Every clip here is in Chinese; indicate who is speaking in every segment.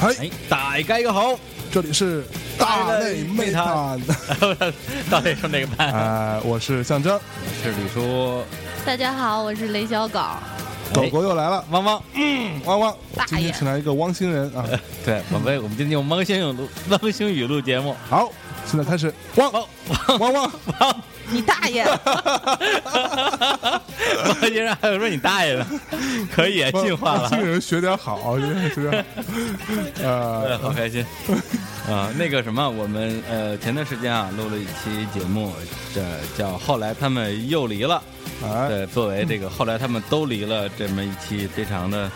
Speaker 1: 係
Speaker 2: 哎，大家一個好，
Speaker 1: 这里是大内妹探，
Speaker 2: 到底是哪个班？
Speaker 1: 哎，我是象征，
Speaker 2: 啊是李叔，
Speaker 3: 大家好，我是雷小狗。
Speaker 1: 狗狗又来了，
Speaker 2: 汪汪。
Speaker 1: 汪汪，
Speaker 3: 大爷
Speaker 1: 今天请来一个汪星人啊，
Speaker 2: 对，我们我们今天用汪星语 录汪星语录节目，
Speaker 1: 好，现在开始，汪
Speaker 2: 汪
Speaker 1: 汪汪，
Speaker 3: 你大爷！
Speaker 2: 汪先生还有说你大 爷的，可以啊
Speaker 1: 汪
Speaker 2: 进化
Speaker 1: 汪
Speaker 2: 了，
Speaker 1: 星人学点好，学点 好，
Speaker 2: 对，好
Speaker 1: 呃，
Speaker 2: 开心。啊、那个什么，我们呃前段时间啊录了一期节目，这叫后来他们又离了。
Speaker 1: 哎，
Speaker 2: 对，呃作为这个后来他们都离了这么一期非常的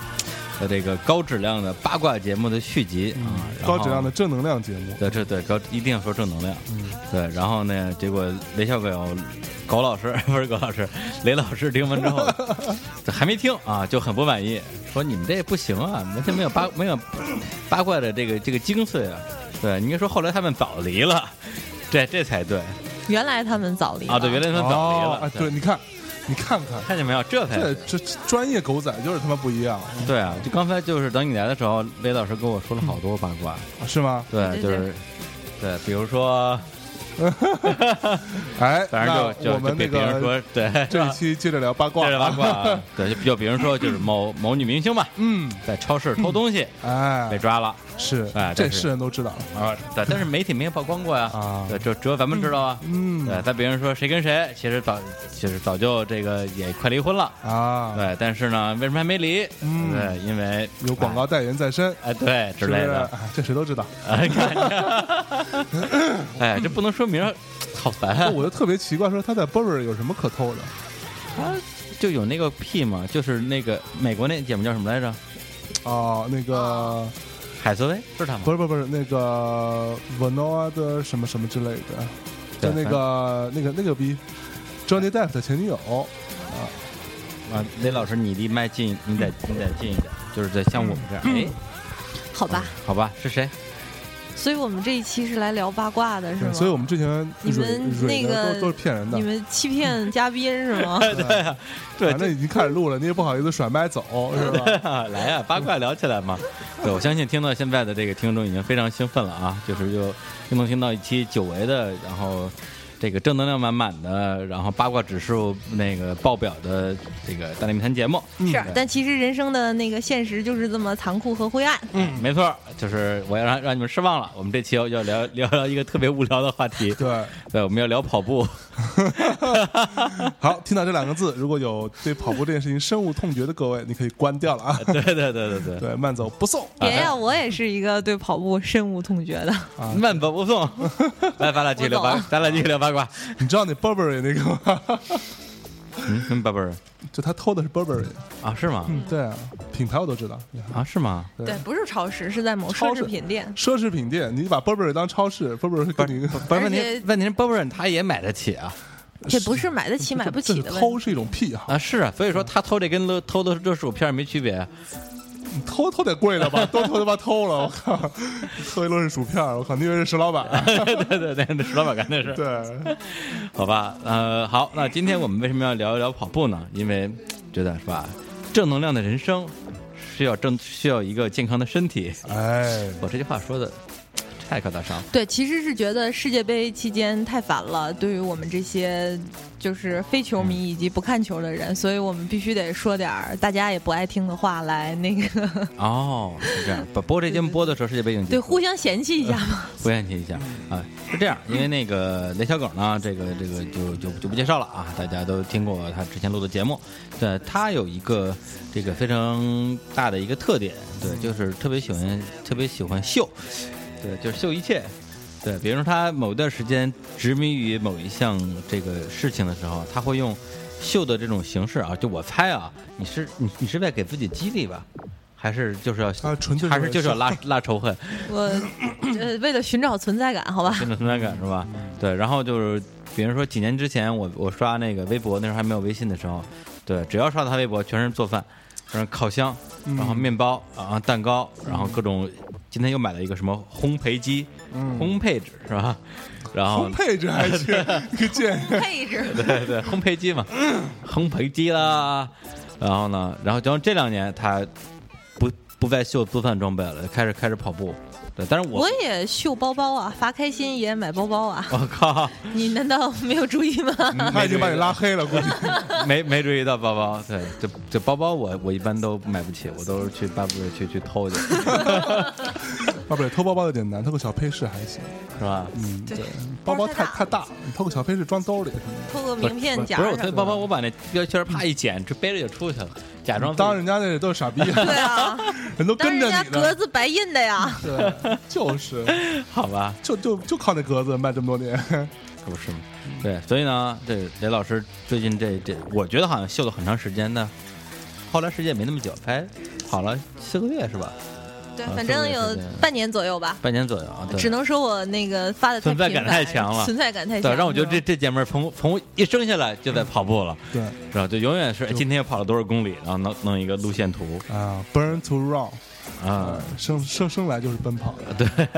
Speaker 2: 呃这个高质量的八卦节目的续集啊，然后
Speaker 1: 嗯高质量的嗯正能量节目，
Speaker 2: 对，这对高一定要说正能量。对，然后呢，结果雷小狗狗老师 不是狗老师，雷老师听完之后这还没听啊，就很不满意，说你们这不行啊，你们这没有八没有八卦的这个这个精髓啊。对，你应该说后来他们早离了，这这才对
Speaker 3: 原来他们早离了
Speaker 2: 啊，对，原来他们早离
Speaker 1: 哦
Speaker 2: 了，，哎
Speaker 1: 哎，对，你看，你看看，
Speaker 2: 看见没有，这才
Speaker 1: 这这这专业狗仔就是他妈不一样，
Speaker 2: 对啊，就刚才就是等你来的时候，雷老师跟我说了好多八卦，
Speaker 1: 啊是吗？
Speaker 2: 对，就
Speaker 3: 对对
Speaker 2: 是对，比如说，
Speaker 1: 哎，
Speaker 2: 反正就
Speaker 1: 那我
Speaker 2: 就就
Speaker 1: 们
Speaker 2: 被
Speaker 1: 那
Speaker 2: 别人
Speaker 1: 个
Speaker 2: 说，对，
Speaker 1: 这一期接着聊八卦，
Speaker 2: 这是八 卦啊，对，就就比如说就是某某女明星吧，
Speaker 1: 嗯，
Speaker 2: 在超市偷东西
Speaker 1: 哎
Speaker 2: 被，抓了
Speaker 1: 是
Speaker 2: 哎，
Speaker 1: 这
Speaker 2: 但是
Speaker 1: 世人都知道了
Speaker 2: 啊，对，但是媒体没有曝光过呀，
Speaker 1: 啊
Speaker 2: 对，只只有咱们知道啊，
Speaker 1: 嗯
Speaker 2: 对，但别人说谁跟谁，其实早其实早就这个也快离婚了，
Speaker 1: 啊，
Speaker 2: 对，但是呢，为什么还没离？
Speaker 1: 嗯
Speaker 2: 对，因为
Speaker 1: 有广告代言在身
Speaker 2: 哎，哎，对之
Speaker 1: 是不
Speaker 2: 类
Speaker 1: 是
Speaker 2: 的，
Speaker 1: 哎这谁都知道。
Speaker 2: 哎，你看，哎，这不能说明儿，好烦啊
Speaker 1: 那！我就特别奇怪，说他在 Burberry 有什么可偷的？
Speaker 2: 他就有那个屁嘛，就是那个美国那姐们叫什么来着？
Speaker 1: 哦，那
Speaker 2: 啊
Speaker 1: 个
Speaker 2: 海瑟薇是她吗？
Speaker 1: 不是不是不是那个 Vanoa 的什么什么之类的，
Speaker 2: 对
Speaker 1: 就那个那个那个逼 Johnny Depp 的前女友。
Speaker 2: 啊，雷老师，你离麦近，你得你得近一点，就是在像我们这样。哎，
Speaker 3: 好吧，
Speaker 2: 好吧，是谁？
Speaker 3: 所以我们这一期是来聊八卦的，是吗？
Speaker 1: 对所以我们之前
Speaker 3: 你们
Speaker 1: 蕊蕊的
Speaker 3: 那个
Speaker 1: 都都是骗人的
Speaker 3: 你。们欺骗嘉宾是 吗？
Speaker 2: 对啊， 对，
Speaker 1: 反正已经开始录 了，你也不好意思甩麦走，是吧？
Speaker 2: 啊， 来呀、八卦聊起来嘛。对，我相信听到现在的这个听众已经非常兴奋了啊，就是又又能听到一期久违的，然后这个正能量满满的，然后八卦指数那个爆表的这个大内密谈节目。
Speaker 3: 是， 但其实人生的那个现实就是这么残酷和灰暗。
Speaker 1: 啊
Speaker 2: 嗯，没错，就是我要让让你们失望了。我们这期要要聊聊聊一个特别无聊的话题，
Speaker 1: 对，
Speaker 2: 对，我们要聊跑 步。
Speaker 1: 好，听到这两个字，如果有对跑步这件事情深恶痛绝的各位，你可以关掉了 啊。
Speaker 2: 对对对对对，
Speaker 1: 对，慢走不送。
Speaker 3: 别呀，我也是一个对跑步深恶痛绝的。
Speaker 2: 慢跑不送。 来，咱俩继续聊
Speaker 3: 我
Speaker 2: 八
Speaker 3: 懂，
Speaker 2: 咱俩继续聊八卦。
Speaker 1: 你知道那 Burberry 那个吗？
Speaker 2: 嗯，嗯宝贝儿
Speaker 1: 就他偷的是 Burberry，
Speaker 2: 啊，是吗？
Speaker 1: 嗯，对啊，品牌我都知道。
Speaker 2: 啊，是吗？
Speaker 1: 对
Speaker 3: 对，不是超市，是在某
Speaker 1: 超
Speaker 3: 奢
Speaker 1: 市
Speaker 3: 侈品店。
Speaker 1: 奢侈品店，你把 Burberry 当超市，Burberry 会跟你
Speaker 2: 不是问
Speaker 3: 而
Speaker 2: 题
Speaker 3: 且，
Speaker 2: 问题是鲍勃人他也买得起啊
Speaker 3: 这不是买得起买不起
Speaker 1: 这
Speaker 3: 的
Speaker 1: 是
Speaker 3: 问
Speaker 1: 偷
Speaker 3: 题。
Speaker 1: 是一种癖好，
Speaker 2: 啊是啊，所以说他偷这跟勒偷的热薯片没区 别。啊
Speaker 1: 你偷偷点贵了吧，都偷他妈偷了，我靠，偷一摞是薯片儿，我靠，你以为是石老板啊？
Speaker 2: 对对对，那石老板干的事。
Speaker 1: 对，
Speaker 2: 好吧，呃，好，那今天我们为什么要聊一聊跑步呢？因为觉得是吧，正能量的人生需要正需要一个健康的身体。
Speaker 1: 哎，
Speaker 2: 我这句话说的太高大上了，
Speaker 3: 对，其实是觉得世界杯期间太烦了，对于我们这些就是非球迷以及不看球的人，所以我们必须得说点儿大家也不爱听的话来那个
Speaker 2: 哦，是这样。不播这节目播的时候，世界杯已经结
Speaker 3: 对
Speaker 2: 束
Speaker 3: 互相嫌弃一下嘛。
Speaker 2: 不嫌弃一下啊，是这样，因为那个雷小狗呢，这个这个就就就不介绍了啊，大家都听过他之前录的节目，对，他有一个这个非常大的一个特点，对，就是特别喜欢特别喜欢秀，对，就是秀一切，对，比如说他某段时间执迷于某一项这个事情的时候，他会用秀的这种形式啊，就我猜啊，你是你你是在给自己激励吧，还是就是要
Speaker 1: 他啊纯粹
Speaker 2: 还是就是要拉拉仇恨？
Speaker 3: 我呃为了寻找存在感，好 吧，
Speaker 2: 真的存在感是吧？对，然后就是，比如说几年之前我我刷那个微博，那时候还没有微信的时候，对，只要刷他微博，全是做饭，然后烤箱，
Speaker 1: 嗯
Speaker 2: 然后面包，然后蛋糕，然后各种，今天又买了一个什么烘焙机，烘焙纸是吧？然后
Speaker 1: 嗯烘焙这还 去，你个贱人，
Speaker 3: 配置
Speaker 2: 对对，烘焙 机嘛，烘焙机啦。然后呢，然后然后这两年他不不再秀做饭装备了，开始开始跑步。对，但是我
Speaker 3: 我也秀包包啊，发开心也买包包啊，
Speaker 2: 我靠，
Speaker 3: 你难道没有注意吗？
Speaker 1: 他已经把你拉黑了，估计。
Speaker 2: 没没注意到包包，对，这这包包我我一般都买不起，我都是去巴布瑞去去偷去，是
Speaker 1: 啊，不对，偷包包的简单，偷个小配饰还行。
Speaker 2: 吧？
Speaker 1: 嗯，对
Speaker 3: 对，
Speaker 1: 包包太
Speaker 3: 太
Speaker 1: 太大，你偷个小配饰装兜里什么
Speaker 3: 偷个
Speaker 2: 不是
Speaker 3: 名片夹
Speaker 2: 不
Speaker 3: 上
Speaker 2: 是我推包包，我把那标签儿啪一剪，就背着就出去了，假装
Speaker 1: 的，当人家那都是傻逼，
Speaker 3: 对啊，
Speaker 1: 人都
Speaker 3: 当
Speaker 1: 跟
Speaker 3: 然
Speaker 1: 着
Speaker 3: 人家
Speaker 1: 你
Speaker 3: 格
Speaker 1: 呢。嗯
Speaker 3: 子白印的呀，
Speaker 1: 对，就是，
Speaker 2: 好吧？
Speaker 1: 就就就靠那格子卖这么多年，
Speaker 2: 可不是吗？
Speaker 3: 嗯
Speaker 2: 对，所以呢，这雷老师最近这这，我觉得好像秀了很长时间呢，后来时间也没那么久，才好了四个月是吧？
Speaker 3: 对
Speaker 2: 啊，
Speaker 3: 反正有半年左右吧。
Speaker 2: 半年左右啊，对
Speaker 3: 只。能说我那个发的
Speaker 2: 存在感太强了
Speaker 3: 存在感太强
Speaker 2: 对，
Speaker 3: 了，
Speaker 2: 让我觉得这这姐们儿从从一生下来
Speaker 3: 嗯
Speaker 2: 就在跑步了，
Speaker 1: 对
Speaker 2: 是吧？就永远是哎今天又跑了多少公里，然后弄弄一个路线图
Speaker 1: 啊，burn to run，
Speaker 2: 啊
Speaker 1: 啊，，生生生来就是奔跑的，
Speaker 2: 对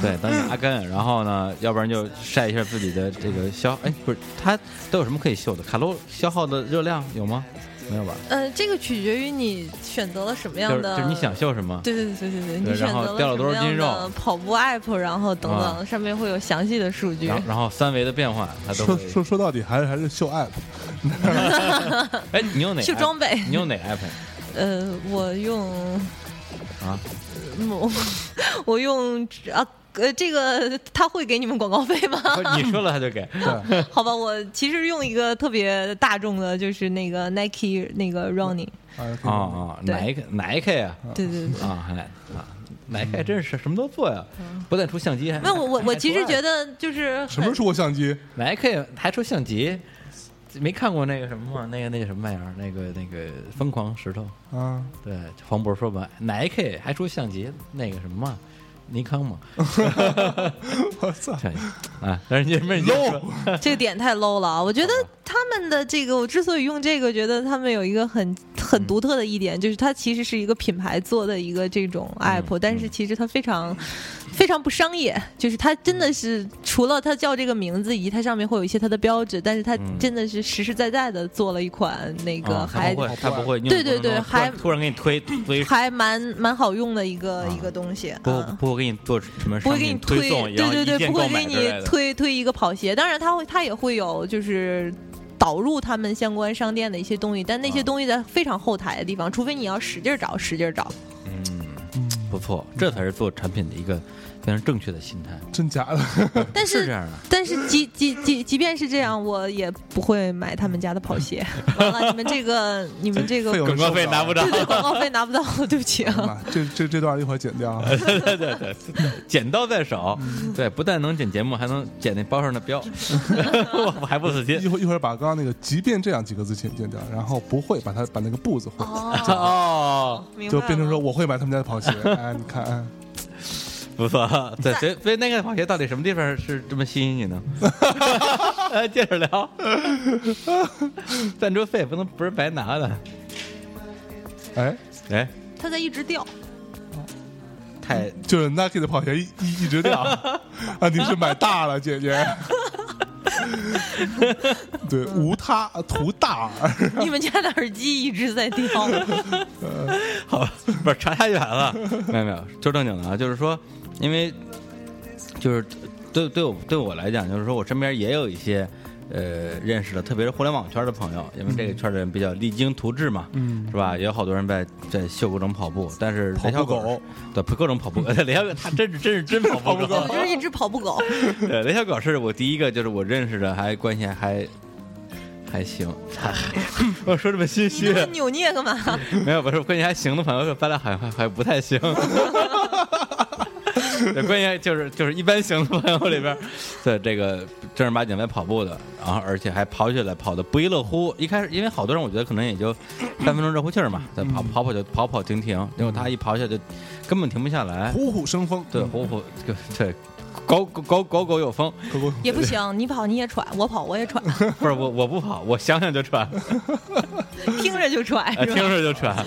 Speaker 2: 对，当
Speaker 3: 嗯
Speaker 2: 阿根，然后呢，要不然就晒一下自己的这个消，哎，不是，它都有什么可以秀的？卡路消耗的热量有吗？没有吧？
Speaker 3: 呃，这个取决于你选择了什么
Speaker 2: 就是
Speaker 3: 样的，
Speaker 2: 就是你想秀什么？
Speaker 3: 对对对对对，
Speaker 2: 对
Speaker 3: 你选
Speaker 2: 然后
Speaker 3: 择
Speaker 2: 掉了
Speaker 3: 什
Speaker 2: 多少
Speaker 3: 么
Speaker 2: 斤
Speaker 3: 样
Speaker 2: 肉
Speaker 3: 的跑步 app，然后等
Speaker 2: 啊
Speaker 3: 等，上面会有详细的数据
Speaker 2: 然。后然后三维的变化，它都
Speaker 1: 说
Speaker 2: 会。
Speaker 1: 说说到底还是还是秀爱吧，
Speaker 2: 哎，你用哪个 app？
Speaker 3: 秀装备
Speaker 2: 你 用哪个 app
Speaker 3: 呃，我用
Speaker 2: 啊？
Speaker 3: 我 我用啊。呃，这个他会给你们广告费吗？
Speaker 2: 不是你说了他就 给。
Speaker 1: 对，
Speaker 3: 好吧，我其实用一个特别大众的，就是那个 Nike 那个 Running，
Speaker 1: 啊
Speaker 2: 啊啊，
Speaker 3: 对
Speaker 2: 哪一个哪一个呀？
Speaker 3: 对对对。
Speaker 2: 啊，还啊，哪一
Speaker 1: 嗯
Speaker 2: 个还真是什么都做呀？不但出相机，还
Speaker 3: 那嗯我我我其实觉
Speaker 2: 得
Speaker 3: 得就是
Speaker 1: 什么时候出过相机？
Speaker 2: 哪一个还出相机。没看过那个什么吗？那个那个什么玩意儿？那个那个疯狂石头，
Speaker 1: 啊，
Speaker 2: 对，黄渤说吧，哪一 K 还出相机？那个什么嘛，尼康嘛，
Speaker 1: 我操！
Speaker 2: 对啊，但是你们
Speaker 1: low
Speaker 3: 这个点太 low 了啊！我觉得他们的这个，我之所以用这个，觉得他们有一个很很独特的一点，就是它其实是一个品牌做的一个这种 app，、但
Speaker 2: 嗯
Speaker 3: 是其实它非常非常不商业，就是它真的是除了它叫这个名字以及它上面会有一些它的标志，但是它
Speaker 2: 嗯
Speaker 3: 真的是实实在在的做了一款那个
Speaker 2: 啊他
Speaker 3: 还、
Speaker 2: 不会，他不会，
Speaker 3: 对对对
Speaker 2: 突然
Speaker 3: 还
Speaker 2: 突然给你推推，
Speaker 3: 还蛮蛮好用的一个、
Speaker 2: 啊
Speaker 3: 一个东西。
Speaker 2: 不
Speaker 3: 嗯
Speaker 2: 不会给你做什么
Speaker 3: 不
Speaker 2: 商
Speaker 3: 会给你
Speaker 2: 品推送，然
Speaker 3: 对
Speaker 2: 后
Speaker 3: 对
Speaker 2: 一
Speaker 3: 对，
Speaker 2: 键
Speaker 3: 不
Speaker 2: 购
Speaker 3: 会
Speaker 2: 买
Speaker 3: 给
Speaker 2: 之
Speaker 3: 你
Speaker 2: 类的。
Speaker 3: 推推一个跑鞋。当然，它会它也会有就是。导入他们相关商店的一些东西，但那
Speaker 2: 啊
Speaker 3: 些东西在非常后台的地方，除非你要使劲儿找，使劲 儿找。
Speaker 2: 嗯，
Speaker 1: 嗯，
Speaker 2: 不错，这才是做产品的一个非常正确的心态，
Speaker 1: 真假的？
Speaker 3: 但
Speaker 2: 是
Speaker 3: 是，
Speaker 2: 这样的。
Speaker 3: 但是即即即即便是这样，我也不会买他们家的 跑鞋。完了，你们这个你们这个
Speaker 1: 费用
Speaker 2: 广告费拿不着
Speaker 3: 对，对广告费拿不到， 对不起啊。
Speaker 1: 妈这这这段一会儿剪掉啊。
Speaker 2: 对对对对，剪刀在手，嗯对，不但能剪节目，还能剪那包上的 标，我还不死
Speaker 1: 一
Speaker 2: 心。
Speaker 1: 会儿一会儿把刚刚那个“即便这样”几个字剪剪掉，然后不会把它把那个“不”字会，
Speaker 2: 嗯
Speaker 3: 哦，
Speaker 2: 哦，
Speaker 3: 明白
Speaker 1: 就
Speaker 3: 了
Speaker 1: 变成说我会买他们家的跑鞋。哎，你看，哎
Speaker 2: 不错，对，所以所以那个跑鞋到底什么地方是这么吸引你 呢？呃，接着聊，赞助费不能不是白拿的，
Speaker 1: 哎，
Speaker 2: 哎，
Speaker 3: 它在一直掉。
Speaker 2: 太
Speaker 1: 就是 Nike 的跑鞋一一一直掉啊！你是买大了，姐姐。对，无他图大，
Speaker 3: 你们家的耳机一直在掉，
Speaker 2: 好吧，不是差太远了。 没有没有，说正经的啊，就是说，因为就是对对我对我来讲，就是说我身边也有一些呃认识的，特别是互联网圈的朋友，因为这个圈的人比较励精图治嘛，
Speaker 1: 嗯
Speaker 2: 是吧？也有好多人在在秀各种跑步，但是
Speaker 1: 跑
Speaker 2: 雷小
Speaker 1: 步
Speaker 2: 狗
Speaker 1: 狗
Speaker 2: 对各种跑步， 雷小狗他真是真是真 跑步
Speaker 3: 我
Speaker 2: 狗，
Speaker 3: 就是一只跑步狗。
Speaker 2: 对雷小狗是我第一个，就是我认识的，还关系还还 行，还我说这么心
Speaker 3: 你
Speaker 2: 虚
Speaker 3: 那。么扭捏干嘛？
Speaker 2: 没有，不是关键还行的朋友，咱俩好像还还不太行。对，关键就是就是一般行的朋友里边儿，对这个正儿八经在跑步的，然后而且还跑起来跑的不亦乐乎。一开始因为好多人我觉得可能也就三分钟热乎气儿嘛，对，跑跑跑就跑跑停停，结果他一跑起来就根本停不下来。
Speaker 1: 虎虎生风。
Speaker 2: 对，虎虎对对，狗狗狗狗狗有风，
Speaker 1: 狗狗
Speaker 3: 也不行，你跑你也喘，我跑我也 喘，
Speaker 2: 不是我我不跑，我想想就喘。
Speaker 3: 听着就喘
Speaker 2: 啊，
Speaker 3: 是
Speaker 2: 听
Speaker 3: 吧？
Speaker 2: 着就喘。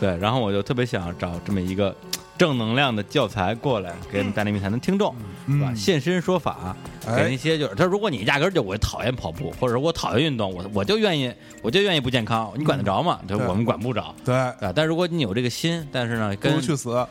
Speaker 2: 对，然后我就特别想找这么一个正能量的教材过来给我们大内密谈的听众，是吧？
Speaker 1: 嗯
Speaker 2: 现身说法，
Speaker 1: 哎
Speaker 2: 给那些就是他，如果你压根儿就我讨厌跑步，或者说我讨厌运动，我我就愿意我就愿意不健康，你管得着吗？就
Speaker 1: 对
Speaker 2: 我们管不着。
Speaker 1: 对，
Speaker 2: 啊，但如果你有这个心，但是呢，
Speaker 1: 嗯不
Speaker 2: 跟
Speaker 1: 如去死。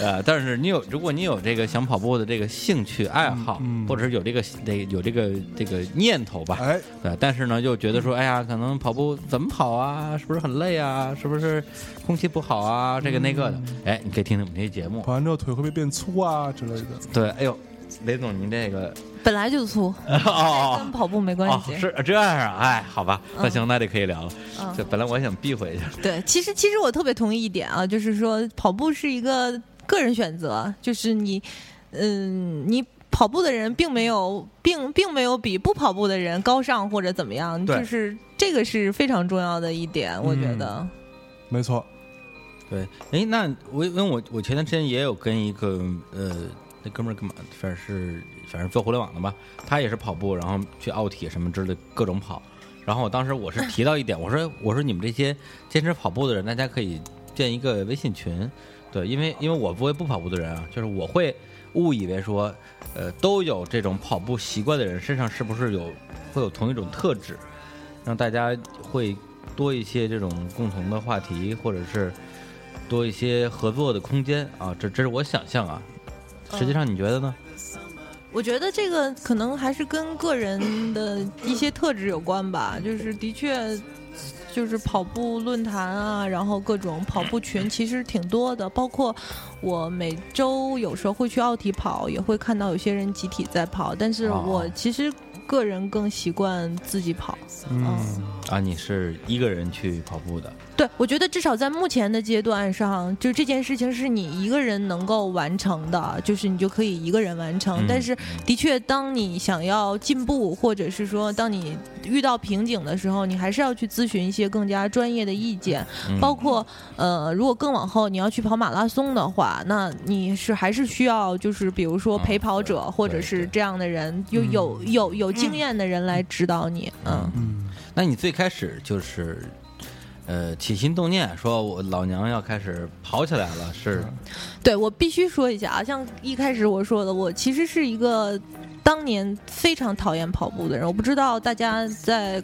Speaker 2: 呃，但是你有，如果你有这个想跑步的这个兴趣爱好，
Speaker 1: 嗯嗯
Speaker 2: 或者是有这个这有这个这个念头吧，
Speaker 1: 哎，
Speaker 2: 对，但是呢，又觉得说，哎呀，可能跑步怎么跑啊？是不是很累啊？是不是空气不好啊？这个那个的，哎，你可以听听我们这些节目
Speaker 1: 跑。完之后腿会不会变粗啊之类的？
Speaker 2: 对，哎呦，雷总，您这个
Speaker 3: 本来就粗，
Speaker 2: 哦哦
Speaker 3: 跟跑步没关
Speaker 2: 哦
Speaker 3: 系。
Speaker 2: 是这样啊？哎，好吧，那
Speaker 3: 嗯
Speaker 2: 行，那就可以聊了。
Speaker 3: 嗯
Speaker 2: 这本来我想避讳一下，
Speaker 3: 对，其实其实我特别同意一点啊，就是说跑步是一个个人选择，就是你，嗯，你。跑步的人并没有，并并没有比不跑步的人高尚或者怎么样，
Speaker 2: 对
Speaker 3: 就是这个是非常重要的一点，我觉得。
Speaker 1: 没错，
Speaker 2: 对，哎，那我因为我我前段时间也有跟一个呃那哥们儿干嘛，反正是反正做互联网的吧，他也是跑步，然后去奥体什么之类各种跑。然后我当时我是提到一点，我说我说你们这些坚持跑步的人，大家可以建一个微信群，对，因为因为我作为不跑步的人啊，就是我会误以为说，呃，都有这种跑步习惯的人身上是不是有会有同一种特质，让大家会多一些这种共同的话题，或者是多一些合作的空间啊，这这是我想象啊。实际上你觉得呢？
Speaker 3: 我觉得这个可能还是跟个人的一些特质有关 吧，就是的确，就是跑步论坛啊，然后各种跑步群其实挺多的，包括我每周有时候会去奥体跑，也会看到有些人集体在跑，但是
Speaker 2: 哦
Speaker 3: 我其实个人更习惯自己跑。
Speaker 1: 嗯，
Speaker 2: 啊，你是一个人去跑步的，
Speaker 3: 对，我觉得至少在目前的阶段上，就这件事情是你一个人能够完成的，就是你就可以一个人完成。
Speaker 2: 嗯
Speaker 3: 但是，的确，当你想要进步，或者是说当你遇到瓶颈的时候，你还是要去咨询一些更加专业的意见。
Speaker 2: 嗯
Speaker 3: 包括呃，如果更往后你要去跑马拉松的话，那你是还是需要就是比如说
Speaker 2: 啊
Speaker 3: 陪跑者、
Speaker 2: 对
Speaker 3: 或者
Speaker 2: 对
Speaker 3: 是
Speaker 2: 对嗯
Speaker 3: 这样的人，有有有有经验的人来指导你。嗯，
Speaker 1: 嗯，
Speaker 2: 那你最开始就是，呃，起心动念说我老娘要开始跑起来了，是
Speaker 3: 嗯对我必须说一下啊，像一开始我说的，我其实是一个当年非常讨厌跑步的人。我不知道大家在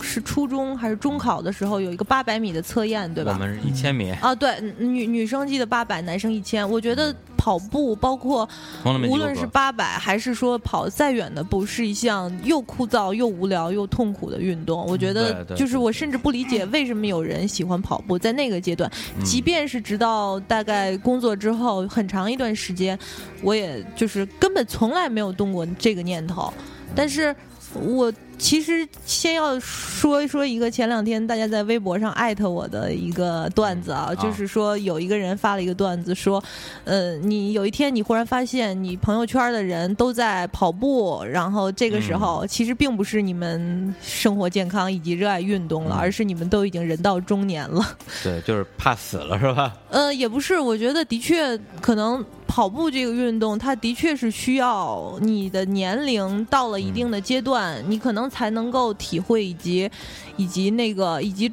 Speaker 3: 是初中还是中考的时候有一个八百米的测验，对
Speaker 2: 我
Speaker 3: 吧？
Speaker 2: 们一千米，
Speaker 3: 啊，对，女女生记得八百，男生一千。我觉
Speaker 2: 嗯
Speaker 3: 得跑步，包括
Speaker 2: 从来没
Speaker 3: 无
Speaker 2: 及过
Speaker 3: 论是
Speaker 2: 格
Speaker 3: 八百还是说跑再远的步，是一项又枯燥又无聊又痛苦的运动。我觉
Speaker 2: 嗯对
Speaker 3: 得，
Speaker 2: 对
Speaker 3: 就是
Speaker 2: 对
Speaker 3: 我
Speaker 2: 对
Speaker 3: 甚至不理解为什么有人喜欢跑步，在那个阶段，
Speaker 2: 嗯
Speaker 3: 即便是直到大概工作之后很长一段时间，我也就是根本从来没有动过这个念头。但是我其实先要说一说一个前两天大家在微博上艾特我的一个段子啊
Speaker 2: 嗯，啊
Speaker 3: 就是说有一个人发了一个段子说，呃，你有一天你忽然发现你朋友圈的人都在跑步，然后这个时
Speaker 2: 嗯
Speaker 3: 候其实并不是你们生活健康以及热爱运动了，
Speaker 2: 嗯
Speaker 3: 而是你们都已经人到中年了。
Speaker 2: 对，就是怕死了是吧？
Speaker 3: 呃，也不是，我觉得的确可能跑步这个运动，它的确是需要你的年龄到了一定的阶段，你可能才能够体会以及以及那个以及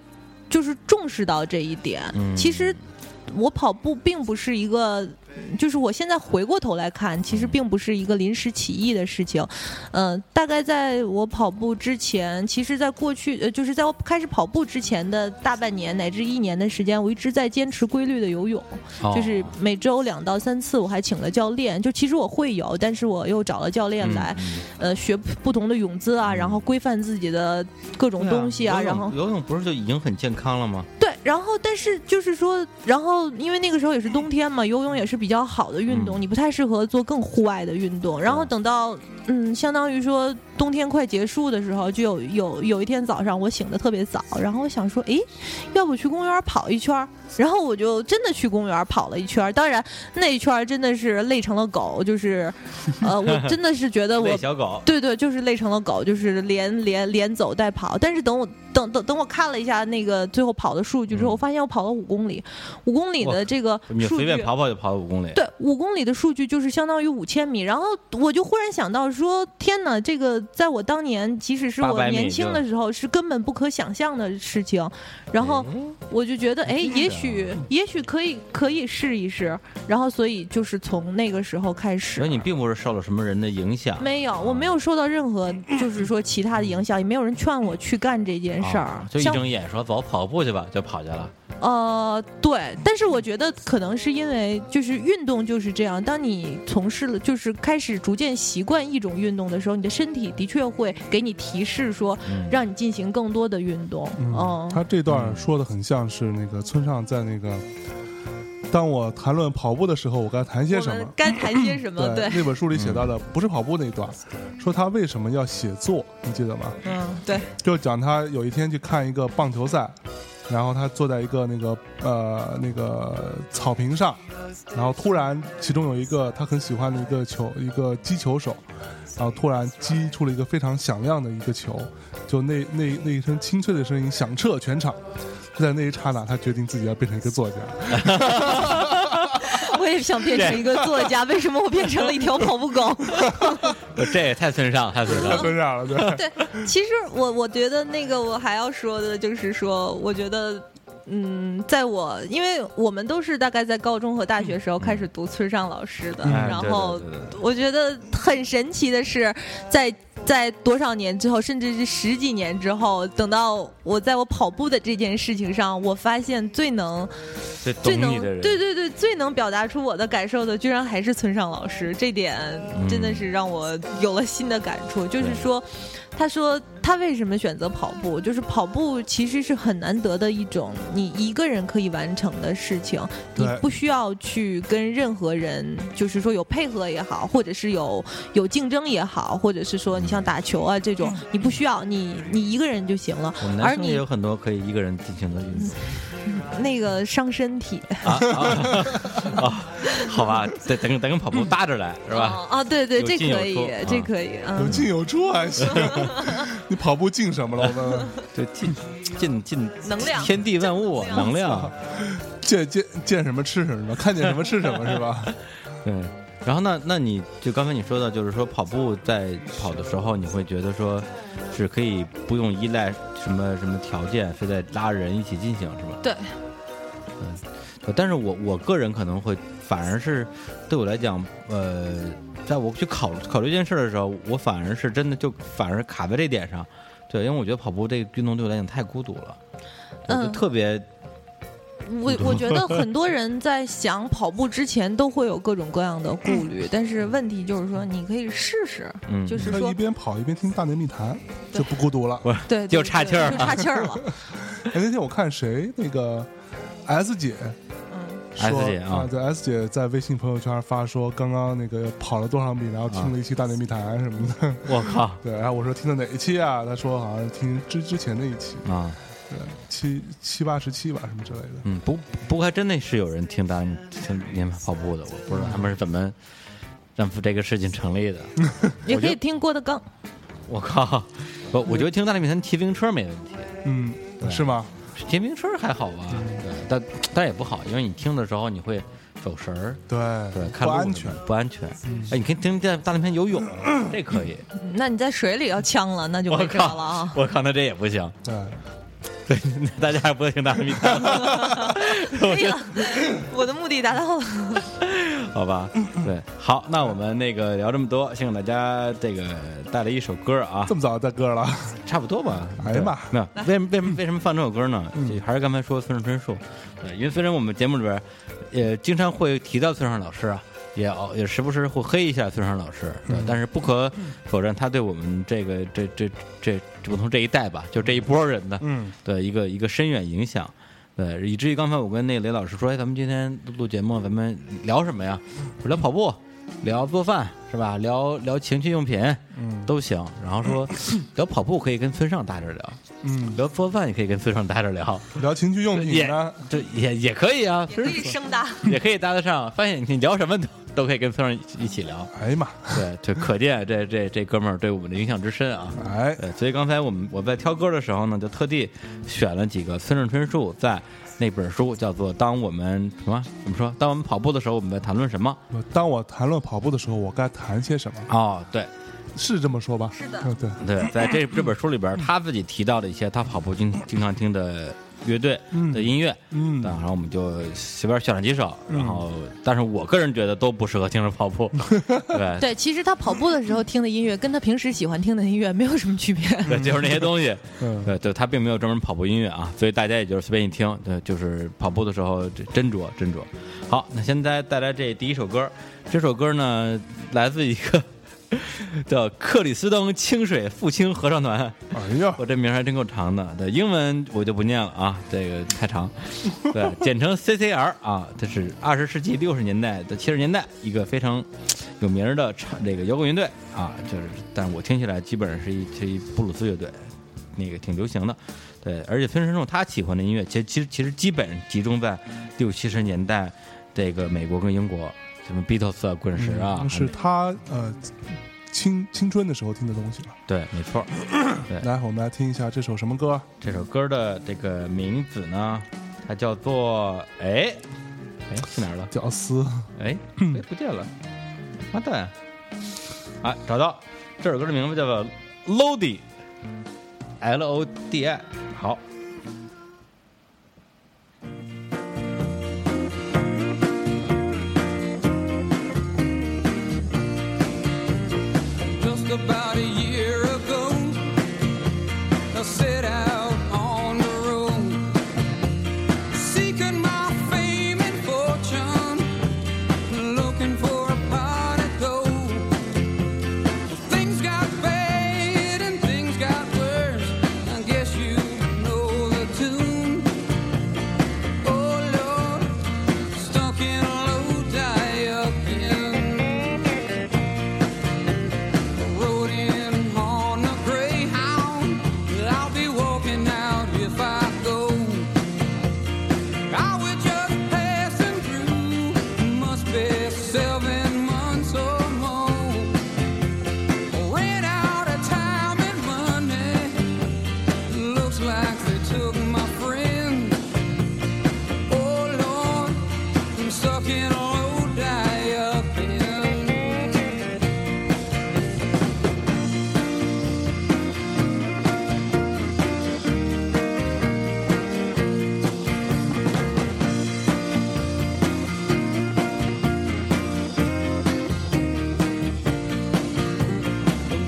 Speaker 3: 就是重视到这一点。
Speaker 2: 嗯，
Speaker 3: 其实我跑步并不是一个，就是我现在回过头来看，其实
Speaker 2: 嗯
Speaker 3: 并不是一个临时起意的事情。嗯、大概在我跑步之前，其实在过去，呃，就是在我开始跑步之前的大半年乃至一年的时间，我一直在坚持规律的游泳，
Speaker 2: 哦
Speaker 3: 就是每周两到三次，我还请了教练。就其实我会游，但是我又找了教练来，，
Speaker 2: 嗯
Speaker 3: 呃，学不同的泳姿啊，然后规范自己的各种
Speaker 2: 嗯
Speaker 3: 东西啊
Speaker 2: 游
Speaker 3: 然
Speaker 2: 泳
Speaker 3: 后
Speaker 2: 游泳不是就已经很健康了吗？
Speaker 3: 对，然后但是就是说，然后因为那个时候也是冬天嘛，游泳也是比较好的运动，
Speaker 2: 嗯
Speaker 3: 你不太适合做更户外的运动。然后等到嗯，相当于说冬天快结束的时候，就有有有一天早上我醒的特别早，然后我想说，诶，要不去公园跑一圈儿？然后我就真的去公园跑了一圈儿，当然那一圈儿真的是累成了狗，就是呃，我真的是觉得我
Speaker 2: 喂小狗，
Speaker 3: 对对，就是累成了狗，就是连连连走带跑。但是等我等等等我看了一下那个最后跑的数据之后，
Speaker 2: 嗯
Speaker 3: 我发现我跑了五公里，五公里
Speaker 2: 我
Speaker 3: 的这个
Speaker 2: 你就
Speaker 3: 数
Speaker 2: 随
Speaker 3: 据
Speaker 2: 便。跑跑就跑五公里，
Speaker 3: 对，五公里的数据就是相当于五千米，然后我就忽然想到说天哪，这个在我当年，即使是我
Speaker 2: 800米
Speaker 3: 年轻的时候，是根本不可想象的事情。然
Speaker 2: 哎
Speaker 3: 后我就觉得，哎，也许也许可以可以试一试。然后所以就是从那个时候开始
Speaker 2: 所以，你并不是受了什么人的影响，
Speaker 3: 没有，我没有受到任何就是说其他的影响，也没有人劝我去干这件事儿
Speaker 2: 啊。就一
Speaker 3: 像
Speaker 2: 睁眼说走跑步去吧，就跑去了。
Speaker 3: 呃，对，但是我觉得可能是因为就是运动就是这样，当你从事了就是开始逐渐习惯一种运动的时候，你的身体的确会给你提示说，
Speaker 2: 嗯
Speaker 3: 让你进行更多的运动。哦
Speaker 1: 嗯，他这段说的很像是那个村上在那个，当我谈论跑步的时候，我该谈些
Speaker 3: 我
Speaker 1: 什
Speaker 3: 们
Speaker 1: 么？
Speaker 3: 该谈 些什么？嗯对，
Speaker 1: 那本书里写到的不是跑步那一段，说他为什么要写作，你记得吗？
Speaker 3: 嗯，对，
Speaker 1: 就讲他有一天去看一个棒球赛，然后他坐在一个那个呃那个草坪上，然后突然其中有一个他很喜欢的一个球一个击球手，然后突然击出了一个非常响亮的一个球，就那那那一声清脆的声音响彻全场。就在那一刹那，他决定自己要变成一个作家。
Speaker 3: 我也想变成一个作家，为什么我变成了一条跑步狗？
Speaker 2: 呃这也太村上，太村上
Speaker 1: 太
Speaker 2: 了。
Speaker 1: 村上了，对，
Speaker 3: 对，其实我我觉得那个我还要说的就是说，我觉得。嗯，在我因为我们都是大概在高中和大学时候开始读村上老师的，
Speaker 1: 嗯
Speaker 2: 哎
Speaker 3: 然
Speaker 2: 对对
Speaker 3: 后
Speaker 2: 对对对
Speaker 3: 我觉得很神奇的是，在在多少年之后，甚至是十几年之后，等到我在我跑步的这件事情上，我发现最能
Speaker 2: 最
Speaker 3: 最
Speaker 2: 懂
Speaker 3: 能
Speaker 2: 你的人，
Speaker 3: 对对对最能表达出我的感受的，居然还是村上老
Speaker 2: 嗯
Speaker 3: 师，这点真的是让我有了新的感
Speaker 2: 嗯
Speaker 3: 触。就是说，他说他为什么选择跑步，就是跑步其实是很难得的一种你一个人可以完成的事情，
Speaker 1: 对
Speaker 3: 你不需要去跟任何人，就是说有配合也好，或者是有有竞争也好，或者是说你像打球啊这种，你不需要你你一个人就行了
Speaker 2: 嗯我们，男
Speaker 3: 而
Speaker 2: 生也
Speaker 3: 你
Speaker 2: 有很多可以一个人进行的运动
Speaker 3: 那个伤身体。
Speaker 2: 啊 啊啊！好吧，得得跟得跟跑步搭着来是吧？
Speaker 3: 哦啊，对对，
Speaker 2: 有
Speaker 3: 这
Speaker 2: 进有
Speaker 3: 可以
Speaker 2: 出，
Speaker 3: 这
Speaker 2: 啊
Speaker 3: 可以，
Speaker 1: 有
Speaker 3: 嗯，
Speaker 1: 进有出还行。你跑步进什么了？我们
Speaker 2: 对，进进进
Speaker 3: 能量
Speaker 2: 天地万物啊，能
Speaker 3: 能
Speaker 2: 量。
Speaker 1: 见见见什么吃什么，看见什么吃什么是吧？
Speaker 2: 对，然后那那你就刚才你说的，就是说跑步在跑的时候，你会觉得说是可以不用依赖什么什么条件，非得拉人一起进行，是吧？
Speaker 3: 对
Speaker 2: 对，呃但是我我个人可能会反而是对我来讲，呃，在我去考考虑这件事的时候，我反而是真的就反而卡在这点上，对，因为我觉得跑步这个运动对我来讲太孤独了，对就
Speaker 3: 嗯
Speaker 2: 特别
Speaker 3: 我我觉得很多人在想跑步之前都会有各种各样的顾虑， 但是问题就是说，你可以试试，
Speaker 2: 嗯，
Speaker 3: 就是
Speaker 1: 那
Speaker 3: 说
Speaker 1: 一，边跑一边听《大内密谈》，
Speaker 3: 对
Speaker 1: 就不孤独了。
Speaker 3: 对，对
Speaker 2: 就岔
Speaker 3: 对
Speaker 2: 气儿
Speaker 3: 就
Speaker 2: 了
Speaker 3: 岔气 儿了，
Speaker 1: 哎，那天我看谁那个 S 姐
Speaker 3: 嗯，
Speaker 1: 说
Speaker 2: S 姐啊
Speaker 1: 啊，在 S 姐在微信朋友圈发说，刚刚那个跑了多少米，然后听了一期《大内密谈》什么的。
Speaker 2: 我靠
Speaker 1: 对，然后我说听的哪一期啊？她说好像听之之前那一期，
Speaker 2: 啊，
Speaker 1: 对，七七八十七吧，什么之类的。
Speaker 2: 嗯，不不过还真的是有人听咱听您跑步的，我不知道他们是怎么让这个事情成立的，
Speaker 3: 也
Speaker 2: 我
Speaker 3: 可
Speaker 2: 觉得
Speaker 3: 以听郭德纲，
Speaker 2: 我靠，我我觉得听大力米谈骑自行车没问题。
Speaker 1: 嗯，是吗？
Speaker 2: 骑自行车还好吧，对，但但也不好，因为你听的时候你会走神儿，
Speaker 1: 对，
Speaker 2: 对，看
Speaker 1: 不
Speaker 2: 路
Speaker 1: 安
Speaker 2: 什
Speaker 1: 全
Speaker 2: 么。的不安全。哎，你可以听见大连篇游泳，这可以。
Speaker 3: 嗯那你在水里要呛了，那就
Speaker 2: 我
Speaker 3: 没辙了
Speaker 2: 靠
Speaker 3: 啊，，
Speaker 2: 我靠，那这也不行。
Speaker 1: 对，
Speaker 2: 对， 大家还不会听大连篇，
Speaker 3: 可以了，我的目的达到了，
Speaker 2: 好吧？对，好，那我们那个聊这么多，先给大家这个带来一首歌啊
Speaker 1: 这，么早带歌了，
Speaker 2: 差不多吧。
Speaker 1: 哎呀妈嗯
Speaker 2: 对那为什么为什么为什么放这首歌呢？就还是刚才说村上春树，对，因为虽然我们节目里边，呃，经常会提到村上老师啊，也偶也时不时会黑一下村上老师，对，
Speaker 1: 嗯
Speaker 2: 但是不可否认，他对我们这个这这这这不同这一代吧，就这一波人的，
Speaker 1: 嗯，
Speaker 2: 的一个一个深远影响。对，以至于刚才我跟那个雷老师说，哎，咱们今天录节目，咱们聊什么呀？我说聊跑步，聊做饭是吧？聊聊情趣用品，
Speaker 1: 嗯
Speaker 2: 都行。然后说聊跑步可以跟村上搭着聊，
Speaker 1: 嗯，
Speaker 2: 聊做饭也可以跟村上搭着聊，
Speaker 1: 聊情趣用
Speaker 2: 也
Speaker 1: 品呢，
Speaker 2: 这也也可以啊，
Speaker 3: 也可以声大，
Speaker 2: 也可以搭得上。发现你聊什么都都可以跟村上一起聊，
Speaker 1: 哎呀妈，
Speaker 2: 对，这可见这这这哥们儿对我们的影响之深啊。
Speaker 1: 哎，
Speaker 2: 对，所以刚才我们我在挑歌的时候呢，就特地选了几个村上春树在那本书叫做《当我们什么怎么说？当我们跑步的时候，我们在谈论什么
Speaker 1: 当我谈论跑步的时候，我该谈些什么？》
Speaker 2: 哦，对，
Speaker 1: 是这么说吧？
Speaker 3: 是的
Speaker 1: 嗯，对，
Speaker 2: 对，在 这这本书里边，他自己提到的一些他跑步经经常听的乐队
Speaker 1: 嗯
Speaker 2: 的音乐，
Speaker 1: 嗯
Speaker 2: 然后我们就随便选了几首，然后但是我个人觉得都不适合听着跑 步，对
Speaker 3: 对，其实他跑步的时候听的音乐，跟他平时喜欢听的音乐没有什么区别。
Speaker 2: 对，就是那些东西，
Speaker 1: 嗯，
Speaker 2: 对对，他并没有专门跑步音乐啊，所以大家也就是随便一听，对，就是跑步的时候这斟酌斟酌。好，那现在带来这第一首歌，这首歌呢来自一个 叫克里斯登清水复清合唱团，
Speaker 1: 哎呀，
Speaker 2: 我这名儿还真够长的，对，英文我就不念了啊，这个太 长，对，简称 CCR 啊，这是二十世纪六十年代到七十年代一个非常有名儿的唱这个摇滚乐队啊，就是，但是我听起来基本上是一是一布鲁斯乐队，那个挺流行的，对，而且分身众他喜欢的音乐，其实其实其实基本集中在六七十年代这个美国跟英国，什么 Beatles 啊、滚石啊，
Speaker 1: 嗯是他呃青青春的时候听的东西吧。
Speaker 2: 对，没错儿，对
Speaker 1: 来，我们来听一下这首什么歌？
Speaker 2: 这首歌的这个名字呢，它叫做哎哎去哪儿了？
Speaker 1: 屌丝，
Speaker 2: 哎哎不见了，妈蛋！啊，找到这首歌的名字叫做 Lodi，L O D I。好，
Speaker 4: just about a year ago. I set out on the road, seeking my fame and fortune, looking for a pot of gold. Things got bad and things got worse. I guess you know the tune. Oh Lord, stuck in Lodi again. Rode in on the Greyhound. I'll be walking out if I go. I was just passing through. Must be seven months or more. Ran out of time and money. Looks like they took my friend. Oh Lord, I'm stuck in Lodi again.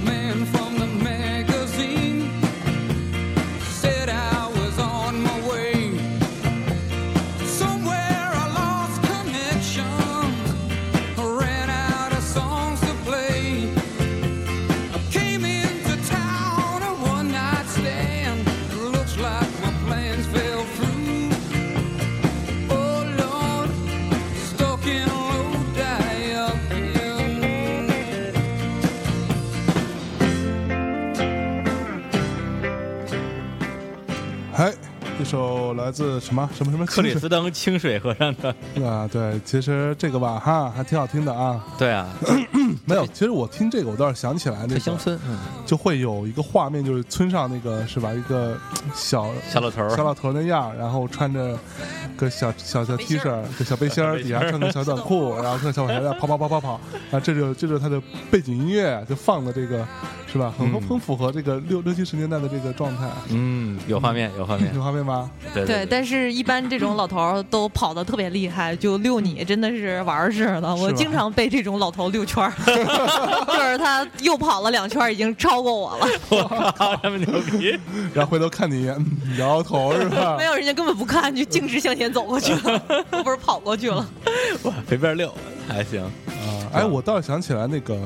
Speaker 4: man from the magazine said I was on my way. Somewhere I lost connection, ran out of songs to play. I came into town a one night stand. Looks like my plans fell through. Oh Lord, stuck in Lodi again.
Speaker 1: 哎，这首来自什么什么什么
Speaker 2: 克里
Speaker 1: 青春
Speaker 2: 斯登清水合唱团。
Speaker 1: 啊，对，其实这个吧，哈，还挺好听的啊。
Speaker 2: 对啊，
Speaker 1: 没有，其实我听这个，我倒是想起来那
Speaker 2: 特乡
Speaker 1: 个，
Speaker 2: 村，嗯
Speaker 1: 就会有一个画面，就是村上那个是吧？一个小
Speaker 2: 小老头儿
Speaker 1: 小老头儿那样儿，然后穿着个小小小 T 恤儿，个小背心儿，底下穿个小短裤，然后穿小跑鞋，跑跑跑跑跑，啊，这就这就是他的背景音乐，就放的这个是吧？很
Speaker 2: 嗯
Speaker 1: 很符合这个六六七十年代的这个状态，
Speaker 2: 嗯，有画面，有画面，
Speaker 1: 有画面吗？
Speaker 2: 对
Speaker 3: 对，
Speaker 2: 对，
Speaker 3: 但是一般这 种老头儿都跑得特别厉害，就遛你真的是玩儿似的。我
Speaker 1: 是吧
Speaker 3: 经常被这种老头遛 圈儿，就是他又跑了两圈儿，已经超过我了。
Speaker 2: 我靠，这么牛逼！
Speaker 1: 然后回头看你一眼，嗯摇摇头是吧
Speaker 3: 没？有，人家根本不看，就径直向前走过去 了，我不是跑过去了。
Speaker 2: 哇，随便溜还行，
Speaker 1: 啊，哎，我倒是想起来那个，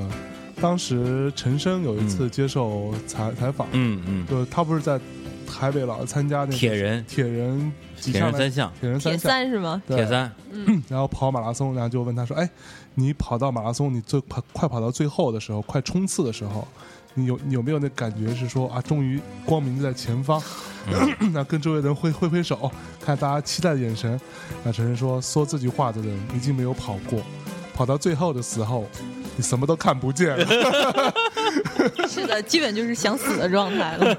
Speaker 1: 当时陈升有一次接受采采访，
Speaker 2: 嗯嗯，
Speaker 1: 就是他不是在台北老参加那个
Speaker 2: 铁人
Speaker 1: 铁人几
Speaker 2: 铁
Speaker 1: 项
Speaker 2: 人
Speaker 1: 来
Speaker 2: 三项，
Speaker 1: 铁人
Speaker 3: 铁
Speaker 1: 三项
Speaker 3: 三是吗？
Speaker 1: 对
Speaker 2: 铁三，
Speaker 1: 然后跑马拉松，然后就问他说：“哎，你跑到马拉松，你最跑快跑到最后的时候，快冲刺的时候，你有你有没有那感觉是说啊，终于光明就在前方？
Speaker 2: 嗯
Speaker 1: 那、跟周围的人挥挥挥手，看大家期待的眼神。那陈晨说，说这句话的人已经没有跑过，跑到最后的时候，你什么都看不见 了。
Speaker 3: 是的，基本就是想死的状态 了。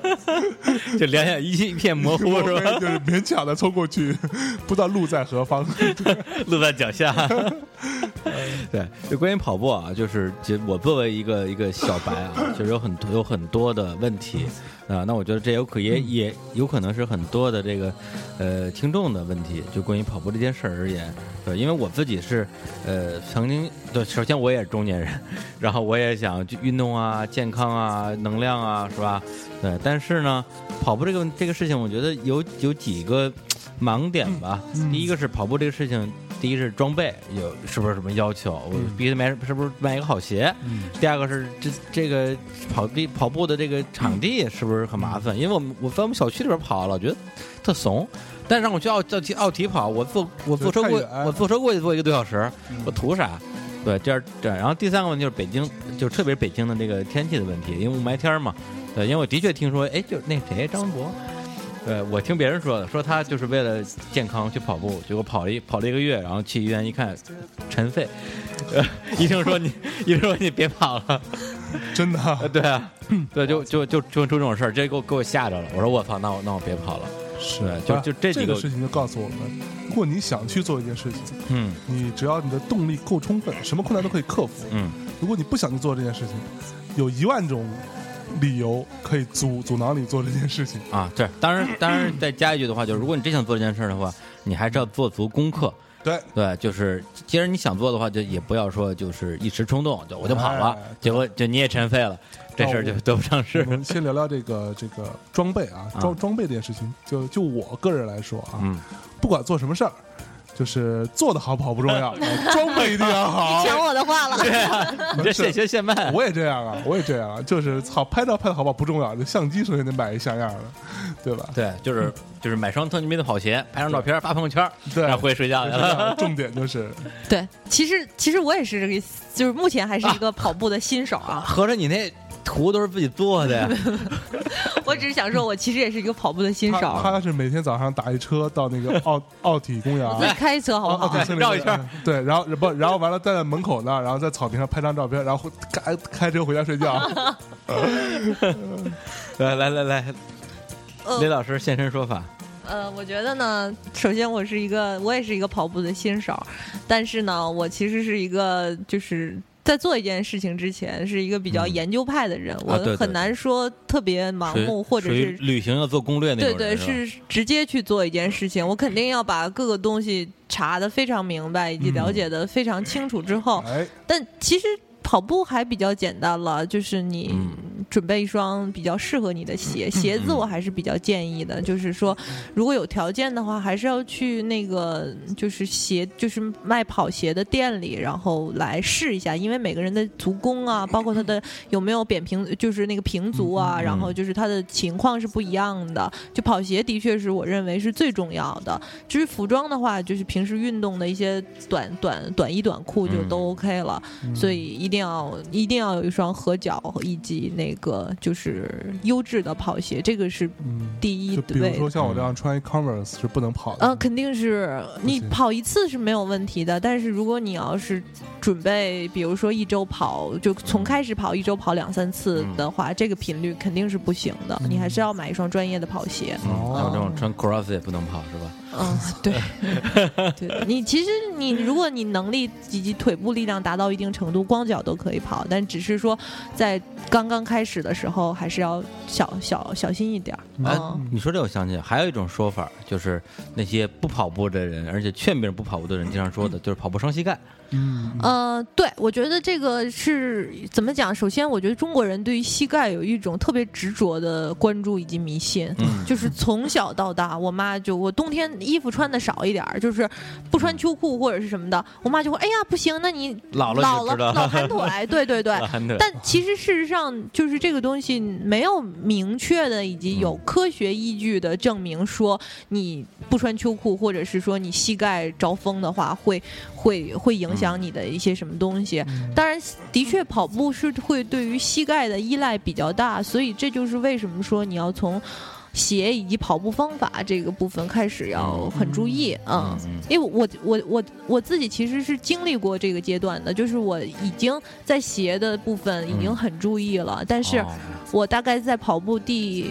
Speaker 2: 就两眼一一片模糊是吧？
Speaker 1: 就是勉强的冲过去，不知道路在何方。
Speaker 2: 路在脚下。 对，就关于跑步啊，就是就我作为一个一个小白啊，就是有很多有很多的问题啊、那我觉得这有可也也有可能是很多的这个呃听众的问题，就关于跑步这件事儿而言，对，因为我自己是呃曾经对，首先我也是中年人，然后我也想去运动啊、健康啊、能量啊，是吧？对，但是呢，跑步这个这个事情，我觉得有有几个盲点吧。第一个是跑步这个事情，第一是装备有是不是什么要求，我必须得买是不是买一个好鞋。
Speaker 1: 嗯
Speaker 2: 第二个是这这个跑地跑步的这个场地是不是很麻烦？因为我们我在我们小区里边跑，啊老觉得特怂。但是让我去奥奥体奥体跑，我坐我坐车
Speaker 1: 太
Speaker 2: 过
Speaker 1: 远
Speaker 2: 我坐车过去坐一个多小时，我图啥？对，这样这样。然后第三个问题就是北京，就是特别是北京的这个天气的问题，因为雾霾天儿嘛。对，因为我的确听说，哎，就是那谁张博，对我听别人说的，说他就是为了健康去跑步，结果跑了一跑了一个月，然后去医院一看，尘肺。呃， 医生说你，医生说你别跑了。
Speaker 1: 真的啊
Speaker 2: 呃， 对 啊，对，就就就就出这种事儿，这给我给我吓着了。我说我操，那我那我别跑了。
Speaker 1: 是
Speaker 2: 对啊就就这
Speaker 1: 啊这
Speaker 2: 几个
Speaker 1: 个事情就告诉我们，如果你想去做一件事情，
Speaker 2: 嗯
Speaker 1: 你只要你的动力够充分，什么困难都可以克服。
Speaker 2: 嗯，
Speaker 1: 如果你不想去做这件事情，有一万种理由可以阻阻挠你做这件事情。
Speaker 2: 啊，对，当 然，当然再加一句的话，就是如果你真想做这件事儿的话，你还是要做足功课。
Speaker 1: 对，
Speaker 2: 对，就是既然你想做的话，就也不要说就是一时冲动，就我就跑了，
Speaker 1: 哎
Speaker 2: 结果就你也尘肺了，这事儿就得不偿
Speaker 1: 我
Speaker 2: 失。
Speaker 1: 们先聊聊这个这个装备啊，
Speaker 2: 啊
Speaker 1: 装装备这件事情，就就我个人来说啊，
Speaker 2: 嗯，
Speaker 1: 不管做什么事儿，就是做的好不好不重要，装备一定要好。
Speaker 3: 抢我的话了，
Speaker 2: 你这现学现卖，
Speaker 1: 我也这样啊，我也这样啊，就是操，拍照拍的好不好不重要，这相机首先得买一像样的，对吧？
Speaker 2: 对，就是就是买双特牛逼的跑鞋，拍张照片发朋友圈，
Speaker 1: 对
Speaker 2: 然后回去睡觉去
Speaker 1: 这
Speaker 2: 了。
Speaker 1: 样重点就是
Speaker 3: 对，其实其实我也是这个意思，就是目前还是一个跑步的新手啊。
Speaker 2: 合着你那图都是自己做的呀？
Speaker 3: 我只是想说，我其实也是一个跑步的新
Speaker 1: 他
Speaker 3: 手，
Speaker 1: 他是每天早上打一车到那个 奥奥体公园
Speaker 3: 我自己
Speaker 1: 啊。
Speaker 3: 开车好不
Speaker 1: 奥
Speaker 3: 好
Speaker 1: 体？森林
Speaker 2: 绕一圈
Speaker 1: 公园，对，然后不，然后完了站在门口那儿，然后在草坪上拍张照片，然后开开车回家 睡觉。
Speaker 2: 来来来来，
Speaker 3: 呃
Speaker 2: 李老师现身说法。
Speaker 3: 呃，我觉得呢，首先我是一个，我也是一个跑步的新手，但是呢，我其实是一个就是。在做一件事情之前，是一个比较
Speaker 2: 嗯
Speaker 3: 研究派的人，
Speaker 2: 对对
Speaker 3: 我很难说特别盲
Speaker 2: 属于
Speaker 3: 目，或者
Speaker 2: 属于
Speaker 3: 是
Speaker 2: 旅行要做攻略那
Speaker 3: 对
Speaker 2: 种人。
Speaker 3: 对，
Speaker 2: 是吧
Speaker 3: 是直接去做一件事情。我肯定要把各个东西查的非常明白，
Speaker 2: 嗯
Speaker 3: 以及了解的非常清楚之后，
Speaker 1: 哎，
Speaker 3: 但其实跑步还比较简单了，就是你
Speaker 2: 嗯
Speaker 3: 准备一双比较适合你的鞋。鞋子我还是比较建议的，就是说如果有条件的话，还是要去那个就是鞋就是卖跑鞋的店里，然后来试一下，因为每个人的足弓啊，包括他的有没有扁平，就是那个平足啊，然后就是他的情况是不一样的。就跑鞋的确是我认为是最重要的。至于服装的话，就是平时运动的一些短短短衣短裤
Speaker 1: 嗯
Speaker 3: 就都 OK 了。 所以一定要一定要有一双合脚以及那个就是优质的跑鞋，这个是
Speaker 1: 嗯，
Speaker 3: 第一
Speaker 1: 就比如
Speaker 3: 位
Speaker 1: 说。像我这样
Speaker 2: 嗯
Speaker 1: 穿一 Converse 是不能跑的。
Speaker 3: 嗯，肯定是你
Speaker 1: 行
Speaker 3: 跑一次是没有问题的，但是如果你要是准备，比如说一周跑，就
Speaker 1: 嗯
Speaker 3: 从开始跑一周跑两三次的话，这个频率肯定是不行的，
Speaker 1: 嗯
Speaker 3: 你还是要买一双专业的跑鞋。
Speaker 2: 嗯，还有这种
Speaker 1: 哦
Speaker 2: 穿 cross 也不能跑是吧？
Speaker 3: 嗯，对，对你其实你如果你能力以及腿部力量达到一定程度，光脚都可以跑，但只是说在刚刚开始的时候，还是要小小小心一点儿。
Speaker 1: 嗯
Speaker 2: 哎
Speaker 3: 嗯，
Speaker 2: 你说这我想起来，还有一种说法，就是那些不跑步的人，而且劝别人不跑步的人，经常说的就是跑步伤膝盖。
Speaker 1: 嗯，
Speaker 3: 呃，对，我觉得这个是怎么讲？首先，我觉得中国人对于膝盖有一种特别执着的关注以及迷信，
Speaker 2: 嗯
Speaker 3: 就是从小到大，我妈就我冬天衣服穿的少一点儿，就是不穿秋裤或者是什么的，我妈就会哎呀不行，那你
Speaker 2: 老了
Speaker 3: 老
Speaker 2: 你就知
Speaker 3: 了
Speaker 2: 道
Speaker 3: 老盘 腿，对对对，
Speaker 2: 对
Speaker 3: 但其实事实上，就是这个东西没有明确的以及有科学依据的证明说你不穿秋裤，或者是说你膝盖着风的话，会会会影响你的一些什么东西。
Speaker 2: 嗯
Speaker 3: 当然，的确跑步是会对于膝盖的依赖比较大，所以这就是为什么说你要从。鞋以及跑步方法这个部分开始要很注意啊、
Speaker 2: 嗯嗯
Speaker 3: 因为我我我我自己其实是经历过这个阶段的，就是我已经在鞋的部分已经很注意了，但是
Speaker 2: 嗯哦
Speaker 3: 我大概在
Speaker 2: 嗯
Speaker 3: 跑步第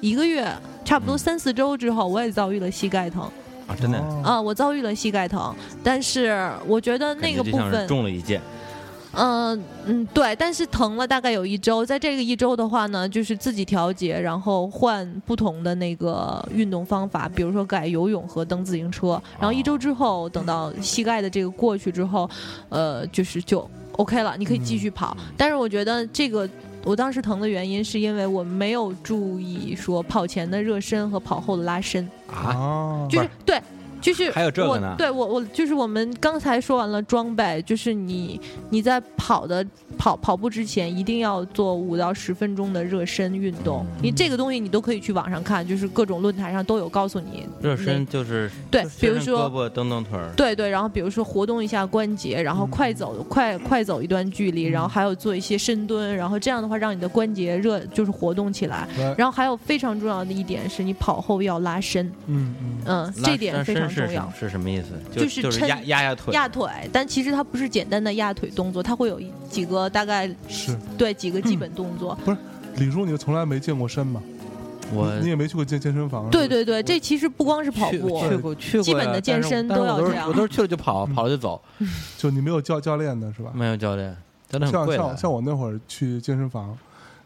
Speaker 3: 一个月，差不多三四周之后，我也遭遇了膝盖疼。
Speaker 2: 啊，真的
Speaker 1: 哦
Speaker 3: 啊，我遭遇了膝盖疼，但是我觉得那个
Speaker 2: 感觉
Speaker 3: 部
Speaker 2: 就像是
Speaker 3: 分，
Speaker 2: 中了一箭，
Speaker 3: 嗯嗯，对，但是疼了大概有一周，在这个一周的话呢，就是自己调节，然后换不同的那个运动方法，比如说改游泳和蹬自行车，然后一周之后，等到膝盖的这个过去之后，呃，就是就 OK 了，你可以继续跑，但是我觉得这个。我当时疼的原因是因为我没有注意说跑前的热身和跑后的拉伸，
Speaker 2: 啊，
Speaker 1: 啊，
Speaker 3: 嗯就
Speaker 2: 不
Speaker 3: 是
Speaker 2: 是
Speaker 3: 对，就是
Speaker 2: 还有这个呢
Speaker 3: 我对我我就是我们刚才说完了装备，就是你你在跑的跑跑步之前一定要做五到十分钟的热身运动，
Speaker 2: 嗯
Speaker 3: 你这个东西你都可以去网上看，就是各种论坛上都有告诉你
Speaker 2: 热身就是
Speaker 3: 对
Speaker 2: 就是
Speaker 3: 比如
Speaker 2: 伸伸胳
Speaker 3: 说
Speaker 2: 膊蹬蹬腿儿，
Speaker 3: 对对，然后比如说活动一下关节，然
Speaker 2: 嗯
Speaker 3: 后快走、快快走一段距离，然后还有做一些深蹲，然后这样的话让你的关节热就是活动起来。
Speaker 1: 来，
Speaker 3: 然后还有非常重要的一点是你跑后要拉伸，
Speaker 1: 嗯嗯，
Speaker 3: 嗯，
Speaker 2: 拉
Speaker 3: 这点
Speaker 2: 拉
Speaker 3: 非
Speaker 2: 伸
Speaker 3: 常
Speaker 2: 是
Speaker 3: 重
Speaker 2: 什
Speaker 3: 要
Speaker 2: 么。是什么意思？
Speaker 3: 就
Speaker 2: 就是就是
Speaker 3: 抻
Speaker 2: 压压压腿，
Speaker 3: 压腿，但其实它不是简单的压腿动作，它会有一几个大概
Speaker 1: 是
Speaker 3: 对几个基本动作。
Speaker 2: 嗯
Speaker 1: 李叔，你从来没健过身嘛？
Speaker 2: 我
Speaker 1: 你也没去过健健身房？
Speaker 3: 对，对对，这其实不光是跑
Speaker 2: 去
Speaker 3: 步，
Speaker 2: 去过去过呀，
Speaker 3: 基本的健身
Speaker 2: 但是
Speaker 3: 都要
Speaker 2: 我但是我
Speaker 3: 这样
Speaker 2: 是我都是去了就跑，
Speaker 1: 嗯
Speaker 2: 跑了就走，
Speaker 1: 就你没有教教练的是吧？
Speaker 2: 没有教练，真的很
Speaker 1: 像
Speaker 2: 贵
Speaker 1: 像
Speaker 2: 的。
Speaker 1: 像我那会儿去健身房，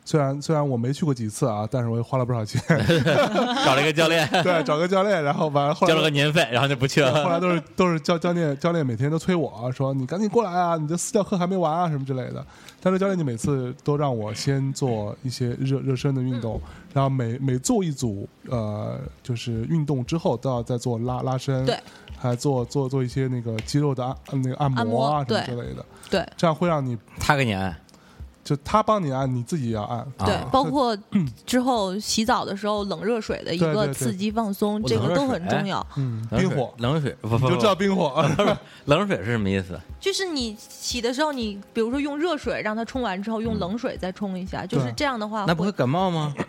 Speaker 1: 虽然虽然我没去过几次啊，但是我也花了不少钱，
Speaker 2: 找了一个教练，
Speaker 1: 对，找个教练，然后完了后
Speaker 2: 交了个
Speaker 1: 来。
Speaker 2: 年费，然后就不去 了。
Speaker 1: 后来都是都是教教练教练每天都催我说你赶紧过来啊，你的私教课还没完啊什么之类的。但是教练就每次都让我先做一些热热身的运动，
Speaker 3: 嗯
Speaker 1: 然后每每做一组呃就是运动之后都要再做拉拉伸，
Speaker 3: 对，
Speaker 1: 还做做做一些那个肌肉的按那个按
Speaker 3: 按
Speaker 1: 摩
Speaker 3: 摩
Speaker 1: 啊
Speaker 3: 对
Speaker 1: 什么之类的，
Speaker 3: 对
Speaker 1: 这样会让你
Speaker 2: 他给你按，
Speaker 1: 就他帮你按，你自己也要按，
Speaker 3: 对
Speaker 2: 啊，
Speaker 3: 包括之后洗澡的时候冷热水的一
Speaker 1: 对对
Speaker 3: 个
Speaker 1: 对
Speaker 3: 刺激放松，
Speaker 2: 我
Speaker 3: 这
Speaker 2: 冷
Speaker 3: 个
Speaker 2: 热
Speaker 3: 都
Speaker 2: 水哎
Speaker 3: 很重要。
Speaker 1: 嗯，
Speaker 2: 冷
Speaker 1: 冰
Speaker 2: 水
Speaker 1: 火，
Speaker 2: 冷水不不
Speaker 1: 你
Speaker 2: 不
Speaker 1: 就知道冰火，
Speaker 2: 冷水是什么意思？
Speaker 3: 就是你洗的时候，你比如说用热水让它冲完之后，用冷水再冲一下，就是
Speaker 1: 对
Speaker 3: 这样的话
Speaker 2: 嗯那不会感冒吗？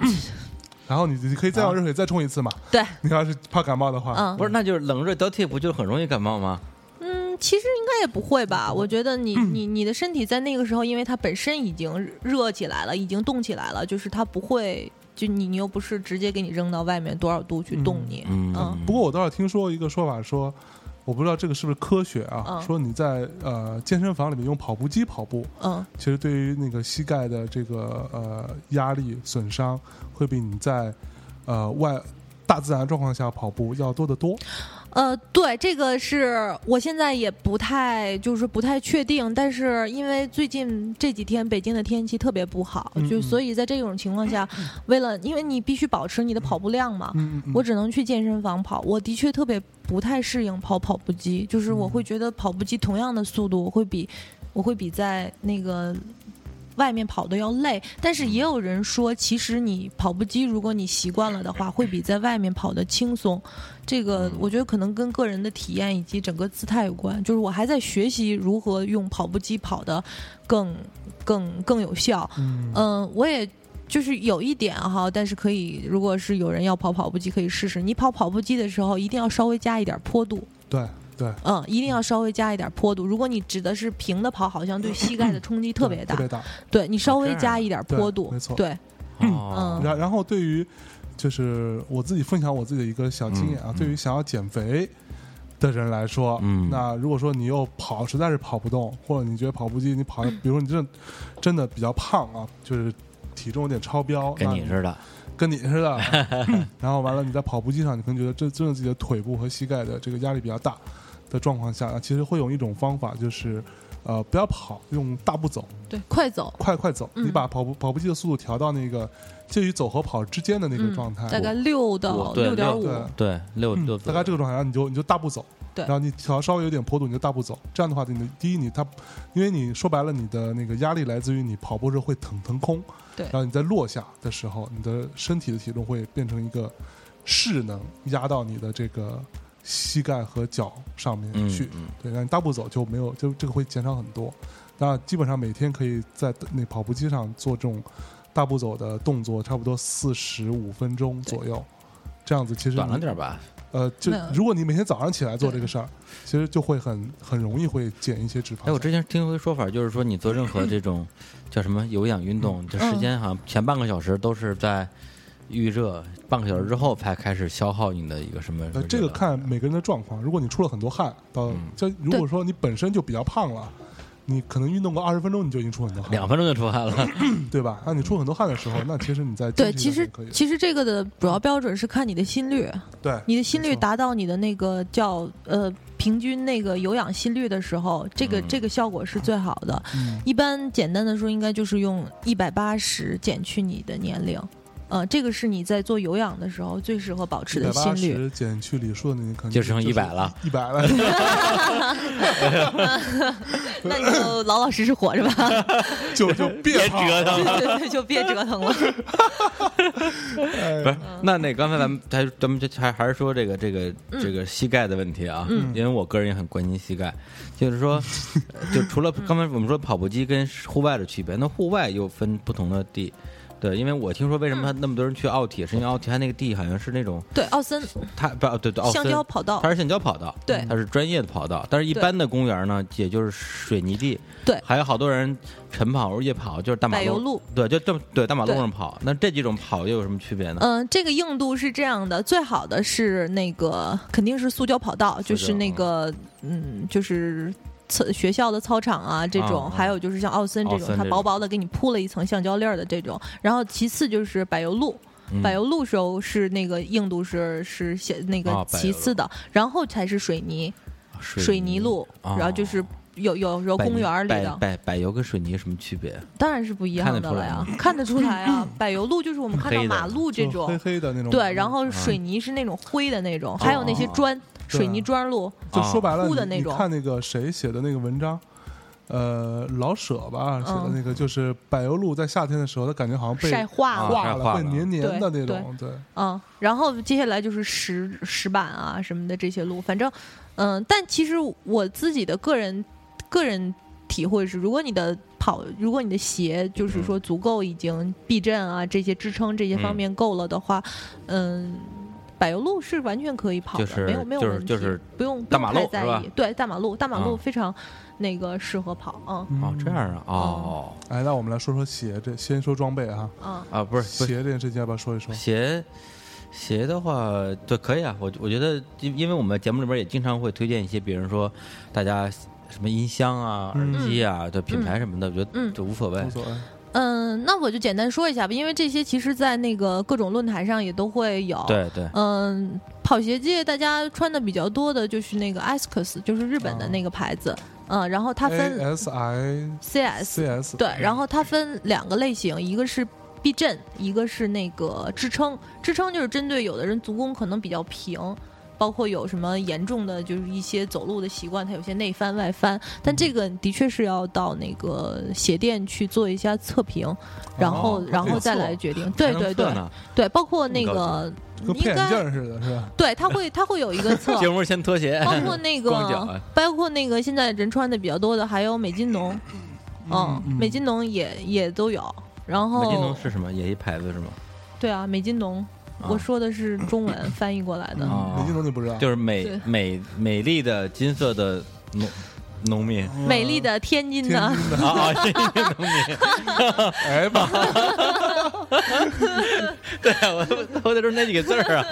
Speaker 1: 然后你你可以再用热水再冲一次嘛。
Speaker 3: 对，
Speaker 1: 你要是怕感冒的话，
Speaker 3: 嗯
Speaker 2: 不是，那就是冷热交替，不就很容易感冒吗？
Speaker 3: 嗯，其实应该也不会吧？我觉得你你你的身体在那个时候，因为它本身已经热起来了，已经冻起来了，就是它不会，就你你又不是直接给你扔到外面多少度去冻你，
Speaker 2: 嗯
Speaker 3: 嗯
Speaker 1: 不过我倒是听说一个说法说，我不知道这个是不是科学啊，
Speaker 3: 嗯
Speaker 1: 说你在呃健身房里面用跑步机跑步，
Speaker 3: 嗯
Speaker 1: 其实对于那个膝盖的这个呃压力损伤，会比你在呃外大自然状况下跑步要多得多。
Speaker 3: 呃，对，这个是我现在也不太就是不太确定，但是因为最近这几天北京的天气特别不好，
Speaker 1: 嗯
Speaker 3: 就
Speaker 1: 嗯
Speaker 3: 所以在这种情况下，为了因为你必须保持你的跑步量嘛，
Speaker 1: 嗯嗯，
Speaker 3: 我只能去健身房跑。我的确特别不太适应跑跑步机，就是
Speaker 1: 嗯
Speaker 3: 我会觉得跑步机同样的速度，我会比我会比在那个。外面跑的要累，但是也有人说，其实你跑步机，如果你习惯了的话，会比在外面跑的轻松。这
Speaker 1: 嗯
Speaker 3: 个我觉得可能跟个人的体验以及整个姿态有关。就是我还在学习如何用跑步机跑的更更更有效。
Speaker 1: 嗯
Speaker 3: 嗯，我也就是有一点哈，但是可以，如果是有人要跑跑步机，可以试试。你跑跑步机的时候，一定要稍微加一点坡度，
Speaker 1: 对对，
Speaker 3: 嗯，一定要稍微加一点坡度。如果你指的是平的跑，好像对膝盖的冲击特别大
Speaker 1: 特，别大。
Speaker 3: 对你稍
Speaker 2: 这
Speaker 3: 微
Speaker 2: 样
Speaker 3: 加一点坡度
Speaker 1: 啊对没错，
Speaker 3: 对，
Speaker 2: 哦
Speaker 3: 嗯
Speaker 1: 然然后对于就是我自己分享我自己的一个小经验啊，
Speaker 2: 嗯嗯
Speaker 1: 对于想要减肥的人来说，
Speaker 2: 嗯
Speaker 1: 那如果说你又跑实在是跑不动，或者你觉得跑步机你跑 得，比如你真的真的比较胖啊，就是体重有点超标，
Speaker 2: 跟
Speaker 1: 那
Speaker 2: 你似的，
Speaker 1: 跟你似 的，然后完了你在跑步机上，你可能觉得这真的自己的腿部和膝盖的这个压力比较大的状况下，啊其实会有一种方法就是。呃，不要跑，用大步走，
Speaker 3: 对，快走，
Speaker 1: 快快走。
Speaker 3: 嗯
Speaker 1: 你把跑步跑步机的速度调到那个介于走和跑之间的那个
Speaker 3: 嗯
Speaker 1: 状态，，
Speaker 3: 大概六到
Speaker 2: 我对
Speaker 3: 六点五
Speaker 1: 对，
Speaker 2: 对，六
Speaker 1: 嗯
Speaker 2: 六
Speaker 1: 大概这个状态，然后你就你就大步走，
Speaker 3: 对
Speaker 1: 然后你调稍微有点坡度，你就大步走。这样的话，你的第一，你它，因为你说白了，你的那个压力来自于你跑步时候会腾腾空，
Speaker 3: 对
Speaker 1: 然后你在落下的时候，你的身体的体重会变成一个势能压到你的这个膝盖和脚上面
Speaker 2: 嗯
Speaker 1: 去，
Speaker 2: 嗯
Speaker 1: 对，然后你大步走就没有，就这个会减少很多。那基本上每天可以在那跑步机上做这种大步走的动作，差不多四十五分钟左右，这样子其实
Speaker 2: 短了
Speaker 1: 你
Speaker 2: 点吧，
Speaker 1: 呃，就
Speaker 3: 没有
Speaker 1: 如果你每天早上起来做
Speaker 3: 对
Speaker 1: 这个事儿，其实就会很很容易会减一些脂肪
Speaker 2: 哎，我
Speaker 1: 酸。
Speaker 2: 之前听过一说法，就是说你做任何这种叫什么有氧运动，这时间好像前半个小时都是在预热半个小时之后才开始消耗你的一个什嗯么？
Speaker 1: 呃，这个看每个人的状况。如果你出了很多汗，到就如果说你本身就比较胖了，你可能运动个二十分钟你就已经出很多汗，
Speaker 2: 两分钟就出汗了，
Speaker 1: 对吧？那你出很多汗的时候，那其实你在
Speaker 3: 对，
Speaker 1: 坚持
Speaker 3: 其
Speaker 1: 一段时
Speaker 3: 实
Speaker 1: 间可以
Speaker 3: 其实这个的主要标准是看你的心率，
Speaker 1: 对
Speaker 3: 你的心率
Speaker 1: 没错
Speaker 3: 达到你的那个叫呃平均那个有氧心率的时候，这个、
Speaker 2: 嗯
Speaker 3: 这个效果是最好的。
Speaker 1: 嗯
Speaker 3: 一般简单的说，应该就是用一百八十减去你的年龄，呃，这个是你在做有氧的时候最适合保持
Speaker 1: 一百
Speaker 3: 的
Speaker 1: 八
Speaker 3: 心率。
Speaker 1: 十减去李硕，你可能
Speaker 2: 就剩100了，
Speaker 1: 一百了。
Speaker 3: 那你就老老实实活着吧，
Speaker 1: 就就别跑
Speaker 2: 折腾了。
Speaker 3: 就别折腾了。
Speaker 1: 哎
Speaker 2: 不是，那那刚才咱们还咱们就还还是说这个这个这个膝盖的问题啊，因为我个人也很关心膝盖，就是说，呃就除了刚才我们说跑步机跟户外的区别，那户外又分不同的地，对，因为我听说为什么那么多人去奥体，是因为奥体它那个地好像是那种
Speaker 3: 对，奥森
Speaker 2: 它不哦对对，奥
Speaker 3: 橡
Speaker 2: 森
Speaker 3: 胶跑道
Speaker 2: 它，是橡胶跑道，
Speaker 3: 对
Speaker 2: 它是专业的跑道，但是一
Speaker 3: 对
Speaker 2: 般的公园呢，也就是水泥地，
Speaker 3: 对
Speaker 2: 还有好多人晨跑、夜跑，就是大马
Speaker 3: 柏油路，
Speaker 2: 对，就这么对大马路
Speaker 3: 对
Speaker 2: 上跑，那这几种跑又有什么区别呢？
Speaker 3: 嗯、这个硬度是这样的，最好的是那个肯定是塑胶跑道，就
Speaker 2: 胶
Speaker 3: 是那个嗯，就是操。学校的操场啊，这种、
Speaker 2: 啊啊
Speaker 3: 还有就是像奥森这
Speaker 2: 奥
Speaker 3: 种，
Speaker 2: 森
Speaker 3: 它
Speaker 2: 这
Speaker 3: 薄
Speaker 2: 种
Speaker 3: 薄的给你铺了一层橡胶粒儿的这种。然后其次就是柏油路，
Speaker 2: 嗯
Speaker 3: 柏油路时候是那个硬度是是写那
Speaker 2: 啊
Speaker 3: 个
Speaker 2: 柏
Speaker 3: 其
Speaker 2: 油路
Speaker 3: 次的，然后才是水泥水泥路，
Speaker 2: 哦
Speaker 3: 然后就是有有时候
Speaker 2: 柏
Speaker 3: 公
Speaker 2: 泥
Speaker 3: 园里
Speaker 2: 柏
Speaker 3: 的，
Speaker 2: 柏柏油跟水泥有什么区别？
Speaker 3: 当然是不一
Speaker 2: 看
Speaker 3: 样
Speaker 2: 得
Speaker 3: 的
Speaker 2: 出
Speaker 3: 了
Speaker 2: 来
Speaker 3: 呀
Speaker 2: 吗，
Speaker 3: 看得出来 啊。柏油路就是我们看到
Speaker 2: 黑的嗯
Speaker 3: 马路这
Speaker 1: 就
Speaker 3: 种
Speaker 1: 黑黑的那种，
Speaker 3: 对，然后水泥是那种灰的那
Speaker 2: 哦
Speaker 3: 种，还有那些
Speaker 1: 哦
Speaker 3: 砖，
Speaker 1: 啊
Speaker 3: 水泥砖路，
Speaker 1: 就说白了，
Speaker 3: 铺的
Speaker 1: 你
Speaker 3: 那种
Speaker 1: 你看那个谁写的那个文章，呃，老舍吧写的那个，就是柏油路在夏天的时候，他感觉好像被
Speaker 3: 嗯晒化
Speaker 2: 啊
Speaker 3: 了，
Speaker 1: 化
Speaker 2: 晒化
Speaker 1: 被
Speaker 2: 了
Speaker 1: 黏黏的
Speaker 3: 对
Speaker 1: 那种，对，
Speaker 3: 嗯，然后接下来就是石石板啊什么的这些路，反正，嗯，但其实我自己的个人个人体会是，如果你的跑，如果你的鞋就是说足够已经避震啊这些支撑这些方面够了的话，嗯。柏油路是完全可以跑的，
Speaker 2: 就是
Speaker 3: 没有没有
Speaker 2: 就是
Speaker 3: 问题，
Speaker 2: 就是
Speaker 3: 不用不
Speaker 2: 大
Speaker 3: 用
Speaker 2: 马
Speaker 3: 太
Speaker 2: 路
Speaker 3: 在
Speaker 2: 是吧
Speaker 3: 意。对，大马路，大马路
Speaker 2: 啊
Speaker 3: 非常那个适合跑，嗯
Speaker 2: 哦
Speaker 1: 嗯，
Speaker 2: 这。样啊，哦
Speaker 1: 哎，那我们来说说鞋，这先说装备哈，
Speaker 3: 嗯。
Speaker 2: 啊，不是不是
Speaker 1: 鞋这件事情要不要说一
Speaker 3: 哦
Speaker 1: 说？
Speaker 2: 鞋。鞋的话，对，可以啊。我我觉得，因因为我们节目里边也经常会推荐一些，比如说大家什么音箱啊、
Speaker 1: 嗯
Speaker 2: 耳机啊，对品牌什么的，我觉得
Speaker 3: 嗯
Speaker 2: 就无所谓
Speaker 1: 无。所谓，
Speaker 3: 嗯，那我就简单说一下吧，因为这些其实，在那个各种论坛上也都会有。，
Speaker 2: 对对，
Speaker 3: 嗯，跑鞋界大家穿的比较多的就是那个 ASICS，就是日本的那个牌子。嗯，然后它
Speaker 1: A
Speaker 3: 分
Speaker 1: S I
Speaker 3: CS，
Speaker 1: C S
Speaker 3: 对，然后它分两个类型，一个是。避震，一个是那个支撑，支撑就是针对有的人足弓可能比较平，包括有什么严重的就是一些走路的习惯，它有些内翻外翻，但这个的确是要到那个鞋店去做一下测评，然后、
Speaker 2: 哦
Speaker 3: 然
Speaker 1: 还可
Speaker 3: 后
Speaker 1: 以
Speaker 3: 再来
Speaker 1: 测
Speaker 3: 决定。对
Speaker 2: 还能
Speaker 3: 对
Speaker 2: 测
Speaker 3: 对
Speaker 2: 呢
Speaker 3: 对，包括那
Speaker 2: 这么高
Speaker 3: 个
Speaker 1: 跟
Speaker 3: 应
Speaker 1: 配眼
Speaker 3: 该
Speaker 1: 镜儿似的，是吧？
Speaker 3: 对，它会它会有
Speaker 2: ，
Speaker 3: 一个测
Speaker 2: 节目先脱鞋，
Speaker 3: 包 括那个
Speaker 2: 光脚啊
Speaker 3: 包括那个现在人穿的比较多的还有美津浓，嗯，
Speaker 1: 嗯
Speaker 3: 美津浓也也都有。然后
Speaker 2: 美津浓是什么？也一牌子是吗？
Speaker 3: 对啊，美津浓，
Speaker 2: 啊
Speaker 3: 我说的是中文翻译过来的。
Speaker 2: 哦
Speaker 1: 嗯美金总你不知道，
Speaker 2: 就是美
Speaker 3: 对
Speaker 2: 美美丽的金色的农农民啊
Speaker 3: 美丽的天津
Speaker 1: 天
Speaker 3: 的，
Speaker 1: 津的，
Speaker 2: 啊，是一个农民。
Speaker 1: 哎吧，
Speaker 2: 对，啊我我得说那几个字儿啊，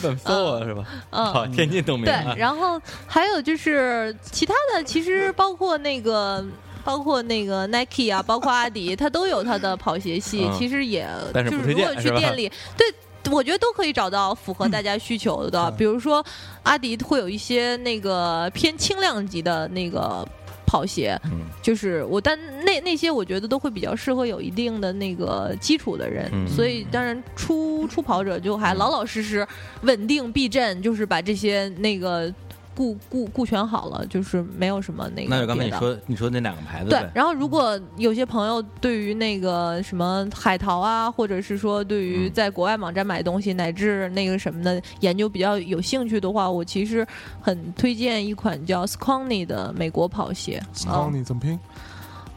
Speaker 2: 怎么搜啊，是吧？
Speaker 3: 嗯，
Speaker 2: 好，天津农民
Speaker 3: 对
Speaker 2: 啊。，
Speaker 3: 然后还有就是其他的，其实包括那个，包括那个 Nike 啊，包括阿迪，它都有它的跑鞋系
Speaker 2: 嗯，
Speaker 3: 其实也
Speaker 2: 但是
Speaker 3: 就
Speaker 2: 不推
Speaker 3: 是如
Speaker 2: 荐
Speaker 3: 果
Speaker 2: 是
Speaker 3: 去
Speaker 2: 吧
Speaker 3: 店里，对。我觉得都可以找到符合大家需求的，
Speaker 1: 嗯
Speaker 3: 比如说阿迪会有一些那个偏轻量级的那个跑鞋，
Speaker 2: 嗯
Speaker 3: 就是我，但那那些我觉得都会比较适合有一定的那个基础的人，
Speaker 2: 嗯
Speaker 3: 所以当然初初跑者就还老老实实、稳定避震，就是把这些那个顾顾顾全好了，就是没有什么那个。
Speaker 2: 那就刚才你。说你说那两个牌子
Speaker 3: 对
Speaker 2: 呗，
Speaker 3: 然后如果有些朋友对于那个什么海淘啊，或者是说对于
Speaker 2: 嗯
Speaker 3: 在国外网站买东西，乃至那个什么的研究比较有兴趣的话，我其实很推荐一款叫 Sconny 的美国跑鞋。嗯
Speaker 1: 帮你怎么拼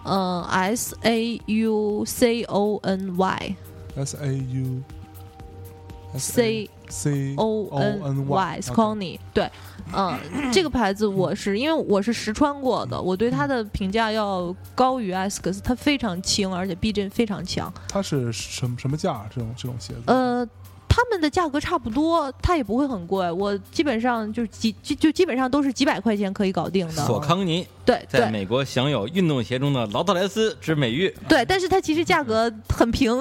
Speaker 3: 嗯，S A U C O N Y
Speaker 1: ？S A U
Speaker 3: C 哦
Speaker 1: C
Speaker 3: O N Y
Speaker 1: OK
Speaker 3: Sony，对，嗯，这个牌子我是因为我是实穿过的，我对它的评价要高于 S X，它非常轻，而且避震非常强。
Speaker 1: 它是什么什么价？这种这种鞋子？
Speaker 3: 呃，他们的价格差不多，它也不会很贵，我基本上就是几就就基本上都是几百块钱可以搞定的。
Speaker 2: 索康尼
Speaker 3: 对
Speaker 2: 在
Speaker 3: 对
Speaker 2: 美国享有运动鞋中的劳特莱斯之美誉，
Speaker 3: 对，但是它其实价格很平，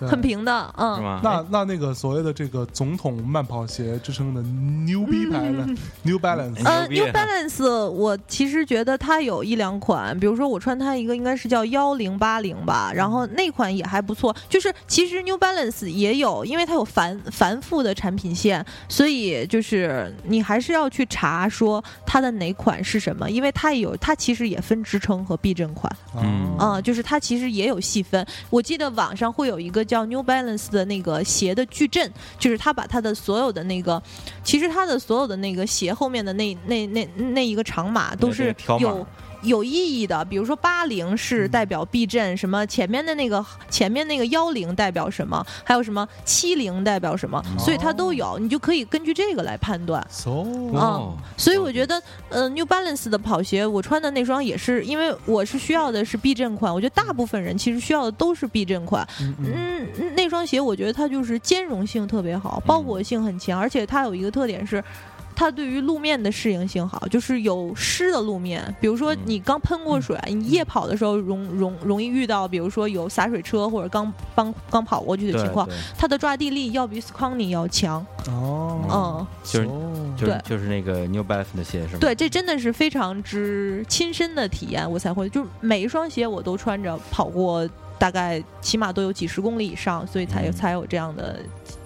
Speaker 1: 对
Speaker 3: 很。平的，
Speaker 2: 是
Speaker 3: 嗯。
Speaker 2: 吗？哎
Speaker 1: 那那那个所谓的这个总统慢跑鞋之称的牛逼
Speaker 3: 嗯
Speaker 1: 牌呢？New Balance 啊
Speaker 3: 呃
Speaker 2: 牛
Speaker 3: ，New
Speaker 2: 逼
Speaker 3: Balance，我其实觉得它有一两款，比如说我穿它一个应该是叫幺零八零吧，然
Speaker 2: 嗯
Speaker 3: 后那款也还不错。就是其实 New Balance 也有，因为它有繁繁复的产品线，所以就是你还是要去查说它的哪款是什么，因为它也有，它其实也分支撑和避震款。
Speaker 2: 嗯
Speaker 1: 啊
Speaker 3: 嗯，就是它其实也有细分。我记得网上会有一个叫 New Balance 的那个鞋的矩阵，就是它把它的所有的那个，其实它的所有的那个鞋后面的那那那那一个长码
Speaker 2: 那
Speaker 3: 都
Speaker 2: 个
Speaker 3: 是
Speaker 2: 条码嗯
Speaker 3: 有。有意义的，比如说八零是代表避震，什么前面的那个前面那个幺零代表什么，还有什么七零代表什么，所以它都有，你就可以根据这个来判断。
Speaker 1: 哦，so
Speaker 2: 哦，
Speaker 3: 所以我觉得，呃，New Balance 的跑鞋，我穿的那双也是，因为我是需要的是避震款。我觉得大部分人其实需要的都是避震款。
Speaker 1: 嗯嗯
Speaker 3: 嗯，那双鞋我觉得它就是兼容性特别
Speaker 2: 嗯
Speaker 3: 好，包裹性很强，而且它有一个特点是。它对于路面的适应性好，就是有湿的路面，比如说
Speaker 2: 嗯
Speaker 3: 你刚喷过水，你夜跑的时候容容容易遇到，比如说有洒水车或者刚刚刚跑过去的
Speaker 2: 对
Speaker 3: 情况，
Speaker 2: 对
Speaker 3: 它的抓地力要比 Sconny 要强，
Speaker 1: 哦，
Speaker 3: 嗯，
Speaker 2: 就是
Speaker 1: so
Speaker 2: 就是
Speaker 3: 对
Speaker 2: 就是那个 New Balance 的鞋是吗？
Speaker 3: 对，这真的是非常之亲身的体验，我才会就是每一双鞋我都穿着跑过，大概起码都有几十公里以上，所以才有、
Speaker 2: 嗯
Speaker 3: 才有这样的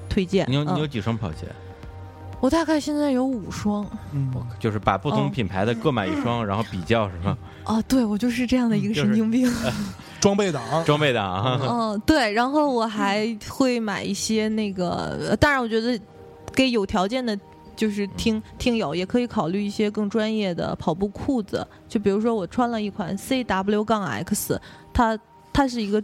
Speaker 3: 推荐。
Speaker 2: 你有你有
Speaker 3: 嗯、
Speaker 2: 几双跑鞋？
Speaker 3: 我大概现在有五双
Speaker 2: 我
Speaker 1: 嗯，
Speaker 2: 就是把不同
Speaker 3: 哦
Speaker 2: 品牌的各买一双，然后比较是吗？
Speaker 3: 啊，对我就是这样的一个
Speaker 2: 嗯就
Speaker 3: 神
Speaker 2: 是
Speaker 3: 经病。
Speaker 1: 装备党
Speaker 2: 装备的啊，
Speaker 3: 嗯，对，然后我还会买一些那个，呃当然我觉得给有条件的。就是听听友也可以考虑一些更专业的跑步裤子，就比如说我穿了一款 CW 杠 X，它它是一个，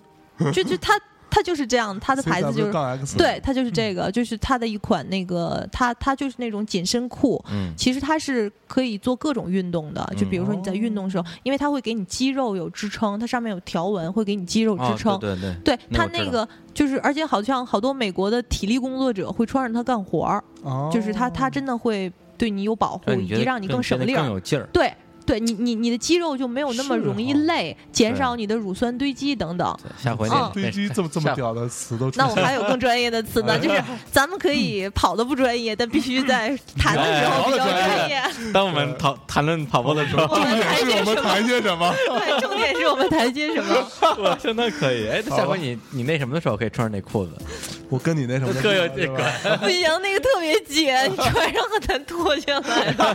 Speaker 3: 就就它它就是这样，它的牌子就是
Speaker 1: 杠 X，
Speaker 3: 对，它就是这个，就是它的一款那个，它它就是那种紧身裤，
Speaker 2: 嗯，
Speaker 3: 其实它是可以做各种运动的，就比如说你在运动的时候，因为它会给你肌肉有支撑，它上面有条纹会给你肌肉
Speaker 2: 哦
Speaker 3: 支撑，
Speaker 2: 对对对，
Speaker 3: 对
Speaker 2: 那
Speaker 3: 他
Speaker 2: 我知
Speaker 3: 那
Speaker 2: 道
Speaker 3: 个就是，而且好像好多美国的体力工作者会穿上它干活儿，
Speaker 1: 哦
Speaker 3: 就是它它真的会对你有保护，
Speaker 2: 哎让你
Speaker 3: 以
Speaker 2: 觉
Speaker 3: 及
Speaker 2: 得
Speaker 3: 让你
Speaker 2: 更
Speaker 3: 更省
Speaker 2: 觉得
Speaker 3: 力
Speaker 2: 更
Speaker 3: 儿。
Speaker 2: 有劲儿。
Speaker 3: 对，对你你你的肌肉就没有那么
Speaker 1: 是
Speaker 3: 容易
Speaker 1: 哈
Speaker 3: 累，减
Speaker 2: 对
Speaker 3: 少你的乳酸堆积等等。
Speaker 2: 下回
Speaker 3: 嗯
Speaker 2: 那
Speaker 1: 堆积哦这么这么屌的词都出
Speaker 3: 那我
Speaker 1: 现
Speaker 3: 还有更专业的 词呢，就是咱们可以跑的不专业，但必须
Speaker 2: 嗯
Speaker 3: 在谈的时
Speaker 2: 哎
Speaker 3: 候比较专业。
Speaker 2: 当我们讨谈论跑步的时 候，
Speaker 3: 我们谈
Speaker 1: 是
Speaker 3: 些
Speaker 1: 我
Speaker 3: 什
Speaker 1: 们
Speaker 3: 么？
Speaker 1: 谈些什么？
Speaker 3: 对，重点是我们谈些什么？
Speaker 2: 我相当可以。哎，下
Speaker 1: 好吧
Speaker 2: 回你你那什么的时候可以穿上那裤 子，
Speaker 1: 我跟你那什么的
Speaker 2: 各有
Speaker 1: 对吧
Speaker 3: 不行，那个特别紧，你穿上很难脱下 来的，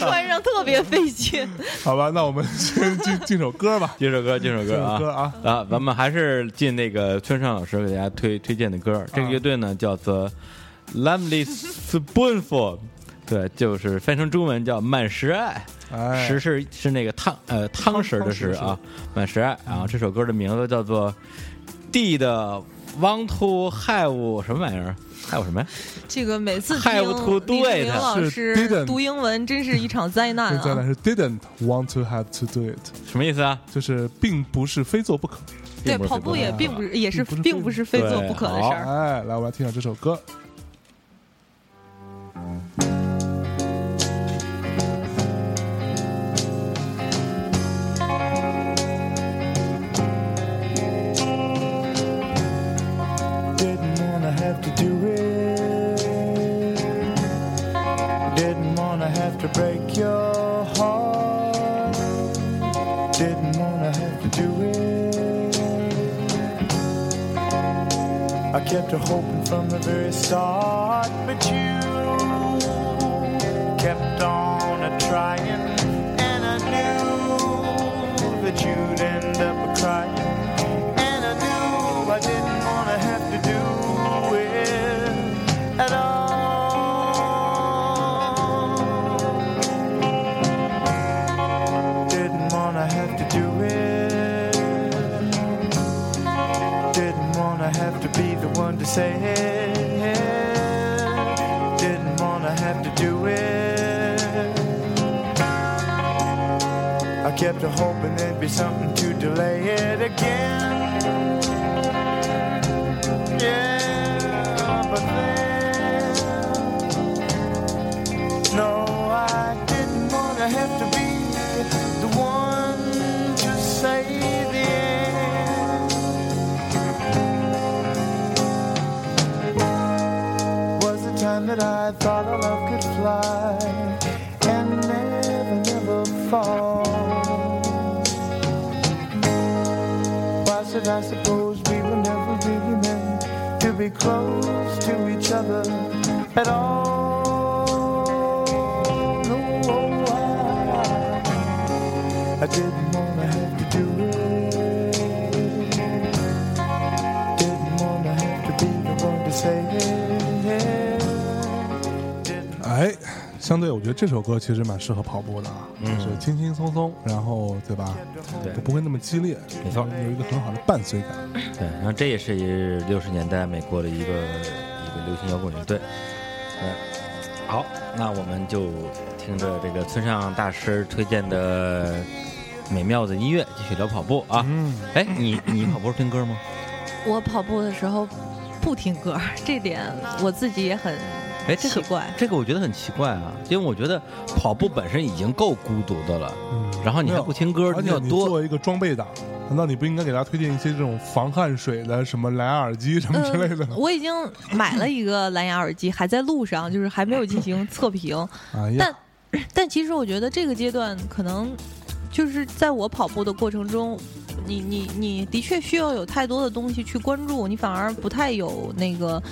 Speaker 3: 穿上特别费劲。
Speaker 1: 好吧，那我们先进进首歌吧，
Speaker 2: 这首 歌，这首
Speaker 1: 这
Speaker 2: 歌
Speaker 1: 首歌
Speaker 2: 啊。
Speaker 1: 啊，
Speaker 2: 啊，咱们还是进那个村上老师给大家推推荐的歌儿。这个乐队呢叫做 Lovely Spoonful，对，就是翻译成中文叫满食爱。
Speaker 1: 哎，
Speaker 2: 食是是那个汤呃汤食的食
Speaker 1: 汤
Speaker 2: 啊，满食爱啊。这首歌的名字叫做《地的 Want to Have 什么玩意儿》，Have 什么呀？
Speaker 3: 这个每次
Speaker 2: Have to do
Speaker 3: 听李志
Speaker 2: it
Speaker 3: 明老
Speaker 1: 是
Speaker 3: 师
Speaker 1: didn't
Speaker 3: 读英文，真是一场灾难
Speaker 1: 这再来
Speaker 3: 啊！
Speaker 1: 是 didn't want to have to do it，
Speaker 2: 什么意思啊？
Speaker 1: 就是并不是非做不可。
Speaker 2: 并
Speaker 3: 对，
Speaker 2: 不是
Speaker 3: 跑步也并不是，也是
Speaker 1: 并不是
Speaker 3: 并不是非做不可的事
Speaker 2: 对
Speaker 3: 儿。
Speaker 1: 哎，来，我来听一下这首歌。
Speaker 5: Didn't wanna have to do it. Didn't wanna have to break your heart. Didn't wanna have to do it. I kept her hoping from the very start, but you kept on a trying, and I knew that you'd end up a crying. And I knew I didn't want to have to do it at all. Didn't want to have to do it. Didn't want to have to be the one to say it. I kept a hoping there'd be something to delay it again. Yeah, but then, no, I didn't wanna have to be the one to say the end. Was the time that I thought our love could fly and never, never fall. Why should I suppose we were never really meant to be close to each other at all? No, I, I didn't wanna have to do it. Didn't wanna have to be the one to say it. Didn't
Speaker 1: 哎，相对我觉得这首歌其实蛮适合跑步的，啊，就是轻轻松松，然后对吧？
Speaker 2: 对
Speaker 1: 不会那么激烈，
Speaker 2: 没错
Speaker 1: 有一个很好的伴随感。
Speaker 2: 对，然后这也是六十年代美国的一个一个流行摇滚乐队。嗯，好，那我们就听着这个村上大师推荐的美妙的音乐，继续聊跑步啊。
Speaker 1: 嗯，
Speaker 2: 哎，你你跑步是听歌吗？
Speaker 3: 我跑步的时候不听歌，这点我自己也很
Speaker 2: 哎，这
Speaker 3: 奇
Speaker 2: 个
Speaker 3: 怪。
Speaker 2: 这个我觉得很奇怪啊，因为我觉得跑步本身已经够孤独的了，然后你还不听歌，
Speaker 1: 嗯而
Speaker 2: 你
Speaker 1: 且
Speaker 2: 有
Speaker 1: 你
Speaker 2: 多
Speaker 1: 作为一个装备党，难道你不应该给大家推荐一些这种防汗水的、什么蓝牙耳机什么 之类的
Speaker 3: 嗯，
Speaker 1: 呢？
Speaker 3: 我已经买了一个蓝牙耳机，还在路上，就是还没有进行测评。
Speaker 1: 哎呀
Speaker 3: 但， 但其实我觉得这个阶段可能就是在我跑步的过程中，你你你的确需要有太多的东西去关注，你反而不太有那个。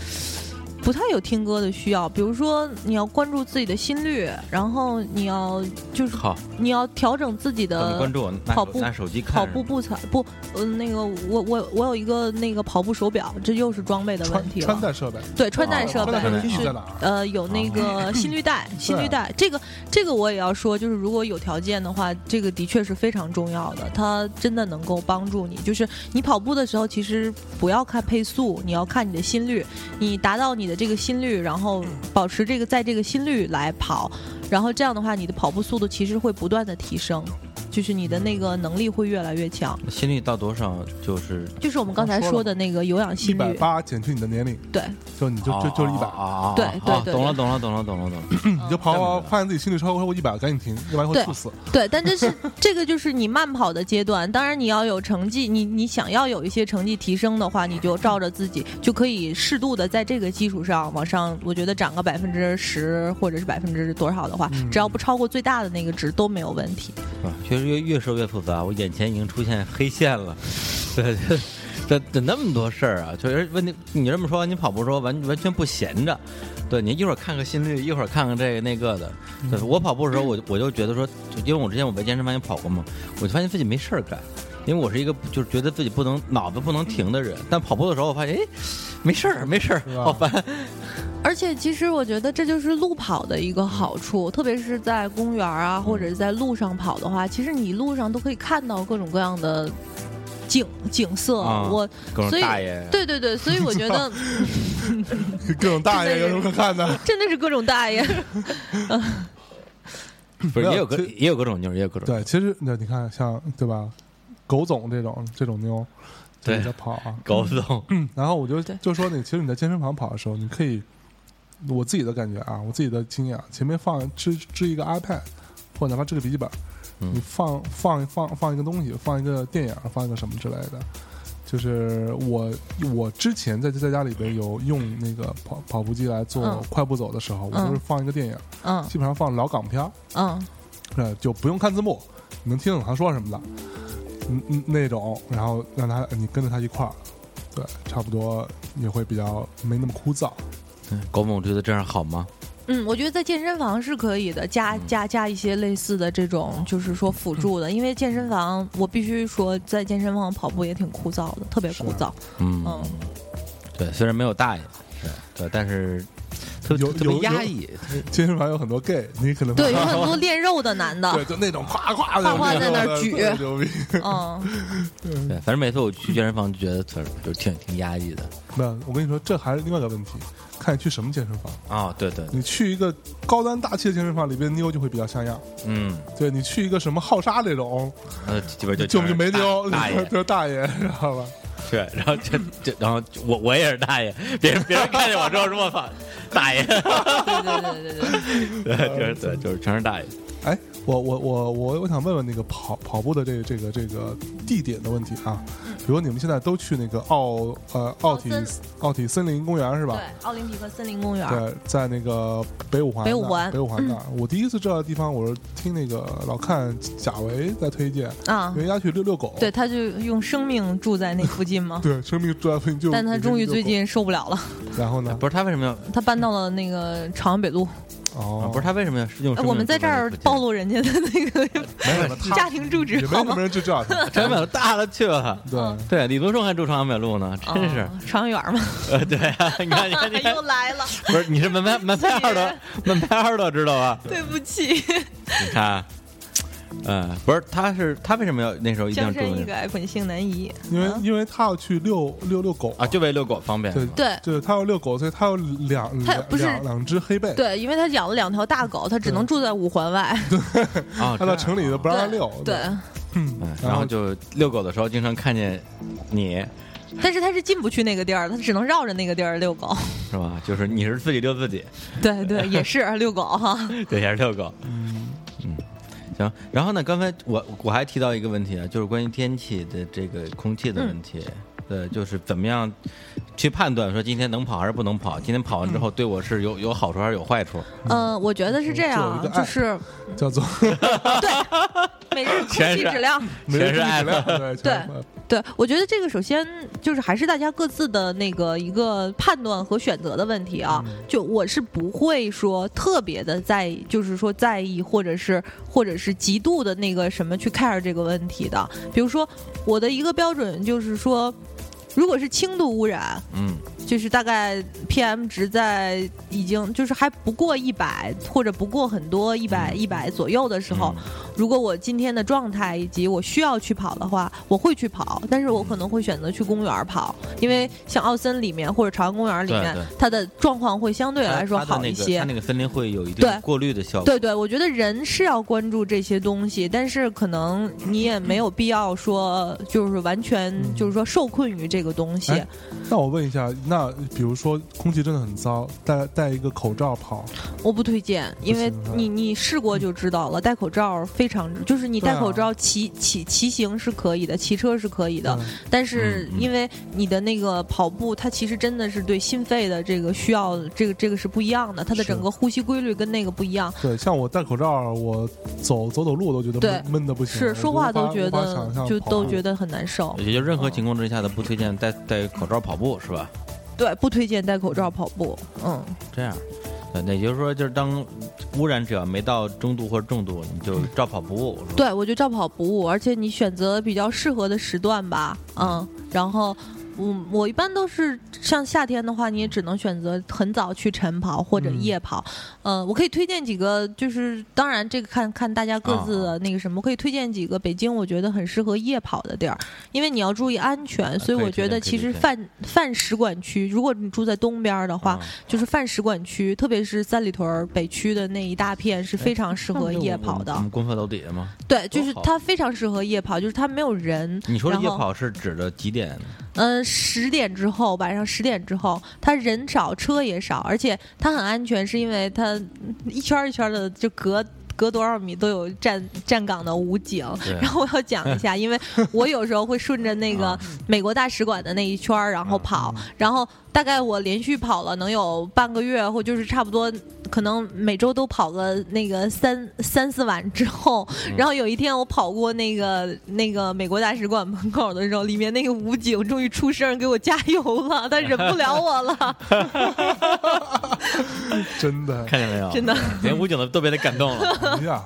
Speaker 3: 不太有听歌的需要，比如说你要关注自己的心率，然后你要就是
Speaker 2: 好？
Speaker 3: 你要调整自己
Speaker 2: 你
Speaker 3: 的
Speaker 2: 关注我，拿
Speaker 3: 呃跑
Speaker 2: 手
Speaker 3: 步
Speaker 2: 拿手机看
Speaker 3: 跑步步操不，嗯、那个我我我有一个那个跑步手表，这又是装备的问
Speaker 1: 穿
Speaker 3: 题
Speaker 1: 穿
Speaker 3: 了。
Speaker 1: 戴设备，
Speaker 3: 对，穿戴
Speaker 2: 啊
Speaker 3: 设备
Speaker 1: 穿戴设备
Speaker 3: 就
Speaker 1: 意义
Speaker 3: 是
Speaker 1: 在哪儿？
Speaker 3: 呃，有那
Speaker 1: 啊
Speaker 3: 个心 率带，心率带，这个这个我也要说，就是如果有条件的话，这个的确是非常重要的，它真的能够帮助你。就是你跑步的时候，其实不要看配速，你要看你的心率，你达到你的这个心率，然后保持这个在这个心率来跑，然后这样的话，你的跑步速度其实会不断的提升，就是你的那个能力会越来越强。
Speaker 2: 心率到多少就是
Speaker 3: 就是我们刚才
Speaker 1: 啊说了
Speaker 3: 说的那个有氧
Speaker 1: 一
Speaker 3: 心
Speaker 1: 百
Speaker 3: 率，
Speaker 1: 八减去你的年龄，
Speaker 3: 对，
Speaker 1: 就你就就就是一百
Speaker 2: 啊，啊！
Speaker 3: 对
Speaker 2: 啊
Speaker 3: 对
Speaker 2: 啊
Speaker 3: 对
Speaker 2: 懂了
Speaker 3: 对
Speaker 2: 懂了懂了懂了懂了。
Speaker 1: 你就跑
Speaker 2: 这么
Speaker 1: 跑，
Speaker 2: 着
Speaker 1: 发现自己心率超过超过一百，赶紧停，要不然会
Speaker 3: 嗯对
Speaker 1: 猝死。
Speaker 3: 对，但这是这个就是你慢跑的阶段。当然，你要有成绩，你你想要有一些成绩提升的话，你就照着自己就可以适度的在这个基础上往上，我觉得涨个百分之十或者是百分之多少的话，只要不超过最大的那个值都没有问题。
Speaker 1: 嗯
Speaker 2: 啊，确实越越说越复杂，我眼前已经出现黑线了。对，这这这那么多事儿啊，确实问题。你这么说，你跑步说完完全不闲着，对你一会儿看看心率，一会儿看看这个那个的。
Speaker 1: 嗯
Speaker 2: 对我跑步的时候，我我就觉得说，就因为我之前我在健身房也跑过嘛，我就发现自己没事儿干。因为我是一个就是觉得自己不能脑子不能停的人，但跑步的时候我发现，哎，没事儿没事儿，
Speaker 1: 是吧
Speaker 2: 好烦。
Speaker 3: 而且，其实我觉得这就是路跑的一个好处，特别是在公园啊，或者是在路上跑的话，其实你路上都可以看到各种各样的景景色。
Speaker 2: 啊
Speaker 3: 我
Speaker 2: 各种
Speaker 3: 所以
Speaker 2: 大爷
Speaker 3: 对对对，所以我觉得
Speaker 1: 各种大爷有
Speaker 3: 真的是
Speaker 1: 什么可看的？
Speaker 3: 真的是各种大爷。
Speaker 2: 不是
Speaker 1: 没有
Speaker 2: 也有各
Speaker 1: 其
Speaker 2: 也有各种妞儿，也有各种。
Speaker 1: 对，其实那你看像对吧，狗总这种这种妞，就
Speaker 2: 对
Speaker 1: 在跑啊。
Speaker 2: 搞不懂，
Speaker 1: 然后我就
Speaker 3: 对
Speaker 1: 就说你，其实你在健身房跑的时候，你可以，我自己的感觉啊，我自己的经验啊，前面放支支一个 iPad，或者哪怕支个笔记本，
Speaker 2: 嗯
Speaker 1: 你放放放放一个东西，放一个电影，放一个什么之类的。就是我我之前在在家里边有用那个跑跑步机来做
Speaker 3: 嗯
Speaker 1: 快步走的时候，我
Speaker 3: 嗯
Speaker 1: 就是放一个电影，
Speaker 3: 嗯
Speaker 1: 基本上放老港片儿，
Speaker 3: 嗯，
Speaker 1: 呃，就不用看字幕，你能听懂他说什么的，嗯嗯那种，然后让他你跟着他一块儿，对，差不多也会比较没那么枯燥。
Speaker 2: 狗总觉得这样好吗？
Speaker 3: 嗯，我觉得在健身房是可以的，加
Speaker 1: 嗯
Speaker 3: 加加一些类似的这种，就是说辅助的，因为健身房我必须说，在健身房跑步也挺枯燥的，
Speaker 1: 啊
Speaker 3: 特别枯燥。
Speaker 2: 嗯
Speaker 3: 嗯，
Speaker 2: 对，虽然没有大爷，是对，但是特
Speaker 1: 有
Speaker 2: 特
Speaker 1: 有
Speaker 2: 别
Speaker 1: 有
Speaker 2: 压抑，
Speaker 1: 健身房有很多 gay，你可能
Speaker 3: 对，有很多练肉的男的
Speaker 1: 对，，就那种夸夸
Speaker 3: 夸夸 在那儿举
Speaker 1: 牛逼。
Speaker 3: 嗯，
Speaker 2: 对，反正每次我去健身房就觉得特就挺挺压抑的
Speaker 1: 那我跟你说，这还是另外一个问题，看你去什么健身房。
Speaker 2: 啊，对对，
Speaker 1: 你去一个高端大气的健身房，里边妞就会比较像样。
Speaker 2: 嗯，
Speaker 1: 对你去一个什么浩沙这种，
Speaker 2: 呃，基本就
Speaker 1: 就
Speaker 2: 全
Speaker 1: 就是没
Speaker 2: 大
Speaker 1: 妞，
Speaker 2: 大爷
Speaker 1: 就是大爷，知道吧？
Speaker 2: 是，然后就就然后就我我也是大爷，别人别人看见我之后说我操，大爷，
Speaker 3: 对对对对对对，
Speaker 2: 对，就是对，就是全是大爷，
Speaker 1: 哎，我我我我我想问问那个跑跑步的这个这个这个地点的问题啊。比如你们现在都去那个奥呃奥体
Speaker 3: 嗯奥森
Speaker 1: 奥体森林公园是吧
Speaker 3: 对？奥林匹克森林公园，
Speaker 1: 对，在那个北五环那儿，
Speaker 3: 北五环嗯
Speaker 1: 北五环那儿。我第一次知道的地方，我是听那个老看贾维在推荐，
Speaker 3: 啊
Speaker 1: 因，为他去遛遛狗。，
Speaker 3: 对，他就用生命住在那附近嘛
Speaker 1: 对，生命住在附近就。
Speaker 3: 但他终于最，近受不了了，
Speaker 1: 然后呢？
Speaker 2: 不是他为什么要
Speaker 3: 他搬到了那个朝阳北路。
Speaker 1: 哦，
Speaker 2: 不是他为什么要用
Speaker 3: 哎我们在这儿暴露人家的那个
Speaker 1: 没什么，
Speaker 3: 家
Speaker 1: 他
Speaker 3: 庭住址
Speaker 1: 嗯也没
Speaker 3: 好
Speaker 1: 什
Speaker 3: 吗
Speaker 1: 么？人知道 他。
Speaker 2: 朝阳北路大了去了。
Speaker 1: 对，
Speaker 3: 嗯
Speaker 2: 对，李宗盛还住朝阳北路呢，真是
Speaker 3: 啊。长远嘛，
Speaker 2: 呃，对啊，你看，你看， 你看，
Speaker 3: 又来了，
Speaker 2: 不是 你是门牌门牌号的门牌号的知道吧？
Speaker 3: 对不 起，
Speaker 2: 你看，嗯，不是，他是他为什么要那时候一定要
Speaker 3: 江
Speaker 2: 住
Speaker 3: 山易
Speaker 2: 那
Speaker 3: 改，本性难移。
Speaker 1: 因为
Speaker 3: 啊
Speaker 1: 因为他要去遛遛遛狗
Speaker 2: 啊？就为遛狗方便。
Speaker 1: 对
Speaker 3: 对
Speaker 1: 对，他要遛狗，所以他有两
Speaker 3: 他
Speaker 1: 两
Speaker 3: 不是
Speaker 1: 两两只黑背。
Speaker 3: 对，因为他养了两条大狗，他只能住在五环外。
Speaker 2: 啊，
Speaker 1: 他
Speaker 2: 这
Speaker 1: 到
Speaker 2: 样
Speaker 1: 城里都不
Speaker 3: 对
Speaker 1: 让他遛。
Speaker 3: 对，
Speaker 2: 嗯
Speaker 1: 然
Speaker 2: 然
Speaker 1: 后
Speaker 2: 后就遛狗的时候经常看见你，
Speaker 3: 但是他是进不去那个地儿，他只能绕着那个地儿遛狗。
Speaker 2: 是吧？就是你是自己遛自己，
Speaker 3: 对对，也是遛狗哈。
Speaker 2: 对，也是遛狗。嗯行。然后呢，刚才我我还提到一个问题啊，就是关于天气的这个空气的问题。对，就是怎么样去判断说今天能跑还是不能跑？今天跑完之后对我是有有好处还是有坏处？
Speaker 3: 嗯，我觉得是这样
Speaker 1: 就有一
Speaker 3: 啊，
Speaker 1: 个爱
Speaker 3: 就是
Speaker 1: 叫做
Speaker 3: 每日空
Speaker 2: 全
Speaker 3: 气
Speaker 2: 是
Speaker 3: 质量。
Speaker 1: 没人
Speaker 2: 全是
Speaker 1: 注意
Speaker 2: 爱
Speaker 1: 质量对全是
Speaker 3: 对，我觉得这个首先就是还是大家各自的那个一个判断和选择的问题啊。就我是不会说特别的在意，就是说在意或者是或者是极度的那个什么去 care 这个问题的。比如说我的一个标准就是说，如果是轻度污染，
Speaker 2: 嗯
Speaker 3: 就是大概 PM 值在已经就是还不过一百或者不过很多一百
Speaker 2: 嗯
Speaker 3: 一百左右的时候，如果我今天的状态以及我需要去跑的话，我会去跑，但是我可能会选择去公园跑，因为像奥森里面或者朝阳公园里面
Speaker 2: 对对，
Speaker 3: 它的状况会相对来说
Speaker 2: 它它的
Speaker 3: 好
Speaker 2: 那
Speaker 3: 一
Speaker 2: 个
Speaker 3: 些。
Speaker 2: 它那个森林会有一定
Speaker 3: 对
Speaker 2: 过滤的效果。
Speaker 3: 对对，我觉得人是要关注这些东西，但是可能你也没有必要说，就是完全
Speaker 2: 嗯
Speaker 3: 就是说受困于这个东西。
Speaker 1: 哎那我问一下，那比如说空气真的很糟，戴戴一个口罩跑，
Speaker 3: 我不推荐，因为
Speaker 1: 行是吧
Speaker 3: 你你试过就知道了，戴口罩非常，就是你
Speaker 1: 对啊
Speaker 3: 戴口罩骑骑骑行是可以的，骑车是可以的，
Speaker 1: 嗯
Speaker 3: 但是
Speaker 2: 嗯嗯
Speaker 3: 因为你的那个跑步，它其实真的是对心肺的这个需要，这个这个是不一样的，它的
Speaker 1: 是
Speaker 3: 整个呼吸规律跟那个不一样。
Speaker 1: 对，像我戴口罩，我走走走路都觉得
Speaker 3: 对
Speaker 1: 闷闷的不行，
Speaker 3: 是说话都觉
Speaker 1: 我无法无法想
Speaker 3: 得
Speaker 1: 象
Speaker 3: 就
Speaker 1: 跑哎
Speaker 3: 都觉得很难受，
Speaker 2: 也就任何情况之下的不推荐戴戴口罩跑步是吧？
Speaker 3: 对，不推荐戴口罩跑步，嗯，
Speaker 2: 这样，对，那也就是说，就是当污染只要没到中度或者重度，你就照跑不误。是吧，
Speaker 3: 嗯
Speaker 2: 啊
Speaker 3: 对我觉得照跑不误，而且你选择比较适合的时段吧，嗯，然后。嗯，我一般都是像夏天的话，你也只能选择很早去晨跑或者
Speaker 1: 嗯
Speaker 3: 夜跑。嗯、我可以推荐几个，就是当然这个看看大家各
Speaker 2: 啊
Speaker 3: 自的那个什么，我可以推荐几个北京我觉得很适合夜跑的地儿，因为你要注意安全，所以
Speaker 2: 啊可以
Speaker 3: 我
Speaker 2: 推
Speaker 3: 觉得
Speaker 2: 荐可以
Speaker 3: 其实
Speaker 2: 推荐啊
Speaker 3: 泛泛使馆区，如果你住在东边儿的话，就是泛使馆区，特别是三里屯儿北区的那一大片是非常适
Speaker 2: 适
Speaker 3: 合夜跑的
Speaker 2: 哎我。们公厕楼底下吗？
Speaker 3: 对，就
Speaker 2: 多
Speaker 3: 是
Speaker 2: 好
Speaker 3: 它非常适合夜跑，就是它没有人。
Speaker 2: 你说的
Speaker 3: 然
Speaker 2: 夜
Speaker 3: 后，
Speaker 2: 跑是指的几 点？
Speaker 3: 嗯、十点之后，晚上十点之后，它人少，车也少，而且它很安全，是因为它一圈儿一圈儿的就隔。隔多少米都有站站岗的武警
Speaker 2: 对，
Speaker 3: 然后我要讲一下，因为我有时候会顺着那个
Speaker 2: 啊
Speaker 3: 美国大使馆的那一圈儿，然后跑，
Speaker 1: 啊
Speaker 3: 然后大概我连续跑了能有半个月，或就是差不多，可能每周都跑个那个三三四晚之后，
Speaker 1: 嗯
Speaker 3: 然后有一天我跑过那个那个美国大使馆门口的时候，里面那个武警终于出声给我加油了，他忍不了我
Speaker 1: 啊
Speaker 3: 了，
Speaker 1: 真 的
Speaker 2: 看见没有？
Speaker 3: 真的，
Speaker 2: 连武警的都被他感动了，
Speaker 1: 哎呀。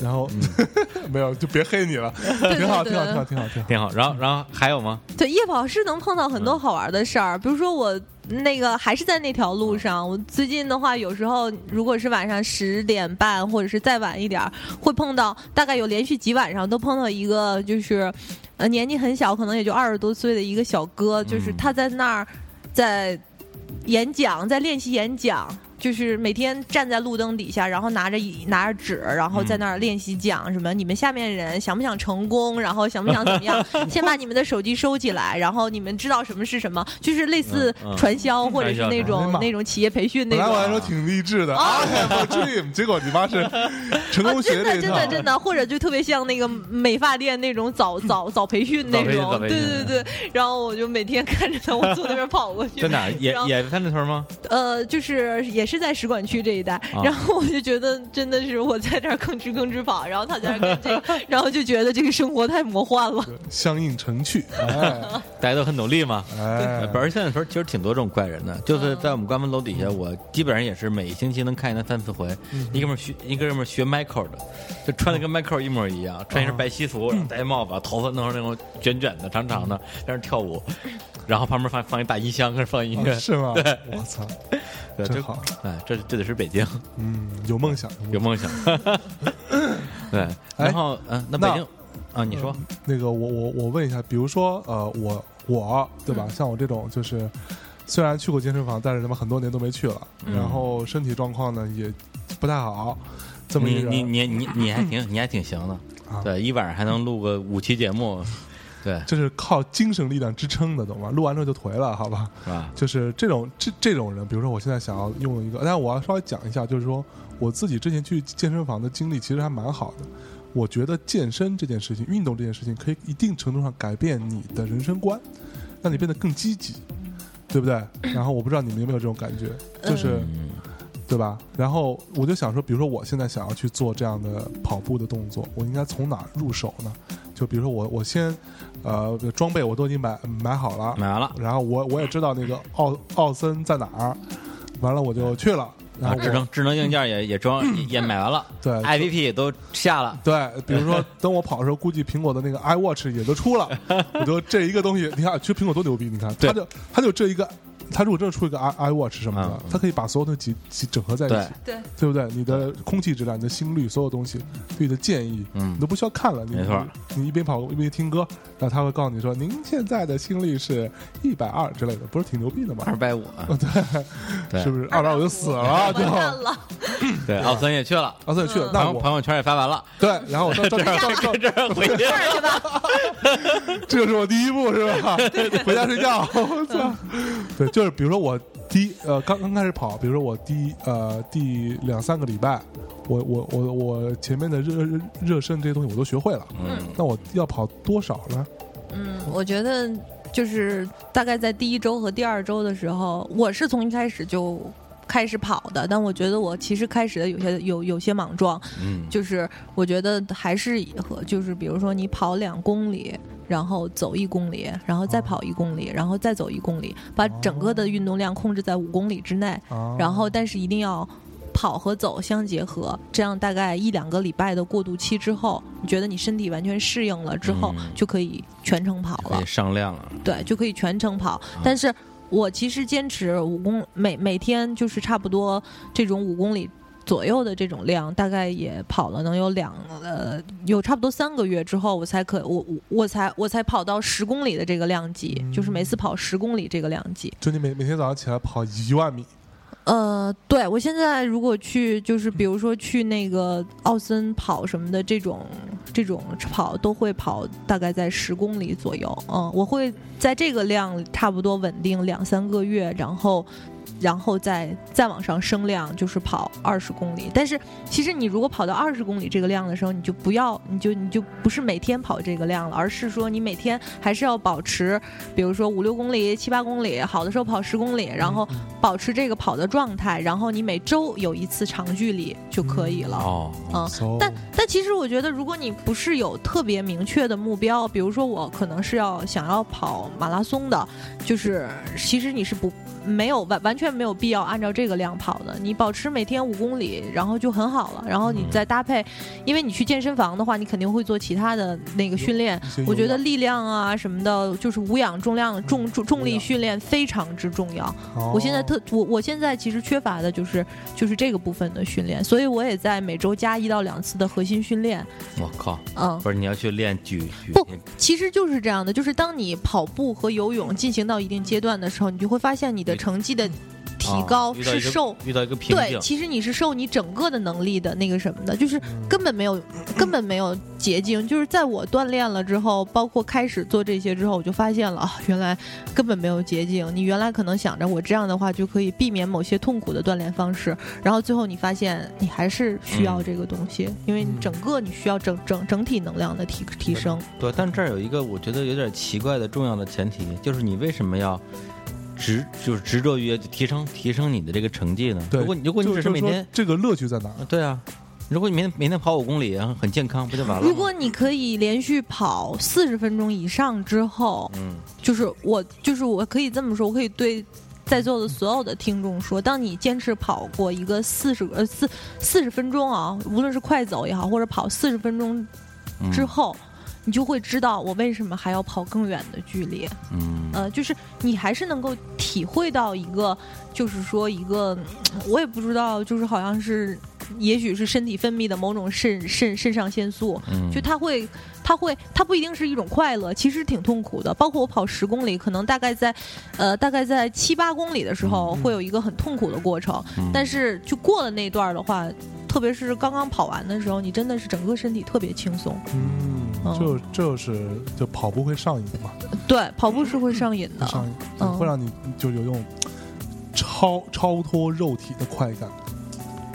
Speaker 1: 然后
Speaker 2: 嗯
Speaker 1: 没有，就别黑你了， 挺好，
Speaker 3: 对
Speaker 1: 挺好，挺好，
Speaker 3: 对
Speaker 1: 挺好，挺好。
Speaker 2: 挺好。然后，然后还有吗？
Speaker 3: 对，夜跑是能碰到很多好玩的事儿，比如说我那个还是在那条路上。我最近的话，有时候如果是晚上十点半，或者是再晚一点儿，会碰到大概有连续几晚上都碰到一个就是，呃，年纪很小，可能也就二十多岁的一个小哥，就是
Speaker 2: 嗯
Speaker 3: 他在那儿在演讲，在练习演讲。就是每天站在路灯底下，然后拿着一拿着纸，然后在那儿练习讲什么、你们下面人想不想成功，然后想不想怎么样？先把你们的手机收起来，然后你们知道什么是什么，就是类似
Speaker 2: 嗯嗯
Speaker 3: 传销或者是那
Speaker 1: 哎呀
Speaker 3: 种
Speaker 1: 妈
Speaker 3: 那种企业培训那哦
Speaker 1: 本来我还
Speaker 3: 种。
Speaker 1: 说挺励志 的，I have a dream，结果你妈是成功学这
Speaker 3: 真 的，
Speaker 1: 一
Speaker 3: 啊真
Speaker 1: 套
Speaker 3: 的，，真的，或者就特别像那个美发店那种早早早培训那
Speaker 2: 早培
Speaker 3: 种，对
Speaker 2: 训早培
Speaker 3: 对
Speaker 2: 训
Speaker 3: 对。然后我就每天看着他，我从那边跑 过去，
Speaker 2: 在哪儿啊也
Speaker 3: 然后
Speaker 2: 也三里屯吗？
Speaker 3: 呃，就是也是在使馆区这一带， 然后我就觉得真的是我在这儿吭哧吭哧跑，然后他在这儿跟这个， 然后就觉得这个生活太魔幻了。
Speaker 1: 对相应成趣，哎
Speaker 2: 大家都很懂力嘛。
Speaker 1: 哎，
Speaker 2: 不是，现在时候其实挺多这种怪人的，就是在我们关门楼底
Speaker 1: 嗯
Speaker 2: 下，我基本上也是每星期能看见他三四回。一哥们儿学，一哥们儿学 Michael 的，就穿的跟 Michael 一模一样，穿一
Speaker 1: 哦
Speaker 2: 身白西服，
Speaker 1: 嗯
Speaker 2: 然后戴一帽子，头发弄成那种卷卷的、长长的，在那儿跳舞，然后旁边放放一大音箱，跟放音乐
Speaker 1: 啊，是吗？
Speaker 2: 对，
Speaker 1: 我操，
Speaker 2: 对，
Speaker 1: 真
Speaker 2: 这
Speaker 1: 好，
Speaker 2: 哎，这这得是北京
Speaker 1: 嗯，有梦想，
Speaker 2: 有 梦想，对，然后嗯，那北
Speaker 1: 哎那嗯
Speaker 2: 京啊，你说
Speaker 1: 那个我我我问一下，比如说呃，我我对吧？像我这种就是虽然去过健身房，但是他妈很多年都没去了，
Speaker 2: 嗯
Speaker 1: 然后身体状况呢也不太好，这么一
Speaker 2: 你
Speaker 1: 个
Speaker 2: 你
Speaker 1: 人，
Speaker 2: 你你你还挺你还挺行的
Speaker 1: 啊，
Speaker 2: 对，一晚上还能录个五期节目，对，
Speaker 1: 这是靠精神力量支撑的，懂吗？录完之后就颓了，好吧？
Speaker 2: 是吧？
Speaker 1: 就是这种这这种人，比如说我现在想要用一个，但我要稍微讲一下，就是说我自己之前去健身房的经历其实还蛮好的。我觉得健身这件事情，运动这件事情，可以一定程度上改变你的人生观，让你变得更积极，对不对？然后我不知道你们有没有这种感觉，就是、
Speaker 2: 嗯
Speaker 1: 对吧？然后我就想说，比如说我现在想要去做这样的跑步的动作，我应该从哪儿入手呢？就比如说我我先，呃，装备我都已经买买好了，
Speaker 2: 买完了。
Speaker 1: 然后我我也知道那个奥奥森在哪儿，完了我就去了，然
Speaker 2: 啊，
Speaker 1: 后我
Speaker 2: 智
Speaker 1: 啊
Speaker 2: 能智能硬件也也装也也买完了
Speaker 1: 对
Speaker 2: ，IVP 也都下了，
Speaker 1: 对，比如说等我跑的时候，估计苹果的那个 iWatch 也都出了，我就这一个东西，你看，其实苹果多牛逼，你看，
Speaker 2: 对
Speaker 1: 它就它就这一个，它如果真的出一个 i iWatch 什么的
Speaker 2: 嗯，
Speaker 1: 它可以把所有东西集集整合在一
Speaker 2: 对
Speaker 1: 起，
Speaker 3: 对，
Speaker 1: 对不对？你的空气质量、你的心率、所有东西、对你的建议，
Speaker 2: 嗯
Speaker 1: 你都不需要看了，你
Speaker 2: 没错
Speaker 1: 你一边跑一边听歌，然后他会告诉你说，您现在的心率是一百二之类的，不是挺牛逼的吗？
Speaker 2: 二百五，啊对
Speaker 1: 是不是？二百我就死了，
Speaker 3: 完
Speaker 1: 就。
Speaker 3: 蛋了，嗯
Speaker 2: 对，奥森也去了，
Speaker 1: 奥森也去了，
Speaker 2: 朋
Speaker 1: 那
Speaker 2: 友
Speaker 1: 我
Speaker 2: 朋友圈也发完了，
Speaker 1: 对，然后我到到到到，
Speaker 2: 这儿回去了，
Speaker 3: 是吧？
Speaker 1: 这就是我第一步是吧？回家睡 觉，我操！对，就是比如说我第一呃刚刚开始跑，比如说我第一呃第两三个礼拜，我我我我前面的热热热身这些东西我都学会了，
Speaker 2: 嗯，
Speaker 1: 那我要跑多少呢？
Speaker 3: 嗯，我觉得就是大概在第一周和第二周的时候，我是从一开始就开始跑的，但我觉得我其实开始的有些有有些莽撞，
Speaker 2: 嗯
Speaker 3: 就是我觉得还是和就是比如说你跑两公里。然后走一公里，然后再
Speaker 1: 哦
Speaker 3: 跑一公里，然后再走一公里，把
Speaker 1: 哦
Speaker 3: 整个的运动量控制在五公里之内。
Speaker 1: 啊，
Speaker 3: 然后但是一定要跑和走相结合，这样大概一两个礼拜的过渡期之后，你觉得你身体完全适应了之后，
Speaker 2: 嗯
Speaker 3: 就可以全程跑
Speaker 2: 可
Speaker 3: 了
Speaker 2: 以，上量了，
Speaker 3: 对，就可以全程跑。但是我其实坚持五公每每天就是差不多这种五公里。左右的这种量，大概也跑了能有两呃，有差不多三个月之后，我才可我我我才我才跑到十公里的这个量级，就是每次跑十公里这个量级。
Speaker 1: 就你每每天早上起来跑一万米，
Speaker 3: 呃，对我现在如果去，就是比如说去那个奥森跑什么的这种这种跑，都会跑大概在十公里左右。嗯，我会在这个量差不多稳定两三个月，然后。然后再再往上升量，就是跑二十公里。但是其实你如果跑到二十公里这个量的时候，你就不要，你就你就不是每天跑这个量了，而是说你每天还是要保持，比如说五六公里、七八公里，好的时候跑十公里，然后
Speaker 1: 嗯
Speaker 3: 保持这个跑的状态，然后你每周有一次长距离就可以了。
Speaker 2: 哦，
Speaker 3: 嗯，
Speaker 1: So-
Speaker 3: 但但其实我觉得，如果你不是有特别明确的目标，比如说我可能是要想要跑马拉松的，就是其实你是不没有完完全没有必要按照这个量跑的，你保持每天五公里，然后就很好了。然后你再搭配，因为你去健身房的话，你肯定会做其他的那个训练
Speaker 1: 一些，
Speaker 3: 我
Speaker 1: 嗯有
Speaker 3: 觉
Speaker 1: 氧
Speaker 3: 得力量啊什么的，就是无氧重量重重重
Speaker 1: 无
Speaker 3: 力
Speaker 1: 氧
Speaker 3: 训练非常之重要。
Speaker 1: 哦
Speaker 3: 我现在特我我现在其实缺乏的就是就是这个部分的训练，所以我也在每周加一到两次的核心训练。
Speaker 2: 我靠，
Speaker 3: 嗯，
Speaker 2: 不是你要去练举举
Speaker 3: 不其实就是这样的，就是当你跑步和游泳进行到一定阶段的时候，你就会发现你的成绩的提高
Speaker 2: 嗯啊遇到
Speaker 3: 是
Speaker 2: 一个
Speaker 3: 受。
Speaker 2: 遇到一个瓶
Speaker 3: 对，
Speaker 2: 颈，
Speaker 3: 其实你是受你整个的能力的那个什么的，就是
Speaker 1: 嗯
Speaker 3: 根本没有根本没有捷径。就是在我锻炼了之后，包括开始做这些之后，我就发现了啊，原来根本没有捷径。你原来可能想着我这样的话就可以避免某些痛苦的锻炼方式，然后最后你发现你还是需要这个东西，因为你整个你需要整整整体能量的提提升。
Speaker 2: 对，但这儿有一个我觉得有点奇怪的重要的前提，就是你为什么要执就是执着于提升提升你的这个成绩呢？
Speaker 1: 对
Speaker 2: 如果你如果你
Speaker 1: 就
Speaker 2: 只是
Speaker 1: 就
Speaker 2: 每
Speaker 1: 说
Speaker 2: 天，
Speaker 1: 这个乐趣在哪儿？
Speaker 2: 对啊，如果你每天每天跑五公里，然后很健康，不就完了吗？
Speaker 3: 如果你可以连续跑四十分钟以上之后，
Speaker 2: 嗯，
Speaker 3: 就是我，就是我可以这么说，我可以对在座的所有的听众说，当你坚持跑过一个四十呃四四十分钟啊，无论是快走也好，或者跑四十分钟
Speaker 2: 嗯
Speaker 3: 之后。你就会知道我为什么还要跑更远的距离，
Speaker 2: 嗯
Speaker 3: 呃，就是你还是能够体会到一个，就是说一个，嗯我也不知道，就是好像是，也许是身体分泌的某种肾肾肾上腺素，
Speaker 2: 嗯，
Speaker 3: 就它会，它会，它不一定是一种快乐，其实挺痛苦的。包括我跑十公里，可能大概在，呃，大概在七八公里的时候，会有一个很痛苦的过程。
Speaker 2: 嗯
Speaker 3: 但是就过了那段儿的话，特别是刚刚跑完的时候，你真的是整个身体特别轻松。
Speaker 1: 嗯，
Speaker 3: 嗯
Speaker 1: 就就是就跑步会上瘾嘛，
Speaker 3: 对，跑步是会上瘾
Speaker 1: 会
Speaker 3: 的。
Speaker 1: 上瘾，
Speaker 3: 嗯
Speaker 1: 会让你就有一种超超脱肉体的快感，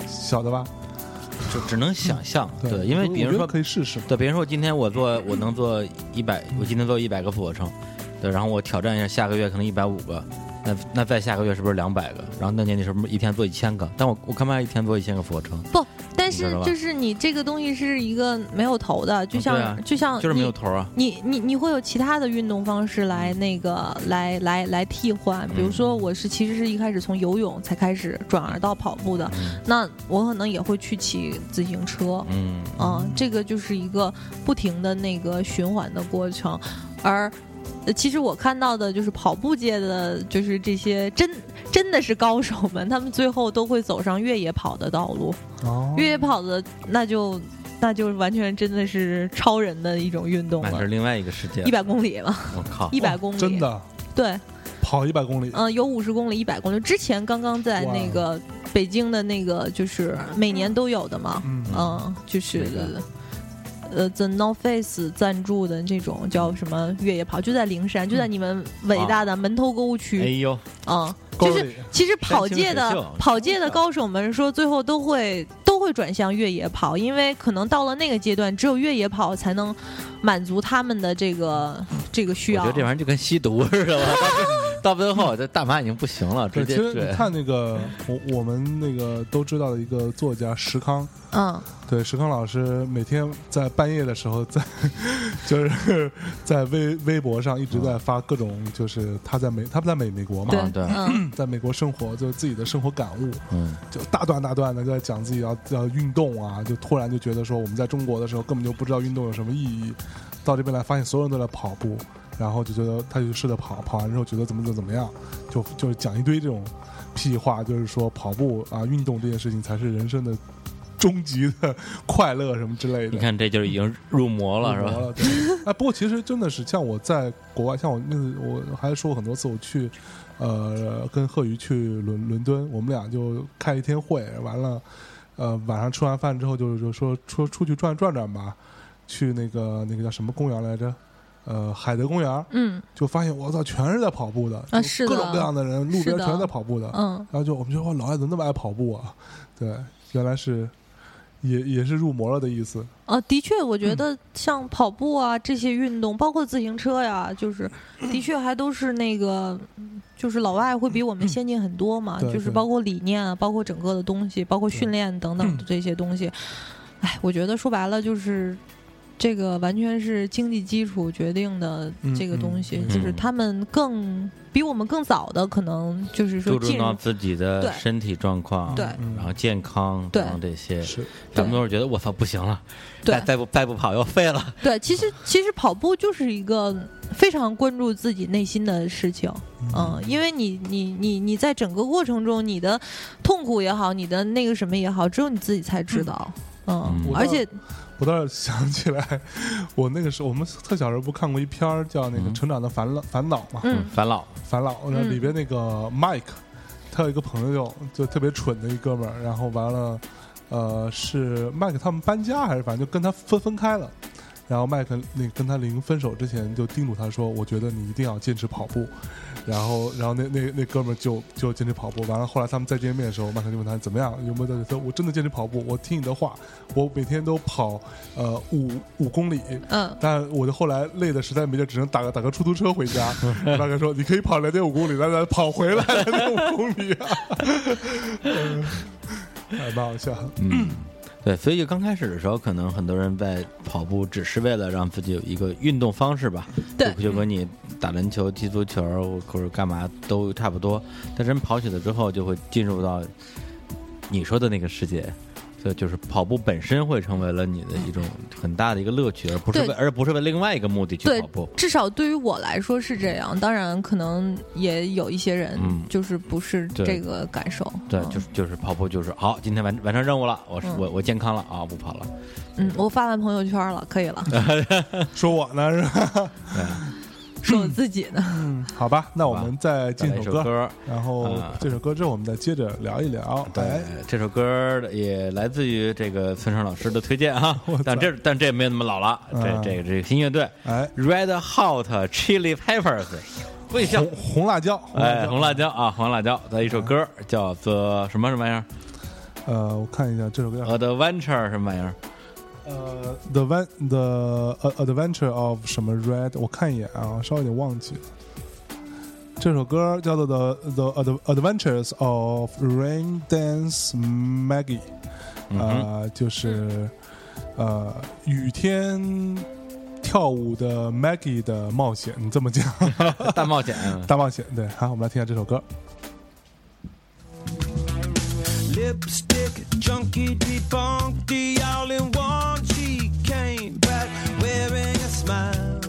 Speaker 1: 晓得吧？
Speaker 2: 就只能想象，对，因为
Speaker 1: 我
Speaker 2: 比
Speaker 1: 我觉得
Speaker 2: 如说
Speaker 1: 可以试试嘛，
Speaker 2: 对，比如说我今天我做，我能做一百，我今天做一百个俯卧撑，对，然后我挑战一下，下个月可能一百五个，那那再下个月是不是两百个？然后那年你是不是一天做一千个？但我我干嘛一天做一千个俯卧撑？
Speaker 3: 不，但
Speaker 2: 你知
Speaker 3: 是
Speaker 2: 道吧
Speaker 3: 就是你这个东西是一个没有头的，就
Speaker 2: 嗯
Speaker 3: 像、
Speaker 2: 对啊
Speaker 3: 就像
Speaker 2: 就是没
Speaker 3: 哦你
Speaker 2: 有头儿啊。
Speaker 3: 你你你会有其他的运动方式来那个来来来替换，比如说我是其实是一开始从游泳才开始转而到跑步的，
Speaker 2: 嗯
Speaker 3: 那我可能也会去骑自行车，
Speaker 2: 嗯，
Speaker 3: 嗯、这个就是一个不停的那个循环的过程，而。呃其实我看到的就是跑步界的，就是这些真真的是高手们，他们最后都会走上越野跑的道路。
Speaker 1: 哦，
Speaker 3: 越野跑的那就那就完全真的是超人的一种运动
Speaker 2: 那
Speaker 3: 了
Speaker 2: 是，另外一个世界
Speaker 3: 一。百公里嘛，
Speaker 2: 我靠，
Speaker 3: 一百公里，
Speaker 1: 真的
Speaker 3: 对，
Speaker 1: 跑一百公里，
Speaker 3: 嗯、有五十公里，一百公里。之前刚刚在
Speaker 1: 哇
Speaker 2: 哦
Speaker 3: 那个北京的那个，就是每年都有的嘛，
Speaker 1: 嗯
Speaker 3: 嗯、就是
Speaker 2: 哪个
Speaker 3: 呃，The North Face 赞助的这种叫什么越野跑，就在灵山，就在你们伟大的门头
Speaker 2: 嗯
Speaker 3: 沟
Speaker 2: 哎
Speaker 3: 区，
Speaker 2: 呦，
Speaker 3: 嗯，
Speaker 1: 沟
Speaker 3: 就是
Speaker 1: 里
Speaker 3: 其实跑界
Speaker 2: 山
Speaker 3: 的
Speaker 2: 清水秀
Speaker 3: 跑界的高手们说，最后都会都会转向越野跑，因为可能到了那个阶段，只有越野跑才能满足他们的这个这个需
Speaker 2: 嗯我
Speaker 3: 要。
Speaker 2: 觉得这玩意儿就跟吸毒似的，我 到最后这大麻已经不行了，直
Speaker 1: 对，其
Speaker 2: 接
Speaker 1: 实你
Speaker 2: 对
Speaker 1: 看那个我我们那个都知道的一个作家石康，
Speaker 3: 嗯，
Speaker 1: 对，石康老师每天在半夜的时候在， 就是在微微博上一直在发各种，就是他在美他不在美美国嘛
Speaker 3: 对，，
Speaker 2: 嗯啊对
Speaker 3: 嗯，
Speaker 1: 在美国生活，就是自己的生活感悟，
Speaker 2: 嗯
Speaker 1: 就大段大段的在讲自己要要运动啊，就突然就觉得说我们在中国的时候根本就不知道运动有什么意义，到这边来发现所有人都在跑步，然后就觉得他就试着跑，跑完之后觉得怎么怎么怎么样，就就是讲一堆这种屁话，就是说跑步啊运动这件事情才是人生的终极的 快乐什么之类的。
Speaker 2: 你看这就是已经入魔了，是
Speaker 1: 入魔
Speaker 2: 吧？
Speaker 1: 了对 哎，不过其实真的是像我在国外，像我那次我还说过很多次，我去呃跟贺宇去伦伦敦，我们俩就开一天会，完了呃晚上吃完饭之后就是就说说出去转转转吧，去那个那个叫什么公园来着？呃，海德公园，
Speaker 3: 嗯
Speaker 1: 就发现我操，全是在跑步的就
Speaker 3: 啊
Speaker 1: 是各
Speaker 3: 的
Speaker 1: 种各样的人，路
Speaker 3: 是
Speaker 1: 边
Speaker 3: 的
Speaker 1: 全是在跑步的，
Speaker 3: 嗯，
Speaker 1: 然后就我们就说哇老外怎么那么爱跑步啊？对，原来是也也是入魔了的意思。
Speaker 3: 呃，的确，我
Speaker 1: 嗯
Speaker 3: 觉得像跑步啊这些运动，包括自行车呀， 就是的确还都是那个，就是老外会比我们先进很多嘛，
Speaker 1: 嗯对
Speaker 3: 就是
Speaker 1: 对嗯
Speaker 3: 包括理念啊，包括整个的东西，包括训练等等的这些东西。哎，我觉得说白了就是。这个完全是经济基础决定的
Speaker 1: 嗯
Speaker 3: 这个东西，
Speaker 1: 嗯
Speaker 3: 就是
Speaker 2: 嗯
Speaker 3: 他们更比我们更早的，可能就是说
Speaker 2: 注
Speaker 3: 进
Speaker 2: 重
Speaker 3: 入
Speaker 2: 到自己
Speaker 3: 对
Speaker 2: 的身体状况，
Speaker 3: 对
Speaker 1: 嗯
Speaker 2: 然后健康，
Speaker 3: 对
Speaker 2: 然后这些，
Speaker 1: 是
Speaker 2: 咱们都是觉得我操不行了，
Speaker 3: 对
Speaker 2: 再再不再不跑要废了，
Speaker 3: 对，其实其实跑步就是一个非常关注自己内心的事情，嗯，因为你你你你在整个过程中，你的痛苦也好，你的那个什么也好，只有你自己才知道，嗯，
Speaker 2: 嗯
Speaker 3: 而且
Speaker 1: 我倒是想起来，我那个时候我们特小时候不看过一片儿叫那个《
Speaker 2: 嗯
Speaker 1: 成长的烦恼烦恼》嘛，
Speaker 3: 嗯
Speaker 2: 烦恼，
Speaker 1: 烦恼，然后
Speaker 3: 嗯
Speaker 1: 里边那个 Mike，他有一个朋友就特别蠢的一哥们儿，然后完了，呃，是 Mike 他们搬家还是反正就跟他分分开了。然后麦克那跟他临分手之前就叮嘱他说：“我觉得你一定要坚持跑步。”然后，然后那那那哥们儿就就坚持跑步。完了，后来他们再见面的时候，麦克就问他怎么样，有没有在？他说：“我真的坚持跑步，我听你的话，我每天都跑呃五五公里。”
Speaker 3: 嗯，
Speaker 1: 但我就后来累的实在没劲，只能打个打个出租车回 家。大概说你可以跑两点五公里，咱咱跑回来两点五公里 啊，嗯还蛮好笑的。
Speaker 2: 嗯，对，所以就刚开始的时候，可能很多人在跑步只是为了让自己有一个运动方式吧，
Speaker 3: 对
Speaker 2: 就就跟你打篮球、踢足球或者干嘛都差不多。但真跑起来之后，就会进入到你说的那个世界。所以就是跑步本身会成为了你的一种很大的一个乐趣，而不是
Speaker 3: 对
Speaker 2: 为而不是为另外一个目的去
Speaker 3: 对
Speaker 2: 跑步。
Speaker 3: 至少对于我来说是这样，当然可能也有一些人
Speaker 2: 嗯
Speaker 3: 就是不是
Speaker 2: 对
Speaker 3: 这个感受，
Speaker 2: 对，
Speaker 1: 啊
Speaker 3: 嗯
Speaker 2: 就是就是跑步，就是好，今天完完成任务了，我是
Speaker 3: 嗯
Speaker 2: 我我健康了啊，不跑了。
Speaker 3: 嗯，我发完朋友圈了，可以了，
Speaker 1: 说我呢是吧？
Speaker 3: 是我自己呢，
Speaker 1: 嗯， 好吧，那我们再进
Speaker 2: 来一
Speaker 1: 首歌，
Speaker 2: 首歌，
Speaker 1: 然后
Speaker 2: 啊
Speaker 1: 这首歌之后我们再接着聊一聊。
Speaker 2: 对
Speaker 1: 哎，，
Speaker 2: 呃这首歌儿也来自于这个村上老师的推荐啊
Speaker 1: 我操，
Speaker 2: 但这但这也没有那么老了，
Speaker 1: 嗯
Speaker 2: 这这个这个新乐队
Speaker 1: 哎，
Speaker 2: Red Hot Chili Peppers，不一样
Speaker 1: 红。红辣椒，红辣
Speaker 2: 哎，
Speaker 1: 椒，
Speaker 2: 红辣椒啊，黄辣椒的一首歌儿叫做什么什么玩意儿
Speaker 1: 呃，我看一下这首歌叫
Speaker 2: ？Adventure 什么玩意儿？
Speaker 1: 呃，The Van The Adventure of 什么 Red，我看一眼啊，稍微有点忘记了。这首歌叫做 The The Adventures of Rain Dance Maggie，
Speaker 2: 嗯哼，
Speaker 1: 呃，就是呃雨天跳舞的 Maggie 的冒险，你这么讲，
Speaker 2: 大冒险。
Speaker 1: 啊大冒险。对，好，我们来听一下这首歌。
Speaker 6: Lipstick, junkie, debunky, all in one. She came back wearing a smile.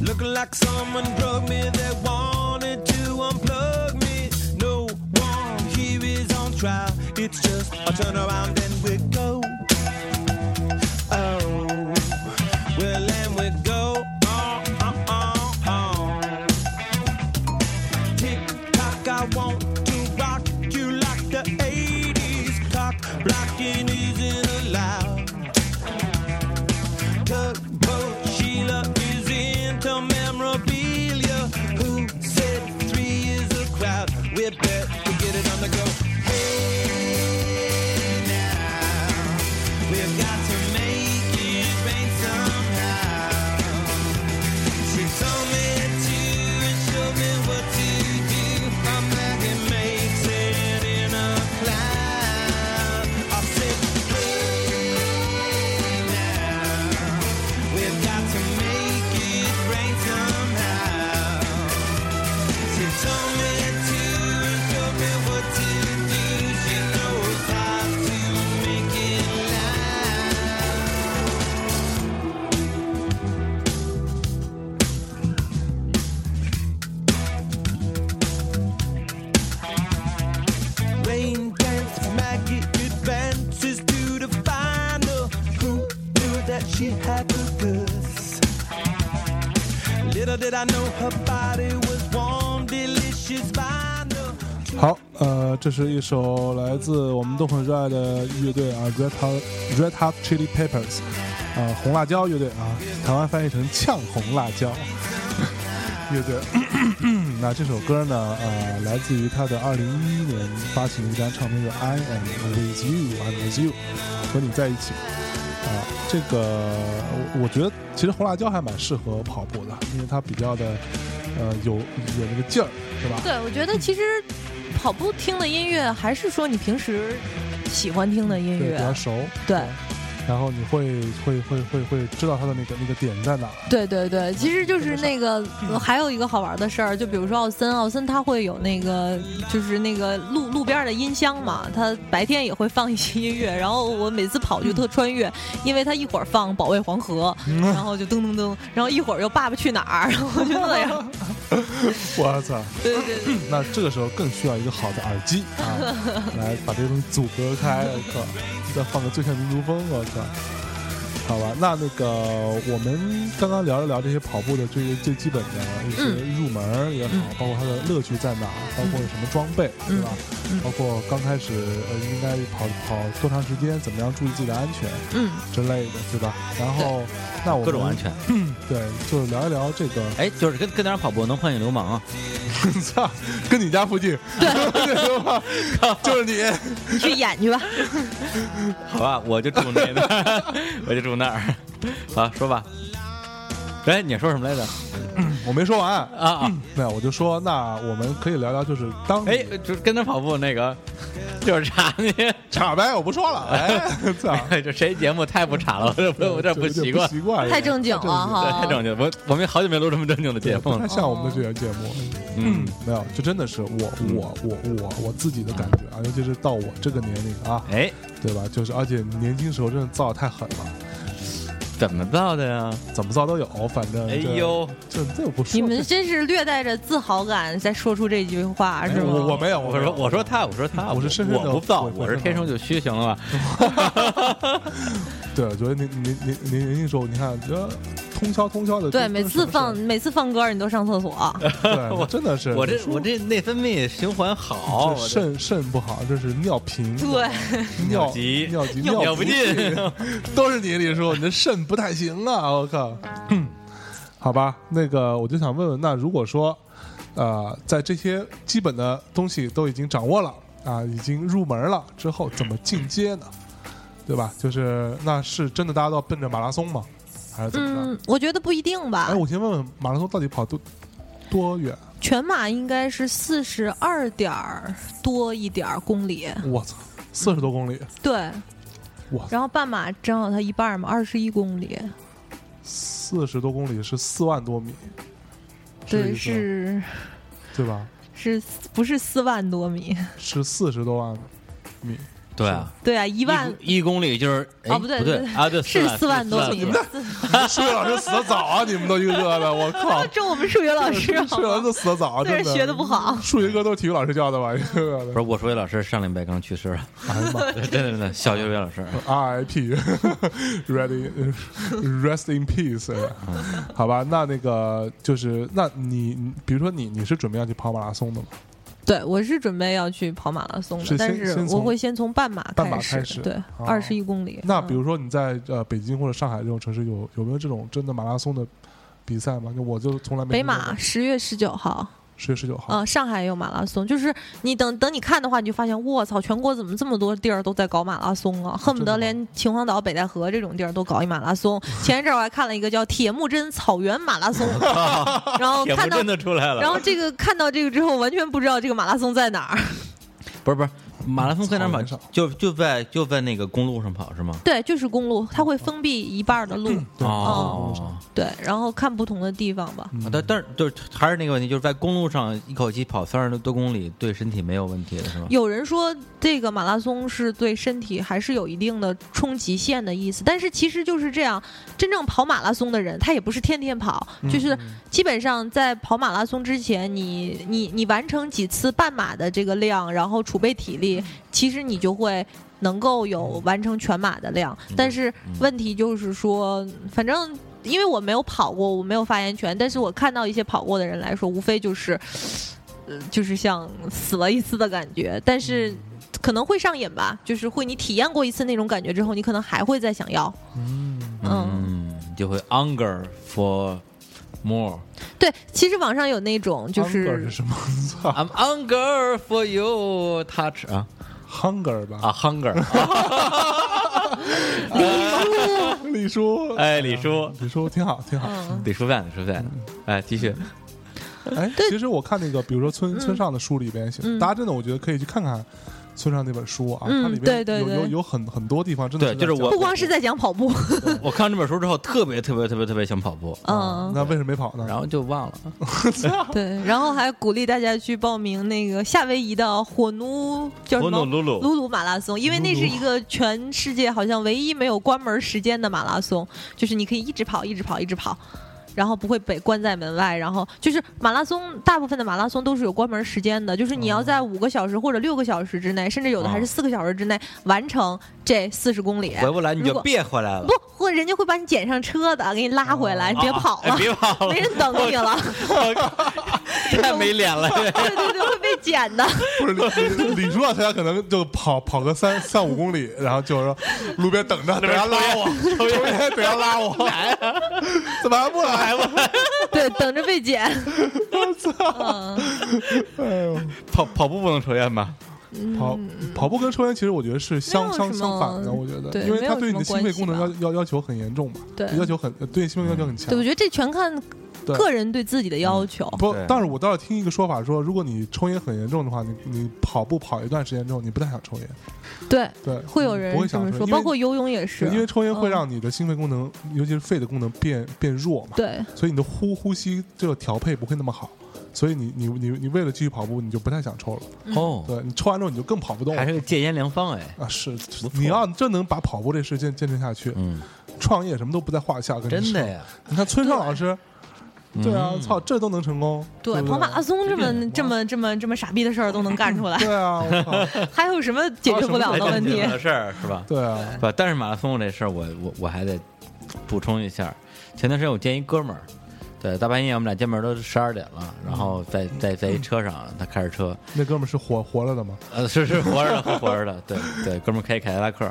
Speaker 6: Looking like someone drugged me that wanted to unplug me. No one here is on trial. It's just a turn around and we go. Oh, well, and we go. Oh, on, on, on, on. Tick tock, I want to rock you like the 80s. Cock blocking isn't allowed. Tugboat Sheila is into memorabilia. Who said three is a crowd? We bet we get it on the go. Hey, now, we've got to make it rain somehow. She told me to and showed me what to do. A magnet makes it in a cloud. I said, "Hey, now, we've got to make it rain somehow. She told me to and showed me what to do. She knows how to make it loud. Rain dance, Maggie advances to the final. Who knew that she had the goods? Little did I know her body was warm, delicious vinyl.
Speaker 1: 好，呃，这是一首来自我们都很热爱的乐队啊，Red Hot Red Hot Chili Peppers，呃，红辣椒乐队啊，台湾翻译成呛红辣椒 乐队。 那这首歌呢，呃，来自于他的二零一一年发行的一张唱片，叫《I Am With You》，I'm With You，和你在一起。啊、这个我我觉得其实红辣椒还蛮适合跑步的，因为它比较的，呃，有有那个劲儿，是吧？
Speaker 3: 对我觉得其实跑步听的音乐还是说你平时。喜欢听的音
Speaker 1: 对比较
Speaker 3: 乐，啊
Speaker 1: 熟，
Speaker 3: 对
Speaker 1: 然后你会会会会会知道他的那个那个点在哪儿，
Speaker 3: 对对对，其实就是那个，
Speaker 1: 嗯
Speaker 3: 呃还有一个好玩的事儿，就比如说奥森，奥森他会有那个，就是那个路路边儿的音箱嘛，他白天也会放一些音乐，然后我每次跑
Speaker 1: 嗯
Speaker 3: 就特穿越，因为他一会儿放《保卫黄河》，然后就噔噔噔，然后一会儿又《爸爸去哪儿》，然后就那样，
Speaker 1: 我操！
Speaker 3: 对对 对，
Speaker 1: 那这个时候更需要一个好的耳机啊，来把这些东西阻隔开。我靠，再放个最炫民族风，我靠。好吧，那那个我们刚刚聊了聊这些跑步的最最基本的一些入门儿也好，包括它的乐趣在哪儿，包括有什么装备，对吧？包括刚开始呃应该跑跑多长时间，怎么样注意自己的安全
Speaker 3: 嗯，
Speaker 1: 之类的，对吧？然后那我们
Speaker 2: 各种安全。
Speaker 1: 对，就聊一聊这个，
Speaker 2: 哎，就是跟跟哪儿跑步能碰见流氓啊？
Speaker 1: 操，跟你家附近，对， 就是 你。
Speaker 3: 你去演去吧，
Speaker 2: 好吧，我就住那 边，我就住那儿。好，说吧。哎，你说什么来着？
Speaker 1: 我没说完，
Speaker 2: 啊啊！
Speaker 1: 没有，我就说，那我们可以聊聊，就是当你
Speaker 2: 哎，就是跟他跑步那个，就是查你。
Speaker 1: 岔呗，我不说 了，哎，操，
Speaker 2: 哎 这谁节目太不查了，我这我这嗯不习惯
Speaker 1: 不。习惯，
Speaker 3: 太正经了
Speaker 1: 太
Speaker 2: 对，
Speaker 3: 哈
Speaker 2: 太，正经了，我我们好久没录这么正经的节目
Speaker 1: 不太
Speaker 2: 了。
Speaker 1: 像我们的这些节目，
Speaker 2: 嗯，
Speaker 1: 没有，这真的是我我我我我自己的感觉
Speaker 2: 嗯
Speaker 1: 啊，尤其是到我这个年龄啊，
Speaker 2: 哎，
Speaker 1: 对吧？就是而且年轻时候真的造得太狠了，
Speaker 2: 怎么造的呀？
Speaker 1: 怎么造都有，反正
Speaker 2: 哎
Speaker 1: 这，
Speaker 2: 呦，
Speaker 1: 这这我不说，
Speaker 3: 你们真是略带着自豪感在说出这句话是
Speaker 1: 哎
Speaker 3: 吗？
Speaker 1: 我我没有，
Speaker 2: 我说我说他，嗯我说他，
Speaker 1: 我是深深地
Speaker 2: 我不造，
Speaker 1: 悔
Speaker 2: 我是啊天生就虚，行了吧？
Speaker 1: 对，我觉得您您您您您那时候，你看这通宵通宵的，
Speaker 3: 对，每次放每次放歌你都上 厕所，
Speaker 1: 对，真的是
Speaker 2: 我这我这内分泌循环好，
Speaker 1: 这
Speaker 2: 我这
Speaker 1: 肾肾不好，这是尿频，
Speaker 3: 对，
Speaker 1: 尿
Speaker 2: 尿急
Speaker 1: 尿急、
Speaker 2: 尿
Speaker 1: 不
Speaker 2: 不，尽。
Speaker 1: 都是你，李叔，你的肾不太行啊！我靠，好吧，那个我就想问问，那如果说，呃，在这些基本的东西都已经掌握了啊，已经入门了之后，怎么进阶呢？对吧？就是那是真的，大家都要奔着马拉松吗？还是怎么着？
Speaker 3: 嗯，我觉得不一定
Speaker 1: 哎，
Speaker 3: 吧。
Speaker 1: 我先问问，马拉松到底跑多多远？
Speaker 3: 全马应该是四十二点儿多一点儿公里，
Speaker 1: 我操，四十多公里，
Speaker 3: 对
Speaker 1: 哇。
Speaker 3: 然后半马正好它一半儿嘛，二十一公里，
Speaker 1: 四十多公里是四万多米，这
Speaker 3: 对，
Speaker 1: 意思吗
Speaker 3: 是
Speaker 1: 对吧？
Speaker 3: 是四不是四万多米？
Speaker 1: 是四十多万米，
Speaker 2: 对啊，
Speaker 3: 对啊，一万
Speaker 2: 一公里就是哎
Speaker 3: 哦不对
Speaker 2: 不
Speaker 3: 不对
Speaker 2: 啊，对，
Speaker 3: 是
Speaker 2: 四
Speaker 3: 四万多米。！
Speaker 2: 四
Speaker 1: 数学老师死的早啊！你们都一个个的，我靠
Speaker 3: 这我们数学老 师好
Speaker 1: 数学老
Speaker 3: 吗
Speaker 1: 师？死的早 啊，
Speaker 3: 虽
Speaker 1: 真
Speaker 3: 然
Speaker 1: 的
Speaker 3: 学的不。好，
Speaker 1: 数学课都是体育老师教的 吧？一个个
Speaker 2: 不
Speaker 1: 的
Speaker 2: 是我数学老师上礼拜刚去世了，
Speaker 1: 哎呀妈
Speaker 2: 对对对对，小学数学老师。
Speaker 1: ，RIP，Ready Rest in Peace。好吧， 那那个就是，那你你比如说你你是准备要去跑马拉松的吗？
Speaker 3: 对我是准备要去跑马拉松
Speaker 1: 是
Speaker 3: 的，但
Speaker 1: 先
Speaker 3: 是
Speaker 1: 先
Speaker 3: 我
Speaker 1: 从
Speaker 3: 会先从半马
Speaker 1: 半马
Speaker 3: 始，
Speaker 1: 开始
Speaker 3: 对，
Speaker 1: 哦
Speaker 3: 二十一公里。
Speaker 1: 那
Speaker 3: 嗯
Speaker 1: 比如说你在呃北京或者上海这种城市有有没有这种真的马拉松的比赛吗？就我就从来没
Speaker 3: 北马十月十九号，
Speaker 1: 十月十九号
Speaker 3: 嗯、上海也有马拉松，就是你等等你看的话，你就发现，卧槽，全国怎么这么多地儿都在搞马拉松啊？恨不得
Speaker 1: 真的
Speaker 3: 连秦皇岛、北戴河这种地儿都搞一马 拉松。前一阵儿我还看了一个叫铁木真草原马拉松， 然后
Speaker 2: 铁
Speaker 3: 看
Speaker 2: 不
Speaker 3: 到
Speaker 2: 真。的出来了，
Speaker 3: 然后这个看到这个之后，完全不知道这个马拉松在哪儿。
Speaker 2: 不是不是，马拉松在哪儿
Speaker 1: 草
Speaker 2: 跑
Speaker 1: 原上？
Speaker 2: 就就在就在那个公路上跑是吗？
Speaker 3: 对，就是公路，它会封闭一半儿的
Speaker 2: 嗯
Speaker 3: 路。
Speaker 1: 对
Speaker 2: 哦，啊
Speaker 3: 对，然后看不同的地方吧。
Speaker 1: 嗯
Speaker 2: 但但是就是还是那个问题，就是在公路上一口气跑三十多公里，对身体没有问题的是吗？
Speaker 3: 有人说这个马拉松是对身体还是有一定的冲极限的意思，但是其实就是这样，真正跑马拉松的人，他也不是天天跑，
Speaker 1: 嗯
Speaker 3: 就是基本上在跑马拉松之前，你你你完成几次半马的这个量，然后储备体
Speaker 1: 嗯
Speaker 3: 力，其实你就会。能够有完成全马的量，
Speaker 1: 嗯
Speaker 3: 但是问题就是说，反正因为我没有跑过，我没有发言权，但是我看到一些跑过的人来说，无非就是呃就是像死了一次的感觉，但
Speaker 1: 嗯
Speaker 3: 是可能会上瘾吧，就是会你体验过一次那种感觉之后，你可能还会再想要。
Speaker 1: 嗯
Speaker 3: 嗯，
Speaker 2: 嗯，就会 hunger for more。
Speaker 3: 对，其实网上有那种就
Speaker 1: Hunger 是
Speaker 3: 是
Speaker 1: 什么？啊操
Speaker 2: I'm hunger for you touch 啊
Speaker 1: ，Hunger 吧？
Speaker 2: 啊 hunger
Speaker 1: 李叔，
Speaker 2: 哎李叔
Speaker 1: 李叔挺好，挺好。
Speaker 3: 嗯，
Speaker 2: 得说饭得说 饭，哎继续
Speaker 1: 哎，其实我看那个，比如说村村上的书里边写的，
Speaker 3: 嗯
Speaker 1: 大家真的我觉得可以去看看村上那本书啊，
Speaker 3: 嗯
Speaker 1: 它里面
Speaker 3: 对对
Speaker 1: 有有
Speaker 3: 对
Speaker 1: 有很很多地方真的
Speaker 2: 对就是
Speaker 1: 在讲
Speaker 2: 我
Speaker 3: 不光是在讲跑 步，
Speaker 2: 我看完这本书之后，特别特别特别特别想跑步，
Speaker 1: 啊
Speaker 3: 嗯，
Speaker 1: 那为什么没跑呢？
Speaker 2: 然后就忘了。啊
Speaker 3: 对，然后还鼓励大家去报名那个夏威夷的火奴叫什
Speaker 2: 我努
Speaker 3: 么？
Speaker 2: 鲁鲁，
Speaker 3: 鲁鲁马拉松，因为那是一个全世界好像唯一没有关门时间的马拉松，就是你可以一直跑，一直跑，一直跑，然后不会被关在门外。然后就是马拉松，大部分的马拉松都是有关门时间的，就是你要在五个小时或者六个小时之内，甚至有的还是四个小时之内完成这四十公里。
Speaker 2: 回不来你
Speaker 3: 如
Speaker 2: 就
Speaker 3: 果
Speaker 2: 别回来了
Speaker 3: 不，，或人家会把你捡上车的，给你拉回来，你别
Speaker 2: 啊
Speaker 3: 跑
Speaker 2: 哎
Speaker 3: 了，
Speaker 2: 别跑了
Speaker 3: 没，人等你了。
Speaker 2: 太没脸了。这
Speaker 3: 对对对，会被捡的。
Speaker 1: 不是李李李叔啊，他家可能就跑跑个三三五公里，然后就说路边等 着，等人家拉我，抽烟等人家拉我，
Speaker 3: 啊
Speaker 1: 怎么还不来？
Speaker 3: 对，等着被捡。嗯，
Speaker 2: 跑跑步不能抽烟吧？
Speaker 1: 跑
Speaker 3: 嗯
Speaker 1: 跑步跟抽烟其实我觉得是相
Speaker 3: 没有
Speaker 1: 相
Speaker 3: 什么
Speaker 1: 相反的，我觉得，
Speaker 3: 对
Speaker 1: 因为它
Speaker 3: 没
Speaker 1: 对你
Speaker 3: 有什么
Speaker 1: 的心肺功能
Speaker 3: 关
Speaker 1: 要要要求很严重嘛，
Speaker 3: 对
Speaker 1: 要求很对心肺要求很强
Speaker 3: 对，我。觉得这全看
Speaker 1: 对
Speaker 3: 个人对自己的要求。
Speaker 1: 不
Speaker 2: 对，
Speaker 1: 但是我倒是听一个说法说，如果你抽烟很严重的话，你你跑步跑一段时间之后，你不太想抽烟，
Speaker 3: 对，
Speaker 1: 对，
Speaker 3: 会有
Speaker 1: 你
Speaker 3: 人
Speaker 1: 不会
Speaker 3: 这
Speaker 1: 想
Speaker 3: 么
Speaker 1: 抽
Speaker 3: 说，
Speaker 1: 烟
Speaker 3: 包括游泳也是
Speaker 1: 对，因为抽烟会
Speaker 3: 嗯
Speaker 1: 让你的心肺功能，尤其是肺的功能变变弱嘛，
Speaker 3: 对
Speaker 1: 所以你的呼呼吸这个调配不会那么好，所以你你你你为了继续跑步，你就不太想抽了。
Speaker 3: 嗯
Speaker 2: 哦，
Speaker 1: 对你抽完之后你就更跑不动
Speaker 2: 还
Speaker 1: 了
Speaker 2: 是个戒烟良方哎。
Speaker 1: 啊！是
Speaker 2: 错，
Speaker 1: 你要真能把跑步这事坚坚持下去，
Speaker 2: 嗯，
Speaker 1: 创业什么都不在话下。跟你
Speaker 2: 真
Speaker 1: 说
Speaker 2: 的，呀，嗯
Speaker 1: 你看村上老师，对啊，操，这都能成功，对
Speaker 3: 对，
Speaker 1: 不对，
Speaker 3: 跑马拉松这么这么这么这么傻逼的事儿都能干出 来，
Speaker 1: 对啊，我靠，
Speaker 3: 还有什么解决不了
Speaker 2: 哎
Speaker 3: 的问题？
Speaker 2: 的事儿是吧？
Speaker 1: 对啊，
Speaker 2: 不，但是马拉松这事儿，我我我还得补充一下。前段时间我见一哥们儿，对，大半夜我们俩见面都十二点了，然后在在在一车上，他开着车，
Speaker 1: 那哥们儿是活活了的吗？
Speaker 2: 呃，是是活着的，活着的，对对，哥们儿开凯迪拉克，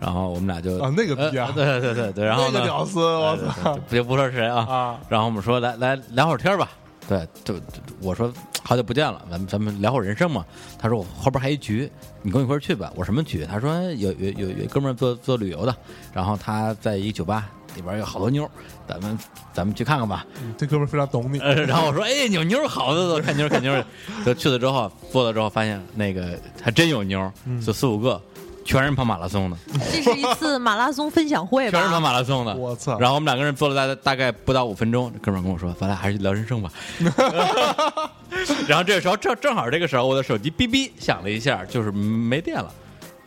Speaker 2: 然后我们俩就
Speaker 1: 啊那个逼啊
Speaker 2: 呃对对对对，然后
Speaker 1: 那
Speaker 2: 呢
Speaker 1: 个屌丝，我
Speaker 2: 对对
Speaker 1: 操
Speaker 2: 对别不说是谁啊，
Speaker 1: 啊！
Speaker 2: 然后我们说来来聊会儿天儿吧，对，就就我说好久不见了，咱们咱们聊会儿人生嘛。他说我后边还一局，你跟我一块儿去吧。我说什么局？他说有有有有一哥们儿做做旅游的，然后他在一酒吧里边有好多妞儿，咱们咱们去看看吧。
Speaker 1: 这哥们儿非常懂你，
Speaker 2: 呃， 然后我说哎有妞儿好的，走看妞儿看妞儿。就去了之后坐了之后发现那个还真有妞儿，
Speaker 1: 嗯
Speaker 2: 就四五个。全是跑马拉松的，
Speaker 3: 这是一次马拉松分享会
Speaker 2: 全是跑
Speaker 3: 吧？
Speaker 2: 马拉松的。
Speaker 1: 我操
Speaker 2: 然后我们两个人坐了大概大概不到五分钟，这哥们儿跟我说：“咱俩还是聊人 生吧。”然后这个时候正正好这个时候，我的手机哔哔响了一下，就是没电了，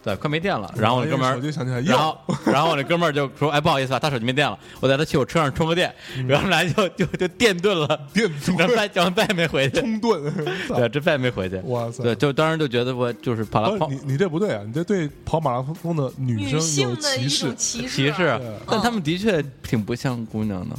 Speaker 2: 对，快没电了。然后我那哥们
Speaker 1: 哎手机
Speaker 2: 儿。
Speaker 1: 想起来，
Speaker 2: 然
Speaker 1: 哟
Speaker 2: 后，然后我那哥们儿就说：“哎，不好意思啊，他手机没电了，我带他去我车上充个电。”然后我们俩就就就电顿了，
Speaker 1: 嗯电
Speaker 2: 然
Speaker 1: 盾
Speaker 2: 后再然后再也没回去，
Speaker 1: 冲盾，
Speaker 2: 对，这再也没回去。
Speaker 1: 哇塞
Speaker 2: 对，就当时就觉得我就是跑
Speaker 1: 不
Speaker 2: 来
Speaker 1: 是
Speaker 2: 跑
Speaker 1: 你，你这不对啊！你这对跑马拉松的女
Speaker 3: 女
Speaker 1: 生有
Speaker 3: 性的
Speaker 1: 歧
Speaker 3: 一
Speaker 1: 视
Speaker 3: 种，歧
Speaker 2: 歧视
Speaker 1: 对，
Speaker 2: 但他们的确挺不像姑娘的。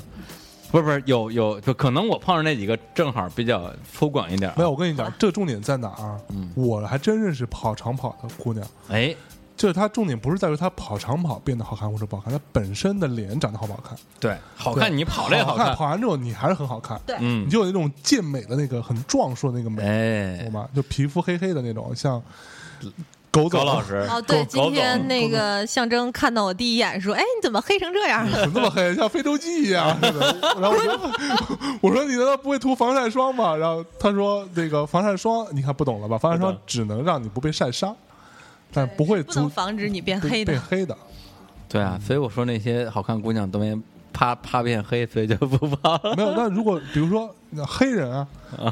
Speaker 2: 不是不是，有有，就可能我碰上那几个正好比较粗犷一点。
Speaker 1: 没有，，我跟你讲，这重点在哪儿？啊
Speaker 2: 嗯
Speaker 1: 我还真认识跑长跑的姑娘，
Speaker 2: 哎，
Speaker 1: 就是她重点不是在于她跑长跑变得好看或者不好看，她本身的脸长得好不好看。
Speaker 2: 对，好看
Speaker 1: 对
Speaker 2: 你跑了也
Speaker 1: 好
Speaker 2: 看，
Speaker 1: 跑完之后你还是很好看，
Speaker 3: 对
Speaker 1: 你
Speaker 2: 嗯，
Speaker 1: 就有那种健美的那个很壮硕的那个美，
Speaker 2: 哎
Speaker 1: 懂，吗？就皮肤黑黑的那种，像狗
Speaker 2: 高
Speaker 1: 总
Speaker 2: 老师，
Speaker 3: 哦，对，
Speaker 2: 狗
Speaker 3: 今天
Speaker 2: 狗
Speaker 3: 那个象征看到我第一眼说：“哎，你怎么黑成这样
Speaker 1: 怎么那么黑，像非洲鸡一样似 的。然后我说：“ 我说你难道不会涂防晒霜吗？”然后他说：“那个防晒霜，你看不懂了吧？防晒
Speaker 2: 不
Speaker 1: 霜
Speaker 2: 懂
Speaker 1: 只能让你不被晒伤，但不会？”
Speaker 3: 不能
Speaker 1: 阻
Speaker 3: 防止你变黑
Speaker 1: 被
Speaker 3: 的
Speaker 1: 被。黑的。
Speaker 2: 总对啊，所以我说那些好看姑娘都没啪啪变黑，所以就不跑了。
Speaker 1: 没有，那如果比如说那黑人啊，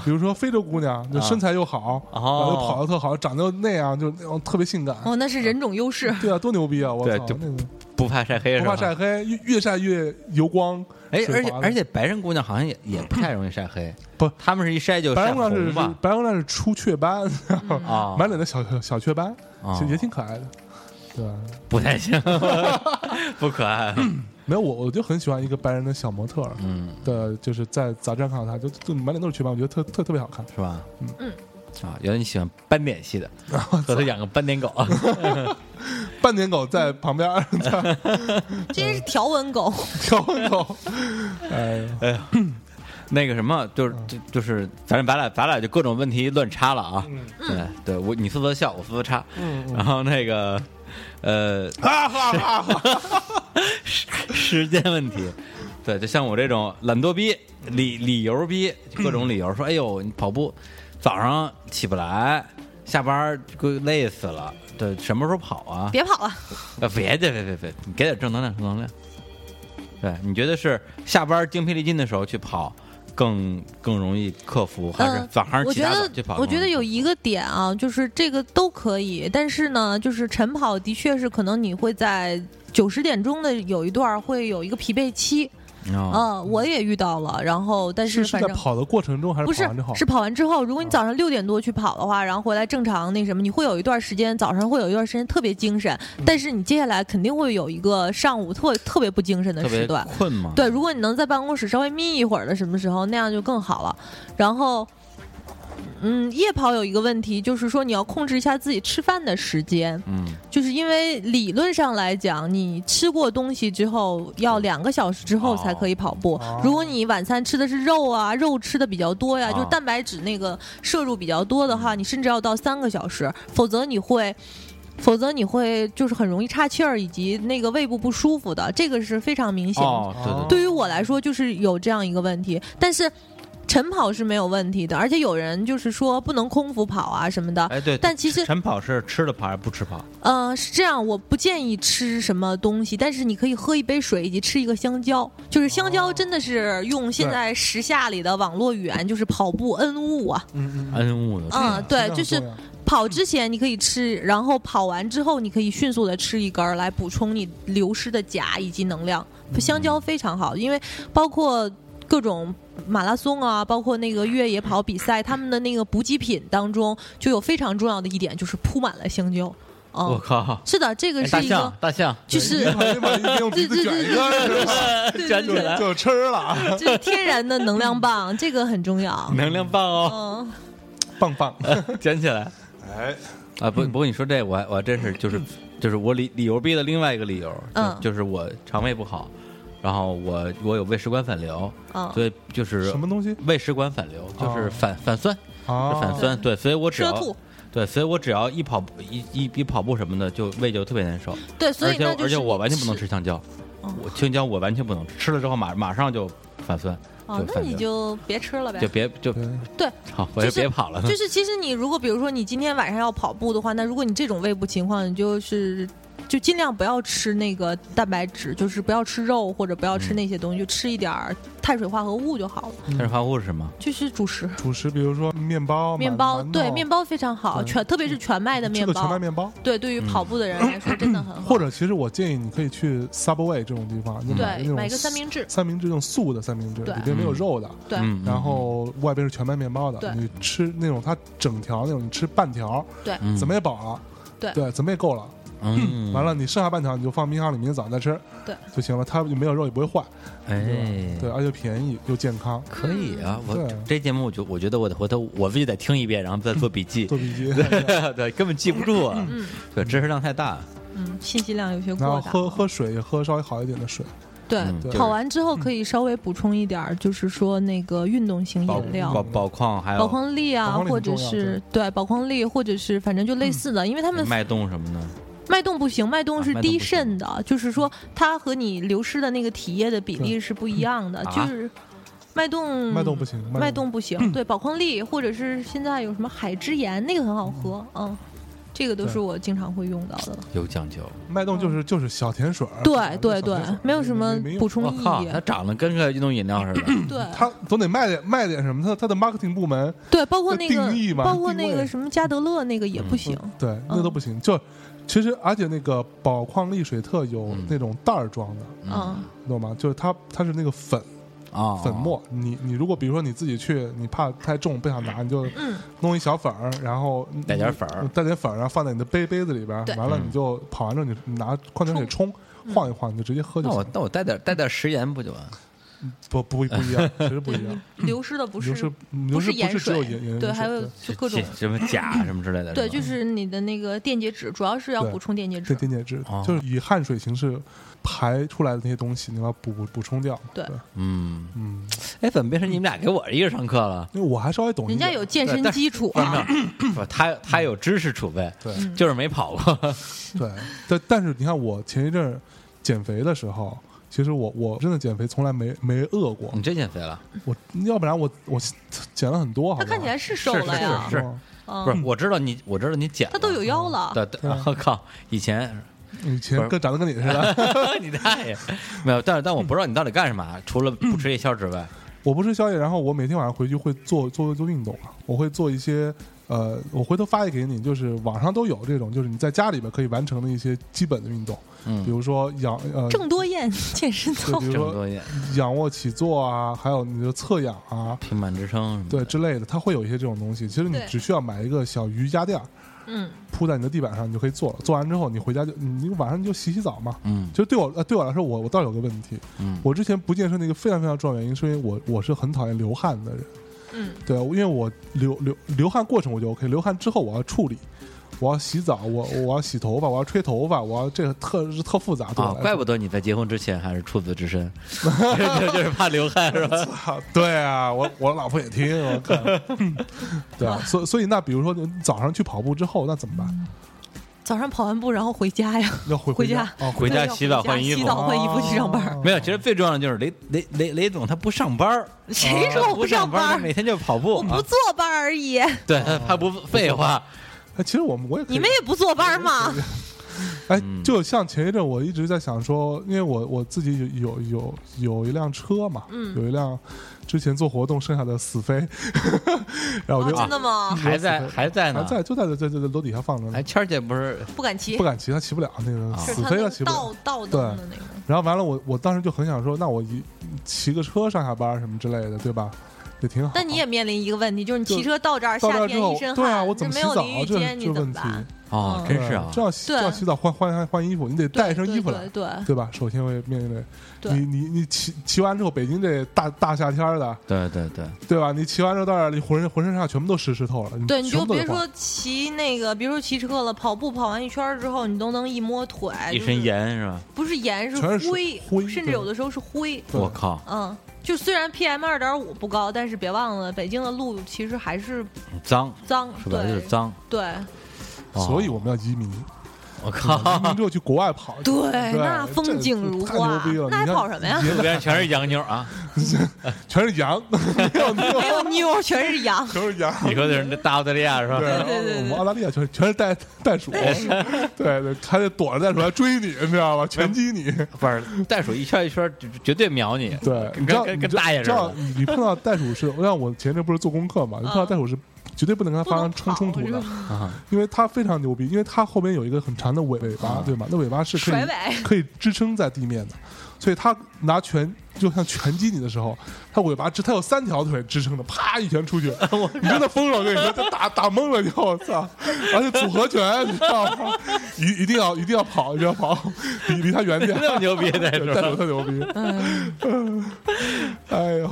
Speaker 1: 比如说非洲姑娘，
Speaker 2: 啊
Speaker 1: 就身材又好，
Speaker 2: 哦
Speaker 1: 然后又跑得特好，长得又那样，就那种特别性感。”
Speaker 3: 哦，那是人种优
Speaker 2: 嗯
Speaker 3: 势。
Speaker 1: 对啊，多牛逼啊！我
Speaker 2: 对
Speaker 1: 操，
Speaker 2: 就
Speaker 1: 那个
Speaker 2: 不怕晒黑
Speaker 1: 不
Speaker 2: 是吧？
Speaker 1: 怕晒黑，越越晒越油光。
Speaker 2: 哎，
Speaker 1: 水
Speaker 2: 而且
Speaker 1: 滑的
Speaker 2: 而且白人姑娘好像也也不太容易晒黑，
Speaker 1: 不
Speaker 2: 她们是一晒就
Speaker 1: 白
Speaker 2: 晒
Speaker 1: 人姑娘是
Speaker 2: 红吧？
Speaker 1: 白人姑娘是出雀斑，
Speaker 2: 啊，
Speaker 1: 满脸的小小雀斑，
Speaker 2: 哦
Speaker 1: 其实也挺可爱的。对啊吧，
Speaker 2: 不太行， 不可爱。
Speaker 1: 没有我我就很喜欢一个白人的小模特儿
Speaker 2: 嗯，
Speaker 1: 的，就是在杂志上看到她，就就满脸都是雀斑，我觉得特特特别好看。
Speaker 2: 是吧？嗯啊，原来你喜欢斑点系 的，回头养个斑 点狗。
Speaker 1: 半年狗在旁边 儿 在
Speaker 3: 这是条纹狗，
Speaker 2: 嗯
Speaker 1: 跳狗，哎呀，
Speaker 2: 那个什么，就是就就是，反正咱俩咱俩就各种问题乱插了啊。对对，我你负责笑，我负责插。然后那个呃，
Speaker 1: 哈哈哈！
Speaker 2: 时时间问题，对，就像我这种懒惰逼、理理由逼，各种理由说，哎呦，你跑步早上起不来，下班儿就累死了，对，什么时候跑啊？
Speaker 3: 别跑了，
Speaker 2: 呃，别别别别别，你给点正能量，正能量。对，你觉得是下班精疲力尽的时候去跑，更更容易克服，还是
Speaker 3: 嗯
Speaker 2: 早上
Speaker 3: 我
Speaker 2: 起
Speaker 3: 觉
Speaker 2: 来早去
Speaker 3: 得
Speaker 2: 跑嗯更容易克服？
Speaker 3: 我觉得有一个点啊，就是这个都可以，但是呢，就是晨跑的确是可能你会在九十点钟的有一段儿会有一个疲惫期，
Speaker 2: 哦，
Speaker 3: 嗯，我也遇到了，然后但
Speaker 1: 是是
Speaker 3: 反
Speaker 1: 在
Speaker 3: 正。
Speaker 1: 跑的过程中还
Speaker 3: 不
Speaker 1: 是
Speaker 3: 是
Speaker 1: 跑完啊就好？，
Speaker 3: 是跑完之后，如果你早上六点多去跑的话，然后回来正常那什么，你会有一段时间，早上会有一段时间特别精神，
Speaker 1: 嗯
Speaker 3: 但是你接下来肯定会有一个上午特特别不精神的
Speaker 2: 特别
Speaker 3: 时段。
Speaker 2: 困嘛。
Speaker 3: 对，如果你能在办公室稍微眯一会儿的什么时候，那样就更好了。然后，嗯，夜跑有一个问题，就是说你要控制一下自己吃饭的时间，
Speaker 2: 嗯，
Speaker 3: 就是因为理论上来讲，你吃过东西之后要两个小时之后才可以跑步。
Speaker 1: 哦
Speaker 3: 如果你晚餐吃的是肉啊，肉吃的比较多呀，
Speaker 2: 哦
Speaker 3: 就是蛋白质那个摄入比较多的话，你甚至要到三个小时，否则你会。否则你会就是很容易岔气儿，以及那个胃部不舒服的，这个是非常明显的。
Speaker 2: 哦，对对
Speaker 1: 哦
Speaker 2: 对，
Speaker 3: 对于我来说，就是有这样一个问题，但是晨跑是没有问题的，而且有人就是说不能空腹跑啊什么的。
Speaker 2: 哎对，
Speaker 3: 但其实
Speaker 2: 晨跑是吃了跑还是不吃跑？
Speaker 3: 呃，是这样，我不建议吃什么东西，但是你可以喝一杯水以及吃一个香蕉。就是香蕉真的是
Speaker 1: 哦
Speaker 3: 用现在时下里的网络语言，就是跑步恩物啊。
Speaker 1: 嗯嗯嗯，
Speaker 2: 恩哎物的
Speaker 3: 嗯
Speaker 1: 这个
Speaker 3: 对
Speaker 1: 很
Speaker 3: 就是
Speaker 1: 重要
Speaker 3: 跑之前你可以吃，然后跑完之后你可以迅速的吃一根儿来补充你流失的钾以及能量。香蕉非常好，因为包括各种马拉松啊，包括那个越野跑比赛，他们的那个补给品当中就有非常重要的一点，就是铺满了香蕉。
Speaker 2: 啊我
Speaker 3: 嗯，
Speaker 2: 靠，
Speaker 3: 是的，这个
Speaker 2: 哦哎
Speaker 3: 是
Speaker 2: 大
Speaker 3: 一个
Speaker 2: 象，大象，
Speaker 3: 就是
Speaker 1: 对一把一把用鼻子卷一个是吧，
Speaker 2: 卷
Speaker 3: 对
Speaker 2: 起
Speaker 3: 对
Speaker 2: 来
Speaker 1: 就，就吃了啊，
Speaker 3: 这是天然的能量棒，这个很重要。
Speaker 2: 能量棒哦，
Speaker 3: 嗯，
Speaker 1: 棒棒。
Speaker 2: 卷起来。
Speaker 1: 哎，
Speaker 2: 啊，不，不过你说这，我还我还真是就是就是我理理由逼的另外一个理由，就
Speaker 3: 嗯
Speaker 2: 就是我肠胃不好，然后我我有胃食管反流，
Speaker 3: 嗯
Speaker 2: 所以就是
Speaker 1: 什么东西
Speaker 2: 胃食管反流，就是
Speaker 1: 哦
Speaker 2: 反反酸，
Speaker 1: 啊
Speaker 2: 是反啊酸，对，所以我只
Speaker 3: 吃了
Speaker 2: 要
Speaker 3: 吐，
Speaker 2: 对，所以我只要一跑步一一一跑步什么的，就胃就特别难受，
Speaker 3: 对，所
Speaker 2: 而
Speaker 3: 以
Speaker 2: 且
Speaker 3: 那就是
Speaker 2: 而且我完全不能
Speaker 3: 吃
Speaker 2: 吃香蕉
Speaker 3: 哦，
Speaker 2: 我青椒我完全不能吃，吃了之后马马上就反酸，
Speaker 3: 哦，
Speaker 2: 就
Speaker 3: 那
Speaker 2: 反
Speaker 3: 你
Speaker 2: 流
Speaker 3: 就别吃了呗
Speaker 2: 就。别就
Speaker 1: 对
Speaker 3: 对，
Speaker 2: 好，我就
Speaker 3: 就是
Speaker 2: 别跑了，
Speaker 3: 就是其实你如果比如说你今天晚上要跑步的话，那如果你这种胃部情况，你就是就尽量不要吃那个蛋白质，就是不要吃肉或者不要吃
Speaker 2: 嗯
Speaker 3: 那些东西，就吃一点儿碳水化合物就好了，
Speaker 2: 碳水化合物是什么？
Speaker 3: 就是主食。
Speaker 1: 主食，比如说面包、
Speaker 3: 面包对面
Speaker 1: 包，
Speaker 3: 包非常好，
Speaker 1: 对
Speaker 3: 全特别是全麦的
Speaker 1: 吃
Speaker 3: 面
Speaker 1: 个全
Speaker 3: 包嗯
Speaker 1: 麦，面嗯包。
Speaker 3: 对，对于跑步的人来 说真的很好。
Speaker 1: 或者，其实我建议你可以去 Subway 这种地方，就买
Speaker 3: 对
Speaker 1: 那种
Speaker 3: 买一个三明治，
Speaker 1: 三明治，那种素的三明治，
Speaker 3: 对
Speaker 1: 里边没有肉的，
Speaker 3: 对
Speaker 2: 嗯
Speaker 1: 然后外边是全麦面包的。
Speaker 3: 对
Speaker 1: 你吃那种它整条那种，你吃半条，
Speaker 3: 对
Speaker 2: 嗯
Speaker 1: 怎么也饱了。
Speaker 3: 对
Speaker 1: 怎么也够了。
Speaker 2: 嗯，
Speaker 1: 完了，你剩下半条你就放冰箱里，明天早上再吃，
Speaker 3: 对
Speaker 1: 就行了。它没有肉也不会坏，
Speaker 2: 哎，
Speaker 1: 对，而且便宜又健康。
Speaker 2: 可以啊，我
Speaker 1: 对
Speaker 2: 这节目我就我觉得我得回头我必须得听一遍，然后再做笔记
Speaker 1: 做。笔记，
Speaker 2: 对，根本记不住啊，
Speaker 1: 嗯
Speaker 2: 对，知识量太大。
Speaker 3: 嗯，信息量有些
Speaker 1: 然后
Speaker 3: 过大。
Speaker 1: 喝喝水也喝稍微好一点的水，
Speaker 3: 对，
Speaker 2: 嗯
Speaker 1: 对
Speaker 3: 跑完之后可以稍微补充一点儿，就是说那个运动型
Speaker 1: 嗯
Speaker 2: 宝
Speaker 3: 饮料，
Speaker 2: 宝宝矿还
Speaker 3: 宝
Speaker 2: 有
Speaker 3: 矿力啊，
Speaker 1: 宝矿力
Speaker 3: 或
Speaker 1: 很重
Speaker 3: 者
Speaker 1: 要嗯
Speaker 3: 是对宝矿力，或者是反正就类似的，因为他们
Speaker 2: 脉动什么的。
Speaker 3: 脉动不行，脉动是
Speaker 2: 啊脉动
Speaker 3: 低
Speaker 2: 不行
Speaker 3: 渗的，就是说
Speaker 1: 嗯
Speaker 3: 它和你流失的那个体液的比例是不一样的，
Speaker 2: 啊
Speaker 3: 就是脉动
Speaker 1: 嗯脉动不。行，
Speaker 3: 嗯脉动 不行，对宝矿力或者是现在有什么海之盐，那个很好喝，嗯，这个都
Speaker 1: 对啊
Speaker 3: 是我经常会用到的。
Speaker 2: 有讲究，
Speaker 1: 脉动就是就是小甜水儿，
Speaker 3: 嗯对对
Speaker 1: 小甜
Speaker 3: 对
Speaker 1: 水儿，
Speaker 3: 没有什么
Speaker 1: 没没用啊
Speaker 3: 补充
Speaker 2: 我
Speaker 3: 意
Speaker 2: 靠，
Speaker 3: 义
Speaker 2: 它。长得跟个运动饮料似的。
Speaker 3: 对
Speaker 1: 他总得卖点卖点什么，他他的 marketing 部门
Speaker 3: 对，包括那
Speaker 1: 定义
Speaker 3: 个
Speaker 1: 嘛
Speaker 3: 包括
Speaker 1: 定
Speaker 3: 那个
Speaker 1: 位
Speaker 3: 什么加德乐那个也不行。
Speaker 1: 对那都不行，就其实而且那个宝矿力水特有
Speaker 2: 嗯
Speaker 1: 那种袋儿装的，
Speaker 3: 嗯，
Speaker 1: 你懂吗？就是它它是那个粉
Speaker 2: 啊，
Speaker 1: 粉末，你你如果比如说你自己去，你怕太重不想拿，你就
Speaker 3: 嗯
Speaker 1: 弄一小粉儿，然后
Speaker 2: 带点粉儿
Speaker 1: 带点粉儿，然后放在你的杯杯子里边儿
Speaker 3: 对，嗯
Speaker 1: 完了
Speaker 2: 嗯
Speaker 1: 你就跑完之后你你拿矿泉水冲。晃一晃，你就直接喝就
Speaker 2: 那
Speaker 1: 行
Speaker 2: 我
Speaker 1: 了。
Speaker 2: 那我带点带点食盐不就完？
Speaker 1: 不不不一 样，其实不
Speaker 3: 对
Speaker 1: 一
Speaker 3: 你
Speaker 1: 样。
Speaker 3: 流失的嗯不
Speaker 1: 流失
Speaker 3: 是
Speaker 1: 流失
Speaker 3: 盐
Speaker 1: 不是只有盐
Speaker 3: 水，
Speaker 1: 盐
Speaker 3: 对，
Speaker 1: 水
Speaker 3: 还有
Speaker 1: 对
Speaker 3: 就各种
Speaker 2: 这这什么钾什么之类的。
Speaker 3: 对，
Speaker 2: 吧
Speaker 3: 就是你的那个电解质，主要是要
Speaker 1: 对
Speaker 3: 补充电解质
Speaker 1: 对。电解质
Speaker 2: 哦，
Speaker 1: 就是以汗水形式排出来的那些东西，你要补补补充掉。
Speaker 3: 对
Speaker 2: 嗯，
Speaker 1: 嗯，
Speaker 2: 哎，怎么变成你们俩给我一个上课了？
Speaker 1: 因为我还稍微懂一
Speaker 3: 人
Speaker 1: 点，
Speaker 3: 家有健身基础啊，
Speaker 2: 不，他他有知识储备，
Speaker 1: 对
Speaker 2: 就是没跑过。
Speaker 1: 对，但但是你看我前一阵儿减肥的时候。其实我我真的减肥从来没没饿过，
Speaker 2: 嗯你真减肥了？
Speaker 1: 我要不然我我减了很多，好
Speaker 3: 他
Speaker 1: 不好
Speaker 3: 看起来是瘦了呀
Speaker 2: 是。
Speaker 1: 吗
Speaker 2: 不是，我知道你，我知道你剪了，
Speaker 3: 嗯他都有腰了，
Speaker 2: 对对，我 靠，以前
Speaker 1: 以
Speaker 2: 不
Speaker 1: 前
Speaker 2: 是
Speaker 1: 跟长得跟你似 的。
Speaker 2: 你大爷，没有，但是但我不知道你到底干什么，啊除了不吃夜宵之外，
Speaker 1: 我不吃宵夜，然后我每天晚上回去会做做做运动啊，我会做一些呃，我回头发一给你，就是网上都有这种，就是你在家里边可以完成的一些基本的运动，比
Speaker 2: 嗯，
Speaker 1: 如说仰呃，
Speaker 3: 郑多燕 健身操
Speaker 1: 对，比如
Speaker 2: 这么
Speaker 1: 说
Speaker 2: 多年，
Speaker 1: 仰卧起坐啊，还有你的侧仰啊，
Speaker 2: 平板支撑，
Speaker 1: 对，之类的，它会有一些这种东西。其实你
Speaker 3: 对
Speaker 1: 只需要买一个小瑜伽垫儿
Speaker 3: 嗯，
Speaker 1: 铺在你的地板上，你就可以做了。做完之后，你回家就你晚上就洗洗澡嘛。
Speaker 2: 嗯
Speaker 1: 其实对我呃对我来说，我我倒有个问题，
Speaker 2: 嗯，
Speaker 1: 我之前不健身的一个非常非常重要的原因，是因为我我是很讨厌流汗的人。
Speaker 3: 嗯，
Speaker 1: 对，因为我流流流汗过程我就 OK，流汗之后我要处理，我要洗澡，我我要洗头发，我要吹头发，我要这个特是特复杂，对
Speaker 2: 啊
Speaker 1: 我，来
Speaker 2: 怪
Speaker 1: 说
Speaker 2: 不得你在结婚之前还是处子之身， 就就是怕流 汗是吧？
Speaker 1: 啊 对啊，我我老婆也听，我 靠，对啊，所以所以那比如说你早上去跑步之后，那怎么办？
Speaker 3: 早上跑完步然后回家呀，
Speaker 1: 要回哦
Speaker 3: 回
Speaker 1: 家
Speaker 3: 家
Speaker 1: 哦，
Speaker 2: 回家洗澡换衣
Speaker 3: 洗
Speaker 2: 服
Speaker 3: 澡 换衣服去上班儿，
Speaker 2: 没有，其实最重要的就是雷雷雷雷总他不上班儿，
Speaker 3: 谁说我
Speaker 2: 哦不
Speaker 3: 不上
Speaker 2: 班儿？
Speaker 3: 班
Speaker 2: 他
Speaker 3: 儿？
Speaker 2: 每天就跑步，
Speaker 3: 我不
Speaker 2: 啊
Speaker 3: 坐班儿而已，
Speaker 2: 对
Speaker 1: 哦
Speaker 2: 他他不废话，
Speaker 1: 哎，其实我们我也可以
Speaker 3: 你们也不坐班儿 吗？
Speaker 1: 哎，就像前一阵我一直在想说，因为我我自己有有有有一辆车嘛，
Speaker 3: 嗯
Speaker 1: 有一辆之前做活动剩下的死飞， 然后我
Speaker 3: 哦，
Speaker 1: 就、
Speaker 3: 真的吗？
Speaker 2: 还在还在
Speaker 1: 还
Speaker 2: 呢。
Speaker 1: 在就在在在在楼底下放着呢
Speaker 2: 哎，，谦儿姐不是
Speaker 3: 不敢骑
Speaker 1: 不，敢骑，它骑不了那个、
Speaker 3: 就是
Speaker 1: 死
Speaker 3: 他
Speaker 1: 飞了
Speaker 3: 能
Speaker 1: 骑不了
Speaker 3: 倒。倒蹬的那个。
Speaker 1: 然后完了我，我当时就很想说，那我一骑个车上下班什么之类的，对吧？也挺好。
Speaker 3: 但你也面临一个问题，就是你骑车到这儿，
Speaker 1: 到
Speaker 3: 夏
Speaker 1: 这之
Speaker 3: 天
Speaker 1: 后
Speaker 3: 一身，汗，
Speaker 1: 对啊，我怎么
Speaker 3: 这
Speaker 1: 洗
Speaker 3: 没有
Speaker 1: 澡
Speaker 3: 淋？浴
Speaker 1: 这
Speaker 3: 间，你
Speaker 1: 这
Speaker 3: 怎
Speaker 1: 问
Speaker 3: 么
Speaker 1: 题，
Speaker 3: 办？
Speaker 2: 哦，
Speaker 3: 嗯
Speaker 2: 真是啊
Speaker 1: 呃这，要洗
Speaker 3: 对
Speaker 1: 这要洗澡换换换衣服，你得带一身衣服来，嗯
Speaker 3: 对，对
Speaker 1: 对吧？首先会面对
Speaker 3: 对
Speaker 1: 你你你骑骑完之后，北京这大大夏天儿的，
Speaker 2: 对对对，
Speaker 1: 对吧？你骑完之后到这儿，你浑身浑身上下全部都湿湿透了，
Speaker 3: 对，你
Speaker 1: 全
Speaker 3: 就
Speaker 1: 部都
Speaker 3: 别
Speaker 1: 得换
Speaker 3: 说骑那个，别说骑车了，跑步跑完一圈儿之后，你都能一摸腿，
Speaker 2: 一
Speaker 3: 哎就是
Speaker 2: 身盐是吧？
Speaker 3: 不是盐是
Speaker 1: 全是
Speaker 3: 灰，
Speaker 1: 灰
Speaker 3: 甚至
Speaker 1: 对
Speaker 3: 有的时候是灰。
Speaker 1: 对
Speaker 2: 我靠，
Speaker 3: 嗯，就虽然 PM 二点五不高，但是别忘了北京的路其实还是
Speaker 2: 脏
Speaker 3: 脏，
Speaker 2: 是吧？就是
Speaker 3: 对
Speaker 2: 脏，
Speaker 3: 对
Speaker 2: 哦
Speaker 1: 所以我们要移 民，
Speaker 2: 我
Speaker 1: 移
Speaker 2: 靠
Speaker 1: 民，之后去国外跑，
Speaker 3: 对，
Speaker 1: 对
Speaker 3: 那风景如
Speaker 1: 这太牛
Speaker 3: 画
Speaker 1: 逼了，
Speaker 3: 那还
Speaker 1: 你看
Speaker 3: 跑什么呀？
Speaker 2: 路边全是洋妞 啊！
Speaker 1: 全是羊， 没 有牛。
Speaker 3: 没有妞儿，全是羊
Speaker 1: 全是羊。
Speaker 2: 你说的是大澳大利亚是吧？
Speaker 1: 然后
Speaker 3: 对对
Speaker 1: 我
Speaker 3: 对
Speaker 1: 们
Speaker 3: 对
Speaker 1: 澳大利亚全全是袋袋鼠， 对对，还得躲着袋鼠来追你，你知道吧？拳击你，
Speaker 2: 不是，袋鼠一圈一圈，绝绝对秒你。
Speaker 1: 对，你
Speaker 2: 跟
Speaker 1: 知道
Speaker 2: 跟
Speaker 1: 你
Speaker 2: 跟
Speaker 1: 知道
Speaker 2: 大爷
Speaker 1: 你
Speaker 2: 似
Speaker 1: 知道
Speaker 2: 的。嗯
Speaker 1: 你你碰到袋鼠是，让我前阵不是做功课嘛，你碰到袋鼠是绝对不能跟它
Speaker 3: 不
Speaker 1: 发
Speaker 3: 能
Speaker 1: 生冲
Speaker 3: 跑
Speaker 1: 冲突
Speaker 3: 是
Speaker 1: 的
Speaker 3: 吧，
Speaker 2: 啊
Speaker 1: 因为它非常牛逼，因为它后面有一个很长的尾尾巴
Speaker 2: 啊，
Speaker 1: 对吗？那尾巴是可
Speaker 3: 甩
Speaker 1: 以
Speaker 3: 尾，
Speaker 1: 可以支撑在地面的，所以它拿拳就像拳击你的时候，它尾巴支，它有三条腿支撑着，啪一拳出去，你真的疯了，我跟你说，它打打懵了就，我操！而且组合拳，你知道吗？一一定要一定要跑，一定要跑，离离它远点。
Speaker 2: 那么牛逼 的
Speaker 1: 对
Speaker 2: 是
Speaker 1: 袋鼠
Speaker 2: 吧？
Speaker 1: 特牛逼，
Speaker 3: 嗯
Speaker 1: 哎呦，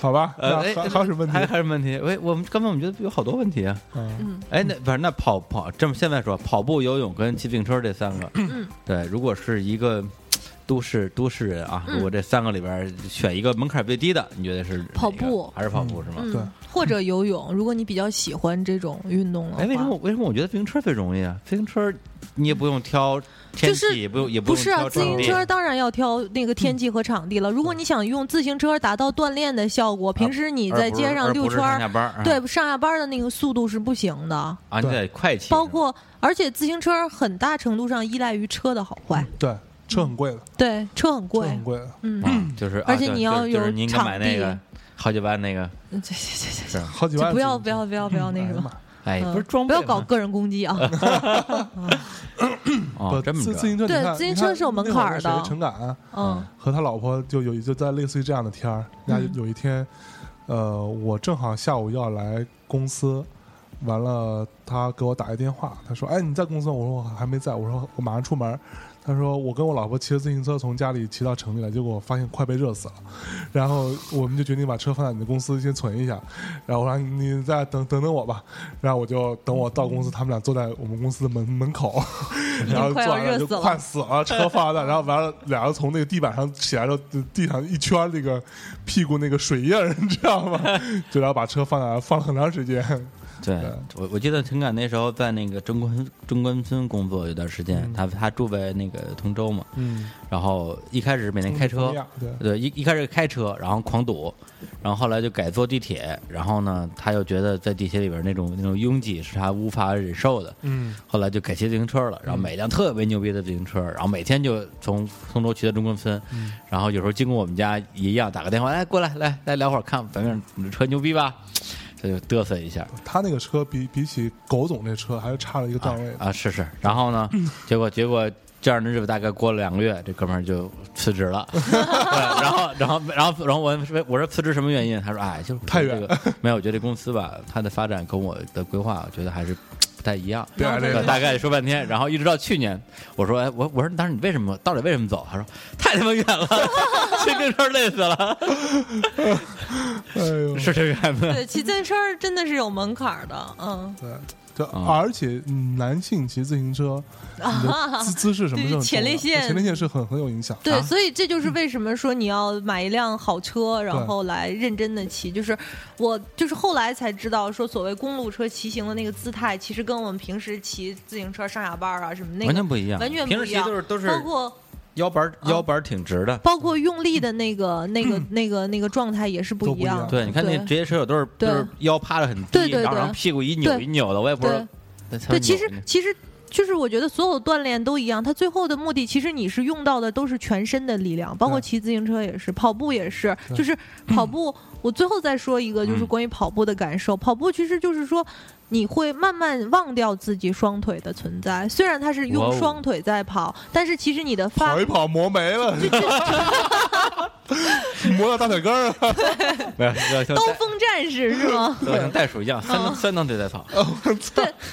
Speaker 1: 好吧，那
Speaker 2: 哎，
Speaker 1: 还还有什么问
Speaker 2: 还
Speaker 1: 题？
Speaker 2: 还有什么问题？喂，我们刚才我们觉得有好多问题啊。
Speaker 1: 嗯，
Speaker 2: 哎，那不是那跑跑，这么现在说跑步、游泳跟骑自行车这三个，
Speaker 3: 嗯
Speaker 2: 对，如果是一个都市都市人
Speaker 3: 嗯
Speaker 2: 啊，如果这三个里边儿选一个门槛最低的，你觉得是哪一个
Speaker 3: 跑步
Speaker 2: 还是跑步是吗？
Speaker 3: 嗯
Speaker 1: 对，
Speaker 3: 或者游泳，如果你比较喜欢这种运动的话。
Speaker 2: 哎，为什么我为什么我觉得自行车最容易啊？自行车你也不用挑天
Speaker 3: 就是
Speaker 2: 气，也不用也
Speaker 3: 不
Speaker 2: 用
Speaker 3: 是啊，
Speaker 2: 挑
Speaker 3: 自
Speaker 2: 场
Speaker 3: 行
Speaker 2: 地
Speaker 3: 车当然要挑那个天气和场地了。如果你想用自行车达到锻炼的效果，平时你在街上
Speaker 2: 嗯而不
Speaker 3: 溜
Speaker 2: 是
Speaker 3: 圈
Speaker 2: 上
Speaker 3: 儿
Speaker 2: 下，班儿，
Speaker 3: 对
Speaker 2: 啊
Speaker 3: 上下班儿的那个速度是不行的。
Speaker 2: 啊，你得快骑，
Speaker 3: 包括，而且自行车很大程度上依赖于车的好坏，
Speaker 2: 嗯
Speaker 1: 对，车很贵的，
Speaker 3: 对，车很
Speaker 1: 车
Speaker 3: 贵。
Speaker 1: 很贵的，
Speaker 3: 嗯，
Speaker 2: 啊就是，啊
Speaker 3: 而且
Speaker 2: 对
Speaker 3: 你要
Speaker 2: 就是就是
Speaker 3: 有
Speaker 2: 你应该买那个
Speaker 3: 场
Speaker 2: 好几万那个，
Speaker 3: 这这
Speaker 2: 是
Speaker 3: 这
Speaker 1: 好几
Speaker 3: 这，
Speaker 1: 万。
Speaker 3: 不要不要不要不要那
Speaker 1: 哎
Speaker 3: 什
Speaker 1: 呀妈
Speaker 3: 么，
Speaker 2: 哎，
Speaker 3: 嗯
Speaker 2: 不是装
Speaker 3: 不
Speaker 2: 备
Speaker 3: 要搞
Speaker 2: 吗
Speaker 3: 个人攻击 啊！
Speaker 2: 哦，这么
Speaker 1: 自
Speaker 2: 着
Speaker 1: 自行车你
Speaker 3: 对
Speaker 1: 看
Speaker 3: 自
Speaker 1: 你
Speaker 3: 行车
Speaker 1: 看
Speaker 3: 是有门
Speaker 1: 那会儿
Speaker 3: 槛儿
Speaker 1: 谁
Speaker 3: 的
Speaker 1: 陈敢啊
Speaker 3: 嗯
Speaker 1: 和他老婆就有一就在类似于这样的天儿，那
Speaker 3: 嗯
Speaker 1: 有一天，呃，我正好下午要来公司，完了他给我打一电话，他说：“哎，你在公司吗？”我说：“我还没在。”我说：“我马上出门。”他说：“我跟我老婆骑着自行车从家里骑到城里来，结果我发现快被热死了。然后我们就决定把车放在你的公司先存一下。然后我说你再等等等我吧。然后我就等我到公司，他们俩坐在我们公司的门门口，然后
Speaker 3: 快要
Speaker 1: 坐着
Speaker 3: 热
Speaker 1: 就
Speaker 3: 死了
Speaker 1: 快死了，车放在那，然后完了，俩人从那个地板上起来之后，地上一圈那个屁股那个水印儿，你知道吗？就然后把车放在那儿放了很长时间。
Speaker 2: 对
Speaker 1: 对
Speaker 2: 我我记得挺感那时候在那个中关中关村工作有段时间，他他住在那个通州嘛，
Speaker 1: 嗯，
Speaker 2: 然后一开始每天开车
Speaker 1: 一，嗯样对，
Speaker 2: 对，一一开始开车，然后狂堵，然后后来就改坐地铁，然后呢，他又觉得在地铁里边那种那种拥挤是他无法忍受的，
Speaker 1: 嗯，
Speaker 2: 后来就改骑自行车了，然后买一辆特别牛逼的自行车，然后每天就从通州骑到中关村，然后有时候经过我们家也一样打个电话，来过来来来聊会儿，看咱们这车牛逼吧，这就嘚瑟一下，
Speaker 1: 他那个车比比起狗总那车还是差了一个档位的，
Speaker 2: 啊，是是。然后呢，结果结果这样的日子大概过了两个月，这哥们儿就辞职了。 对，然后然后然后然后我问我说辞职什么原因？他说哎，就是我
Speaker 1: 太
Speaker 2: 觉得
Speaker 1: 远
Speaker 2: 这 个没有，我觉得这公司吧，它的发展跟我的规划，我觉得还是不太一样。
Speaker 1: 别挨这
Speaker 2: 对，
Speaker 1: 个。
Speaker 2: 大概说半天，然后一直到去年，我说，哎，我我说，当时你为什么到底为什么走？他说太他妈远了， 骑自行车累死了，
Speaker 1: 哎呦，
Speaker 2: 是这个样子。
Speaker 3: 对，骑自行车真的是有门槛儿的，嗯，
Speaker 1: 对，就
Speaker 2: 啊
Speaker 1: 而且嗯男性骑自行车，你的姿姿势什么
Speaker 3: 对
Speaker 1: 时候？
Speaker 3: 前列腺
Speaker 1: 前列腺是很很有影响。
Speaker 2: 啊
Speaker 3: 对，所以这
Speaker 2: 嗯
Speaker 3: 就是为什么说你要买一辆好车，然后来认真的骑。就是我就是后来才知道，说所谓公路车骑行的那个姿态，其实跟我们平时骑自行车上下班儿啊什么那个
Speaker 2: 完全不一样
Speaker 3: 完全
Speaker 2: 平
Speaker 3: 不
Speaker 2: 时
Speaker 3: 一
Speaker 2: 骑
Speaker 3: 样，
Speaker 2: 都是都是
Speaker 3: 包括
Speaker 2: 腰板腰板挺直的，
Speaker 3: 包括用力的那个、那个、
Speaker 2: 嗯
Speaker 3: 那个、那个状态也是不
Speaker 1: 都不
Speaker 3: 一
Speaker 1: 一
Speaker 3: 样
Speaker 1: 样
Speaker 3: 的。
Speaker 2: 对，你看那
Speaker 3: 对
Speaker 2: 职业车手都是都
Speaker 3: 对
Speaker 2: 是腰趴的很低，
Speaker 3: 对对
Speaker 2: 然后
Speaker 3: 对
Speaker 2: 然后屁股一扭
Speaker 3: 对
Speaker 2: 一扭的，我也不知道
Speaker 3: 对。
Speaker 2: 那才
Speaker 3: 对，
Speaker 2: 扭
Speaker 3: 其实
Speaker 2: 呢
Speaker 3: 其实就是我觉得所有锻炼都一样，它最后的目的其实你是用到的都是全身的力量，包
Speaker 2: 嗯
Speaker 3: 括
Speaker 1: 对
Speaker 3: 骑自行车也是，跑步也是，
Speaker 1: 对
Speaker 3: 就是跑步。我最后再说一个，就是
Speaker 2: 嗯
Speaker 3: 关于跑步的感受。跑步其实就是说。你会慢慢忘掉自己双腿的存在，虽然它是
Speaker 2: 哇
Speaker 3: 用
Speaker 2: 哦
Speaker 3: 双腿在跑，但是其实你的发
Speaker 1: 跑一跑磨没了，
Speaker 2: 嗯
Speaker 1: 磨到大腿根儿了。
Speaker 2: 没有要像
Speaker 3: 刀
Speaker 2: 袋
Speaker 3: 锋战士是吗？
Speaker 2: 要像袋鼠一样，
Speaker 3: 嗯
Speaker 2: 三三蹬腿在跑。
Speaker 3: 对，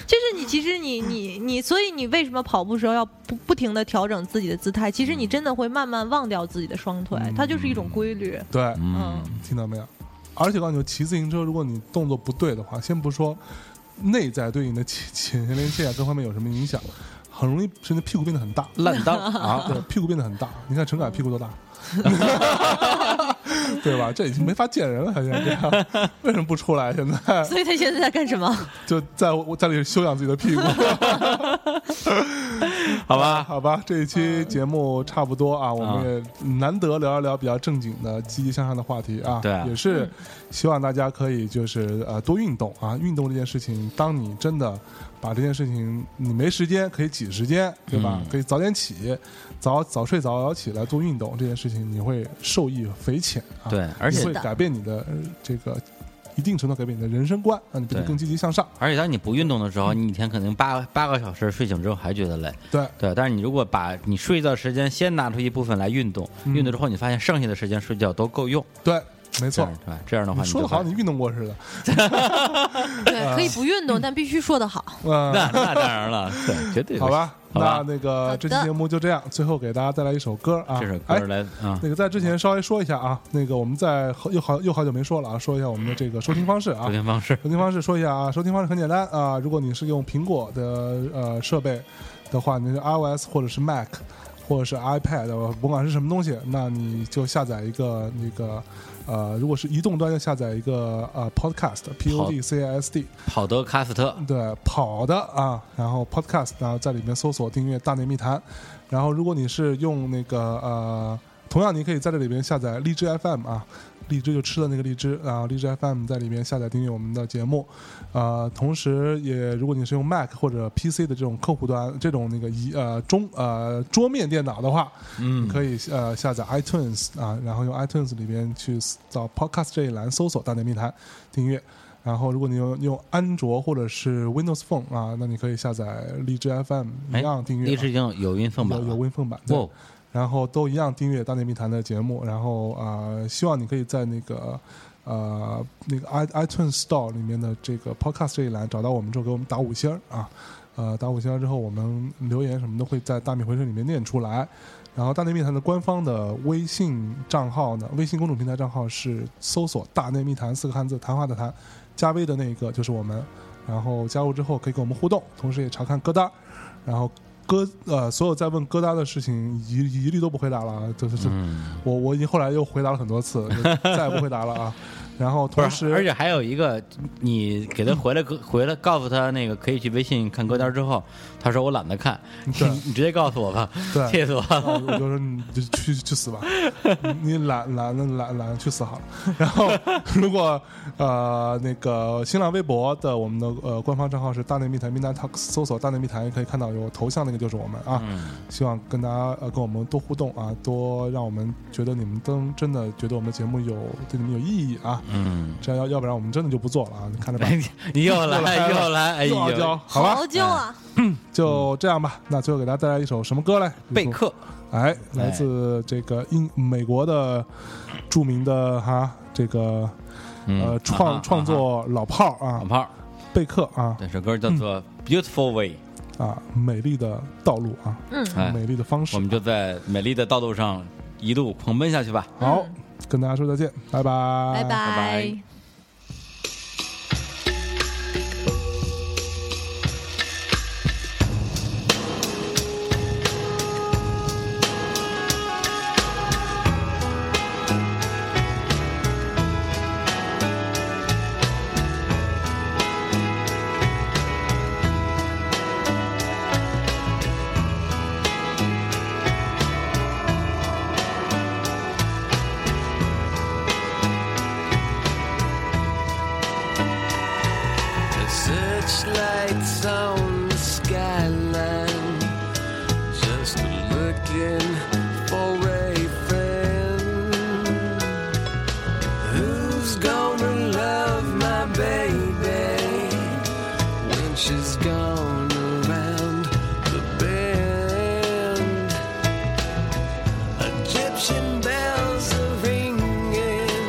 Speaker 3: 就是你，其实你
Speaker 1: 嗯
Speaker 3: 你你，所以你为什么跑步时候要不不停的调整自己的姿态？其实你真的会慢慢忘掉自己的双腿，
Speaker 1: 嗯
Speaker 3: 它就是一种规律。
Speaker 1: 对，
Speaker 2: 嗯，
Speaker 1: 听到没有？而且我告诉你，骑自行车，如果你动作不对的话，先不说内在对你的前前前列腺啊各方面有什么影响，很容易甚至屁股变得很大。
Speaker 2: 烂 裆啊，
Speaker 1: 对，屁股变得很大。你看陈凯屁股多大， 对吧？这已经没法见人了，他现在这样，为什么不出来？现在
Speaker 3: 所以他现在在干什么？
Speaker 1: 就在我家里休养自己的屁股，
Speaker 2: 好吧，
Speaker 1: 好吧？这一期
Speaker 2: 嗯
Speaker 1: 节目差不多啊，我们也难得聊一聊比较正经的、积极向上的话题啊，
Speaker 2: 对啊
Speaker 1: 也是希望大家可以就是呃多运动啊，运动这件事情，当你真的。把这件事情，你没时间可以挤时间，对吧？
Speaker 2: 嗯
Speaker 1: 可以早点起，早早睡早早起来做运动，这件事情你会受益匪浅啊。
Speaker 2: 对，而
Speaker 1: 你
Speaker 2: 且
Speaker 1: 会改变你的呃这个一定程度改变你的人生观，让你变得
Speaker 2: 对
Speaker 1: 更积极向上。
Speaker 2: 而且当你不运动的时候，你一天可能八八个小时，睡醒之后还觉得累。
Speaker 1: 对，
Speaker 2: 对，但是你如果把你睡觉时间先拿出一部分来运动，
Speaker 1: 嗯
Speaker 2: 运动之后你发现剩下的时间睡觉都够用，
Speaker 1: 对，没
Speaker 2: 这
Speaker 1: 错
Speaker 2: 样。对吧？这样的话
Speaker 1: 你
Speaker 2: 你
Speaker 1: 说的
Speaker 2: 就
Speaker 1: 好，
Speaker 2: 会
Speaker 1: 像你运动过似的。
Speaker 3: 对，可以不运动，但必须说得好。
Speaker 2: 那
Speaker 1: 嗯，
Speaker 2: 那当然了，对，绝对
Speaker 1: 好吧，
Speaker 2: 好吧
Speaker 1: 那那个
Speaker 3: 好的
Speaker 1: 这期节目就这样，最后给大家带来一首歌啊。
Speaker 2: 这首
Speaker 1: 哎
Speaker 2: 歌来啊
Speaker 1: 那个在之前稍微说一下啊，那个我们在好又好又好久没说了啊，说一下我们的这个收听方式啊
Speaker 2: 收。听方式。
Speaker 1: 收听方式说一下啊，收听方式很简单啊，如果你是用苹果的呃设备的话，你是 iOS 或者是 Mac 或者是 iPad，呃甭管是什么东西，那你就下载一个那个呃，如果是移动端就下载一个呃 Podcast P O D C A S D
Speaker 2: 跑德卡斯特，
Speaker 1: 对跑的啊，然后 Podcast，然后在里面搜索订阅《大内密谈》，然后如果你是用那个呃，同样你可以在这里边下载荔枝 FM 啊，荔枝就吃的那个荔枝啊，荔枝 FM 在里面下载订阅我们的节目，呃，同时也如果你是用 Mac 或者 PC 的这种客户端这种那个一呃中呃桌面电脑的话，
Speaker 2: 嗯，
Speaker 1: 可以呃下载 iTunes 啊，然后用 iTunes 里边去到 Podcast 这一栏搜索“大内密谈”订阅。然后，如果你用用安卓或者是 Windows Phone 啊，那你可以下载荔枝 FM 一
Speaker 2: 哎
Speaker 1: 样订阅啊，
Speaker 2: 历史已经有音送版哦
Speaker 1: 有有
Speaker 2: 了。
Speaker 1: WinPhone 版，对
Speaker 2: 哇，
Speaker 1: 然后都一样订阅《大内密谈》的节目，然后呃，希望你可以在那个呃那个 i iTunes Store 里面的这个 Podcast 这一栏找到我们之后，给我们打五星儿啊，呃，打五星儿之后，我们留言什么都会在《大米回声》里面念出来。然后《大内密谈》的官方的微信账号呢，微信公众平台账号是搜索“大内密谈”四个汉字，谈话的谈，加微的那一个就是我们。然后加入之后可以跟我们互动，同时也查看歌单儿，然后歌呃，所有在问歌单的事情一一律都不回答了，啊，就是、
Speaker 2: 嗯，
Speaker 1: 我我已经后来又回答了很多次，就再也不回答了啊。 然后
Speaker 2: 不
Speaker 1: 同
Speaker 2: 是，
Speaker 1: 时
Speaker 2: 而且还有一个，你给他回来个回来告诉他那个可以去微信看歌单之后，他说我懒得看，你
Speaker 1: 嗯对
Speaker 2: 你直接告诉我吧，
Speaker 1: 对
Speaker 2: 气死我了。
Speaker 1: 然后我就说你就去去死吧，你懒懒懒懒去死好了。然后如果呃那个新浪微博的我们的呃官方账号是大内密谈 Midnight Talk，搜索大内密谈也可以看到有头像那个就是我们啊。
Speaker 2: 嗯
Speaker 1: 希望跟大家呃跟我们多互动啊，多让我们觉得你们真真的觉得我们的节目有对你们有意义啊。
Speaker 2: 嗯，
Speaker 1: 这样要要不然我们真的就不做了啊，你看着办。
Speaker 2: 你又
Speaker 1: 又
Speaker 2: 来
Speaker 1: 来了
Speaker 2: 又来， 哎
Speaker 1: 又傲娇
Speaker 2: 呦，
Speaker 1: 好吧，嗯
Speaker 3: 好久啊，
Speaker 1: 就这样吧。那最后给大家带来一首什么歌嘞？
Speaker 2: 备课
Speaker 1: 哎，来自这个英美国的著名的哈这个呃
Speaker 2: 嗯啊
Speaker 1: 创
Speaker 2: 哈
Speaker 1: 创作老炮儿
Speaker 2: 啊哈
Speaker 1: 啊
Speaker 2: 老，炮儿，
Speaker 1: 贝克啊
Speaker 2: 这首歌叫做《Beautiful Way》，
Speaker 1: 啊，美丽的道路啊，
Speaker 3: 嗯，
Speaker 2: 哎，
Speaker 1: 美丽的方式
Speaker 2: 我。们就在美丽的道路上一路狂奔下去吧。
Speaker 1: 好，跟大家说再见，拜拜，
Speaker 3: 拜
Speaker 2: 拜
Speaker 4: The searchlights on the skyline, just looking for a friend. Who's gonna love my baby when she's gone around the bend? Egyptian bells are ringing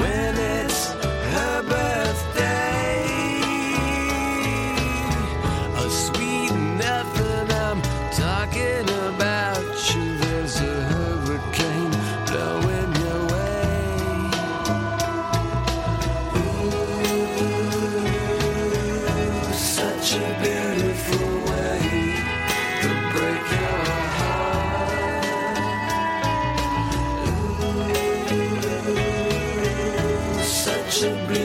Speaker 4: when it's her birthday. A sweet nothing I'm talking about you. There's a hurricane blowing your way. Ooh, such a beautiful way to break your heart. such a blue